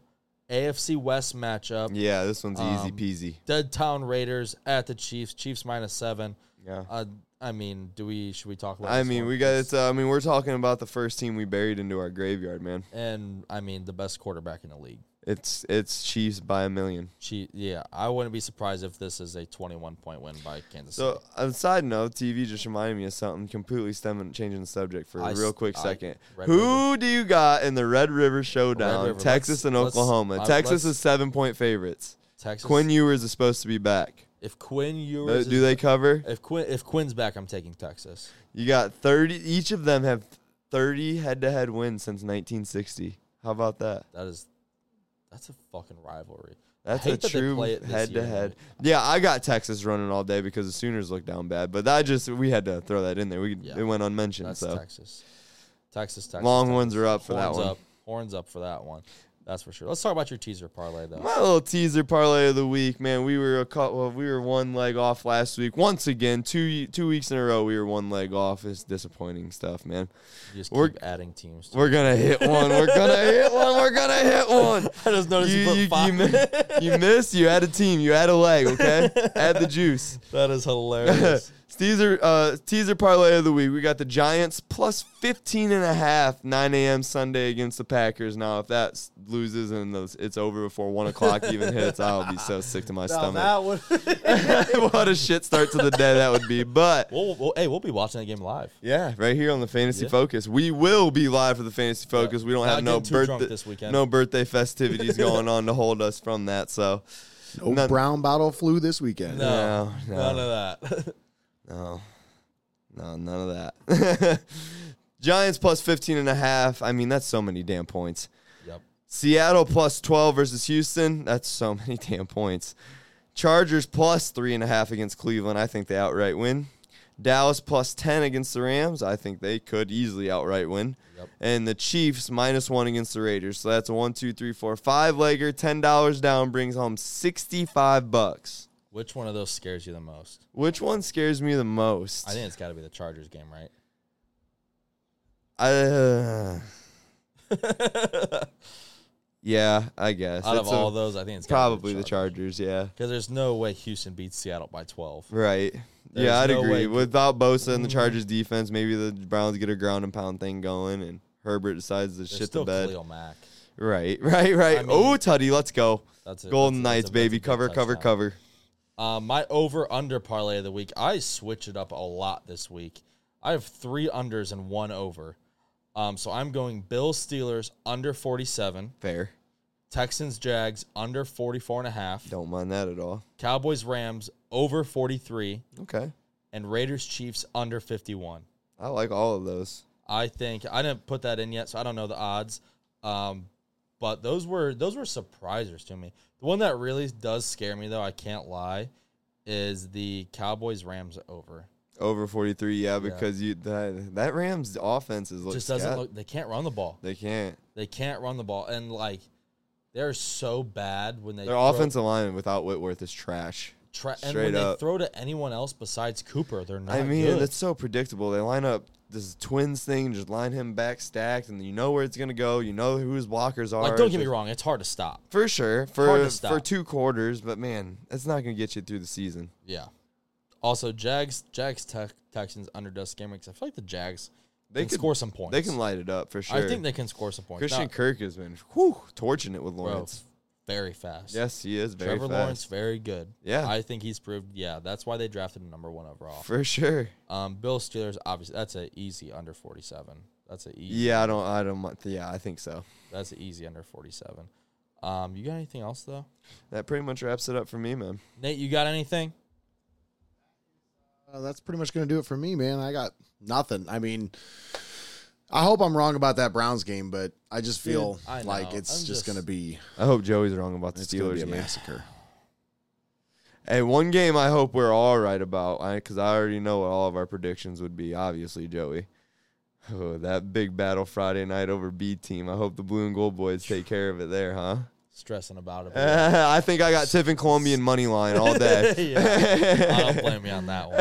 Speaker 1: AFC West matchup,
Speaker 2: yeah, this one's
Speaker 1: Um,
Speaker 2: easy peasy.
Speaker 1: Dead Town Raiders at the Chiefs. Chiefs minus seven.
Speaker 2: Yeah.
Speaker 1: Uh, I mean, do we should we talk about?
Speaker 2: I
Speaker 1: this
Speaker 2: mean,
Speaker 1: one?
Speaker 2: we got. It's, uh, I mean, we're talking about the first team we buried into our graveyard, man.
Speaker 1: and I mean the best quarterback in the league.
Speaker 2: It's it's Chiefs by a million.
Speaker 1: Chief, yeah, I wouldn't be surprised if this is a 21 point win by Kansas City.
Speaker 2: So, on a side note, TV just reminded me of something completely stemming, changing the subject for
Speaker 1: I
Speaker 2: a
Speaker 1: s-
Speaker 2: real quick
Speaker 1: I-
Speaker 2: second.
Speaker 1: Red
Speaker 2: Who do you got in the Red River Showdown?
Speaker 1: River, let's-
Speaker 2: Texas and
Speaker 1: let's-
Speaker 2: Oklahoma.
Speaker 1: I-
Speaker 2: Texas
Speaker 1: let's-
Speaker 2: is seven point favorites.
Speaker 1: Texas.
Speaker 2: Quinn Ewers is supposed to be back.
Speaker 1: if Quinn
Speaker 2: Do
Speaker 1: Ewers,
Speaker 2: do they cover?
Speaker 1: If Quinn, if Quinn's back, I'm taking Texas.
Speaker 2: You got thirty. Each of them have thirty head-to-head wins since 1960. How about that?
Speaker 1: That is, that's a fucking rivalry.
Speaker 2: That's
Speaker 1: I
Speaker 2: a
Speaker 1: hate that they
Speaker 2: true
Speaker 1: play it this
Speaker 2: head to
Speaker 1: year.
Speaker 2: head. Yeah, I got Texas running all day because the Sooners look down bad, but that just we had to throw that in there. We
Speaker 1: Yeah.
Speaker 2: it went unmentioned.
Speaker 1: That's
Speaker 2: so
Speaker 1: Texas, Texas, Texas.
Speaker 2: Longhorns are up for
Speaker 1: Horns
Speaker 2: that one.
Speaker 1: up, horns up for that one. That's for sure. Let's talk about your teaser parlay though.
Speaker 2: My little teaser parlay of the week, man. We were a cou- well, we were one leg off last week. Once again, two two weeks in a row, we were one leg off. It's disappointing stuff, man.
Speaker 1: You just
Speaker 2: we're-
Speaker 1: keep adding teams. To
Speaker 2: We're gonna hit one. We're gonna hit one. We're gonna hit one.
Speaker 1: I just noticed you,
Speaker 2: You,
Speaker 1: put
Speaker 2: you, you,
Speaker 1: five.
Speaker 2: mi- you miss. You add a team. You add a leg. Okay, add the juice.
Speaker 1: that is hilarious.
Speaker 2: teaser uh, teaser parlay of the week. We got the Giants plus 15 and a half, 9 a.m. Sunday against the Packers. Now, if that s- loses and those- it's over before 1 o'clock even hits, I'll be so sick to my
Speaker 1: Now
Speaker 2: stomach.
Speaker 1: that would.
Speaker 2: what a shit start to the day that would be. But.
Speaker 1: We'll, we'll- hey, we'll be watching that game live.
Speaker 2: Yeah, right here on the Fantasy
Speaker 1: Yeah.
Speaker 2: Focus. We will be live for the Fantasy Focus. We don't
Speaker 1: Not
Speaker 2: have no
Speaker 1: getting too drunk
Speaker 2: birthday
Speaker 1: this weekend.
Speaker 2: no birthday festivities going on to hold us from that. So,
Speaker 4: no
Speaker 2: None-
Speaker 4: brown bottle flu this weekend.
Speaker 1: No,
Speaker 2: No, no.
Speaker 1: none of that.
Speaker 2: No. Oh, No, none of that. Giants plus 15 and a half. I mean, that's so many damn points.
Speaker 1: yep.
Speaker 2: Seattle plus 12 versus Houston. That's so many damn points. Chargers plus three and a half against Cleveland. I think they outright win. Dallas plus 10 against the Rams. I think they could easily outright win. And the Chiefs minus one against the Raiders. So that's a one, two, three, four, five legger. $10 down brings home 65 bucks.
Speaker 1: Which one of those scares you the most?
Speaker 2: Which one scares me the most?
Speaker 1: I think it's got to be the Chargers game, right?
Speaker 2: Uh, yeah, I guess.
Speaker 1: Out of
Speaker 2: It's a-
Speaker 1: all those, I think it's gotta
Speaker 2: probably
Speaker 1: be
Speaker 2: the Chargers, yeah.
Speaker 1: Because there's no way Houston beats Seattle by 12.
Speaker 2: Right.
Speaker 1: There's
Speaker 2: yeah, I'd
Speaker 1: no way- Mm-hmm.
Speaker 2: agree. Without Bosa and the Chargers defense, maybe the Browns get a ground and pound thing going and Herbert decides to
Speaker 1: There's
Speaker 2: shit the
Speaker 1: still
Speaker 2: bed.
Speaker 1: Khalil Mack.
Speaker 2: Right, right, right.
Speaker 1: I mean-
Speaker 2: oh, Tutty, let's go.
Speaker 1: That's it.
Speaker 2: Golden
Speaker 1: That's a-
Speaker 2: Knights,
Speaker 1: that's a-
Speaker 2: baby.
Speaker 1: that's a
Speaker 2: Cover,
Speaker 1: big
Speaker 2: cover,
Speaker 1: touchdown.
Speaker 2: cover.
Speaker 1: Uh, my over under parlay of the week. I switch it up a lot this week. I have three unders and one over. Um, so I'm going Bills Steelers under 47,
Speaker 2: Fair.
Speaker 1: Texans Jags under 44 and a half,
Speaker 2: Don't mind that at all.
Speaker 1: Cowboys Rams over 43,
Speaker 2: Okay.
Speaker 1: and Raiders Chiefs under 51.
Speaker 2: I like all of those.
Speaker 1: I think I didn't put that in yet, so I don't know the odds. Um, but those were those were surprisers to me. The one that really does scare me, though, I can't lie, is the Cowboys Rams over.
Speaker 2: Over 43, yeah, because you that, that Rams offense is looks
Speaker 1: Just doesn't
Speaker 2: scat-
Speaker 1: look. They can't run the ball.
Speaker 2: They can't.
Speaker 1: They can't run the ball, and like they're so bad when they
Speaker 2: Their
Speaker 1: throw-
Speaker 2: offensive line without Whitworth is trash.
Speaker 1: tra- and
Speaker 2: straight
Speaker 1: when they
Speaker 2: up.
Speaker 1: throw to anyone else besides Cooper, they're not.
Speaker 2: I mean,
Speaker 1: good.
Speaker 2: it's so predictable. They line up this twins thing, just line him back stacked, and you know where it's gonna go. You know who his blockers are.
Speaker 1: like don't get
Speaker 2: It's
Speaker 1: me
Speaker 2: just-
Speaker 1: wrong, it's hard to stop.
Speaker 2: For sure,
Speaker 1: hard to
Speaker 2: for for
Speaker 1: stop.
Speaker 2: two quarters, but man, that's not gonna get you through the season.
Speaker 1: Yeah. Also, Jags Jags Tex Texans under Dust game because I feel like the Jags
Speaker 2: They
Speaker 1: can
Speaker 2: could-
Speaker 1: score some points.
Speaker 2: They can light it up for sure.
Speaker 1: I think they can score some points.
Speaker 2: Christian
Speaker 1: Not-
Speaker 2: Kirk has been whew, torching it with
Speaker 1: bro,
Speaker 2: Lawrence.
Speaker 1: very fast.
Speaker 2: Yes, he is very
Speaker 1: Trevor
Speaker 2: fast.
Speaker 1: Lawrence, very good.
Speaker 2: Yeah.
Speaker 1: I think he's proved. Yeah, that's why they drafted him number one overall.
Speaker 2: for sure.
Speaker 1: Um, Bill Steelers, obviously, that's an easy under forty-seven. That's an easy.
Speaker 2: Yeah, I don't. I don't. mi- Yeah, I think so.
Speaker 1: That's an easy under forty-seven. Um, you got anything else though,
Speaker 2: That pretty much wraps it up for me, man.
Speaker 1: Nate? You got anything?
Speaker 4: Uh, that's pretty much going to do it for me, man. I got
Speaker 3: Nothing. I mean, I hope I'm wrong about that Browns game, but I just feel
Speaker 1: Dude, I
Speaker 3: like
Speaker 1: know.
Speaker 3: it's
Speaker 1: I'm
Speaker 3: just,
Speaker 1: just-
Speaker 3: going to be
Speaker 2: I hope Joey's wrong about the
Speaker 4: it's going to
Speaker 2: Steelers
Speaker 4: be a
Speaker 2: game.
Speaker 4: massacre.
Speaker 2: Hey, one game I hope we're all right about, because I, already know what all of our predictions would be. Obviously, Joey. Oh, that big battle Friday night over B team. I hope the blue and gold boys take care of it there, huh?
Speaker 1: Stressing about it. but-
Speaker 2: I think I got tipping Colombian money line all day.
Speaker 1: Yeah. I don't blame you on that one.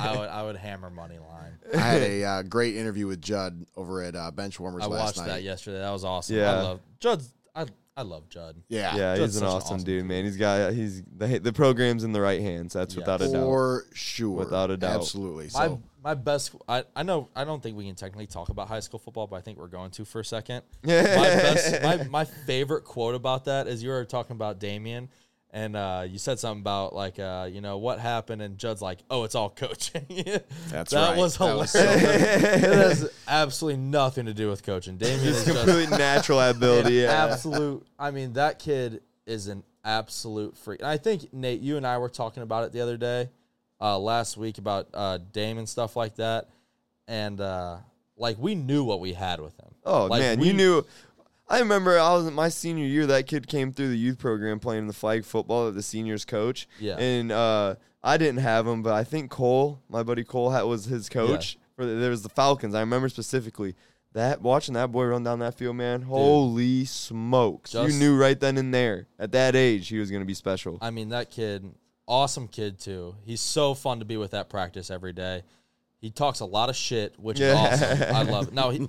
Speaker 1: I would I would hammer money line.
Speaker 4: I had a uh, great interview with Judd over at uh, Benchwarmers
Speaker 1: I
Speaker 4: last
Speaker 1: watched
Speaker 4: night.
Speaker 1: that yesterday. That was awesome. I
Speaker 2: Yeah.
Speaker 1: love Judd. I I love Judd.
Speaker 4: Yeah.
Speaker 2: Yeah,
Speaker 1: That's
Speaker 2: he's
Speaker 1: such
Speaker 2: an
Speaker 1: an
Speaker 2: awesome,
Speaker 1: awesome
Speaker 2: dude, man. He's got he's the, the program's in the right hands. That's
Speaker 1: Yes.
Speaker 2: without a doubt.
Speaker 4: For sure.
Speaker 2: Without a doubt.
Speaker 4: Absolutely. So,
Speaker 1: My my best. I, I know I don't think we can technically talk about high school football, but I think we're going to for a second. my best. My my favorite quote about that is you were talking about Damien. And uh, you said something about like uh, you know what happened, and Judd's like, "Oh, it's all coaching."
Speaker 4: That's
Speaker 1: that
Speaker 4: right.
Speaker 1: was
Speaker 4: That was
Speaker 1: hilarious. it has absolutely nothing to do with coaching. Damien is just
Speaker 2: Really natural
Speaker 1: an
Speaker 2: ability. Yeah.
Speaker 1: absolute. I mean, that kid is an absolute freak. And I think Nate, you and I were talking about it the other day, uh, last week about uh, Dame and stuff like that, and uh, like we knew what we had with him.
Speaker 2: Oh
Speaker 1: Like,
Speaker 2: man,
Speaker 1: we-
Speaker 2: you knew. I remember I was my senior year. That kid came through the youth program playing the flag football at the seniors coach.
Speaker 1: Yeah.
Speaker 2: and uh, I didn't have him, but I think Cole, my buddy Cole, had, was his coach. For the, there was the Falcons. I remember specifically that watching that boy run down that field, man. Holy smokes!
Speaker 1: Just-
Speaker 2: you knew right then and there at that age he was going to be special.
Speaker 1: I mean, that kid, awesome kid too. He's so fun to be with at practice every day. He talks a lot of shit, which
Speaker 2: Yeah.
Speaker 1: is awesome. I love it. Now he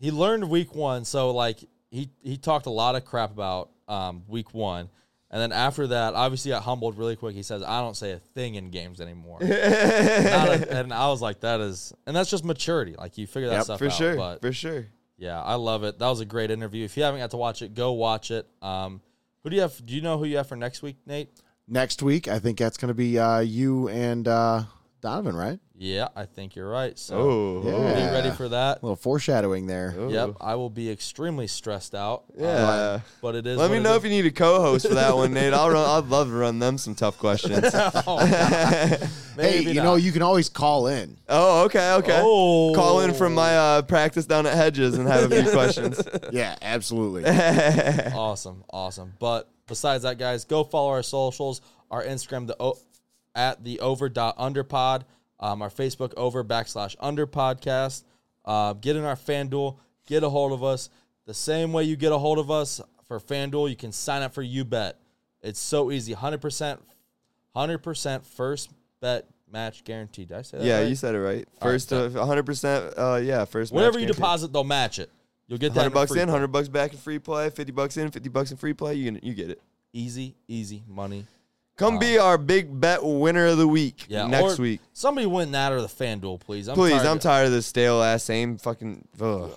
Speaker 1: he learned week one, so like he he talked a lot of crap about um, week one, and then after that, obviously got humbled really quick. He says, "I don't say a thing in games anymore," Not a- and I was like, "That is," and that's just maturity. Like you figure that stuff
Speaker 2: for
Speaker 1: out.
Speaker 2: sure,
Speaker 1: but
Speaker 2: for sure.
Speaker 1: yeah, I love it. That was a great interview. If you haven't got to watch it, go watch it. Um, who do you have? Do you know who you have for next week, Nate?
Speaker 4: Next week, I think that's going to be uh, you and uh, Donovan, right?
Speaker 1: Yeah, I think you're right. So
Speaker 2: Oh,
Speaker 1: be
Speaker 4: Yeah.
Speaker 1: ready for that.
Speaker 4: A little foreshadowing there.
Speaker 2: oh,
Speaker 1: Yep, I will be extremely stressed out.
Speaker 2: yeah.
Speaker 1: But it is.
Speaker 2: Let me know if you need a co-host for that one, Nate. I'll run, I'd love to run them some tough questions.
Speaker 1: Oh,
Speaker 4: Hey, you know, you can always call in.
Speaker 2: Oh, okay, okay.
Speaker 1: Oh.
Speaker 2: Call in from my uh, practice down at Hedges and have a few questions.
Speaker 4: Yeah, absolutely.
Speaker 1: awesome, awesome. But besides that, guys, go follow our socials. our Instagram the o- at the over dot underpod, um, our Facebook over backslash under podcast. Uh, get in our FanDuel, get a hold of us. The same way you get a hold of us for FanDuel, you can sign up for UBet. It's so easy, hundred percent, hundred percent first bet match guaranteed. Did I say that?
Speaker 2: Yeah,
Speaker 1: right?
Speaker 2: you said it right. First,
Speaker 1: so-
Speaker 2: uh, 100%. Uh, yeah, first.
Speaker 1: Whatever
Speaker 2: match
Speaker 1: you
Speaker 2: guaranteed.
Speaker 1: deposit, they'll match it. You'll get that
Speaker 2: 100 bucks
Speaker 1: free
Speaker 2: in,
Speaker 1: play.
Speaker 2: 100 bucks back in free play, 50 bucks in, 50 bucks in free play. You, you get it.
Speaker 1: Easy, easy money.
Speaker 2: Come be our big bet winner of the week
Speaker 1: Yeah,
Speaker 2: next
Speaker 1: or
Speaker 2: week.
Speaker 1: Somebody win that or the FanDuel, please. I'm
Speaker 2: Please,
Speaker 1: tired
Speaker 2: I'm
Speaker 1: of-
Speaker 2: tired of this stale ass same fucking. Ugh.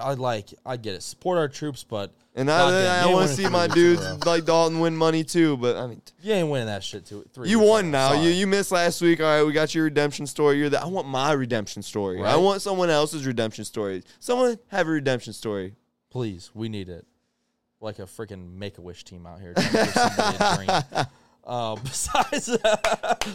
Speaker 1: I like. I get it. Support our troops, but
Speaker 2: And
Speaker 1: goddamn,
Speaker 2: I,
Speaker 1: you
Speaker 2: I
Speaker 1: ain't
Speaker 2: want to
Speaker 1: winning
Speaker 2: see
Speaker 1: three
Speaker 2: my
Speaker 1: weeks in a
Speaker 2: dudes
Speaker 1: row.
Speaker 2: like Dalton win money too, but I mean,
Speaker 1: You ain't winning that shit too. Three.
Speaker 2: you
Speaker 1: weeks in a
Speaker 2: won
Speaker 1: row.
Speaker 2: now. You
Speaker 1: Sorry.
Speaker 2: you missed last week. All right, we got your redemption story. You're that. I want my redemption story. I
Speaker 1: Right.
Speaker 2: want someone else's redemption story. Someone have a redemption story.
Speaker 1: Please, we need it. Like a freaking make a wish team out here. trying to give somebody a dream. Uh, besides, that,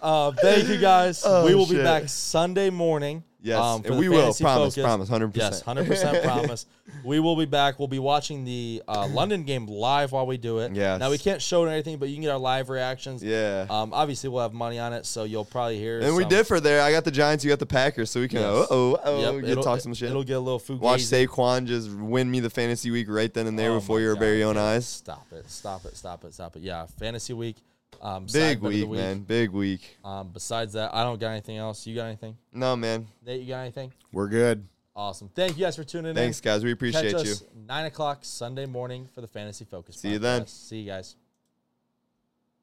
Speaker 1: uh, thank you guys. we will be
Speaker 2: Oh, shit.
Speaker 1: back Sunday morning. um,
Speaker 2: Yes,
Speaker 1: for
Speaker 2: and
Speaker 1: the
Speaker 2: we will.
Speaker 1: Fantasy
Speaker 2: Promise,
Speaker 1: Focus.
Speaker 2: promise, 100%.
Speaker 1: Yes, hundred percent promise. We will be back. We'll be watching the uh, London game live while we do it.
Speaker 2: Yes.
Speaker 1: Now we can't show it or anything, but you can get our live reactions.
Speaker 2: Yeah.
Speaker 1: Um, obviously, we'll have money on it, so you'll probably hear.
Speaker 2: and we
Speaker 1: some-
Speaker 2: differ there. I got the Giants. You got the Packers. So we can.
Speaker 1: Yes.
Speaker 2: Uh oh, oh,
Speaker 1: Yep,
Speaker 2: we
Speaker 1: it'll-
Speaker 2: can talk some shit.
Speaker 1: It'll get a little food.
Speaker 2: Watch Saquon just win me the fantasy week right then and there
Speaker 1: Oh
Speaker 2: before
Speaker 1: my
Speaker 2: your
Speaker 1: God,
Speaker 2: very own
Speaker 1: yeah.
Speaker 2: eyes.
Speaker 1: Stop it! Stop it! Stop it! Stop it! Yeah, fantasy week. Um, side
Speaker 2: Big
Speaker 1: bet of the
Speaker 2: week, man. Big week.
Speaker 1: Um, besides that, I don't got anything else. You got anything?
Speaker 2: No, man.
Speaker 1: Nate, you got anything?
Speaker 4: We're good.
Speaker 1: Awesome. Thank you guys for tuning in.
Speaker 2: Thanks, guys. We appreciate
Speaker 1: Catch
Speaker 2: you.
Speaker 1: us nine o'clock Sunday morning for the Fantasy Focus.
Speaker 2: See you then.
Speaker 1: podcast. See you guys.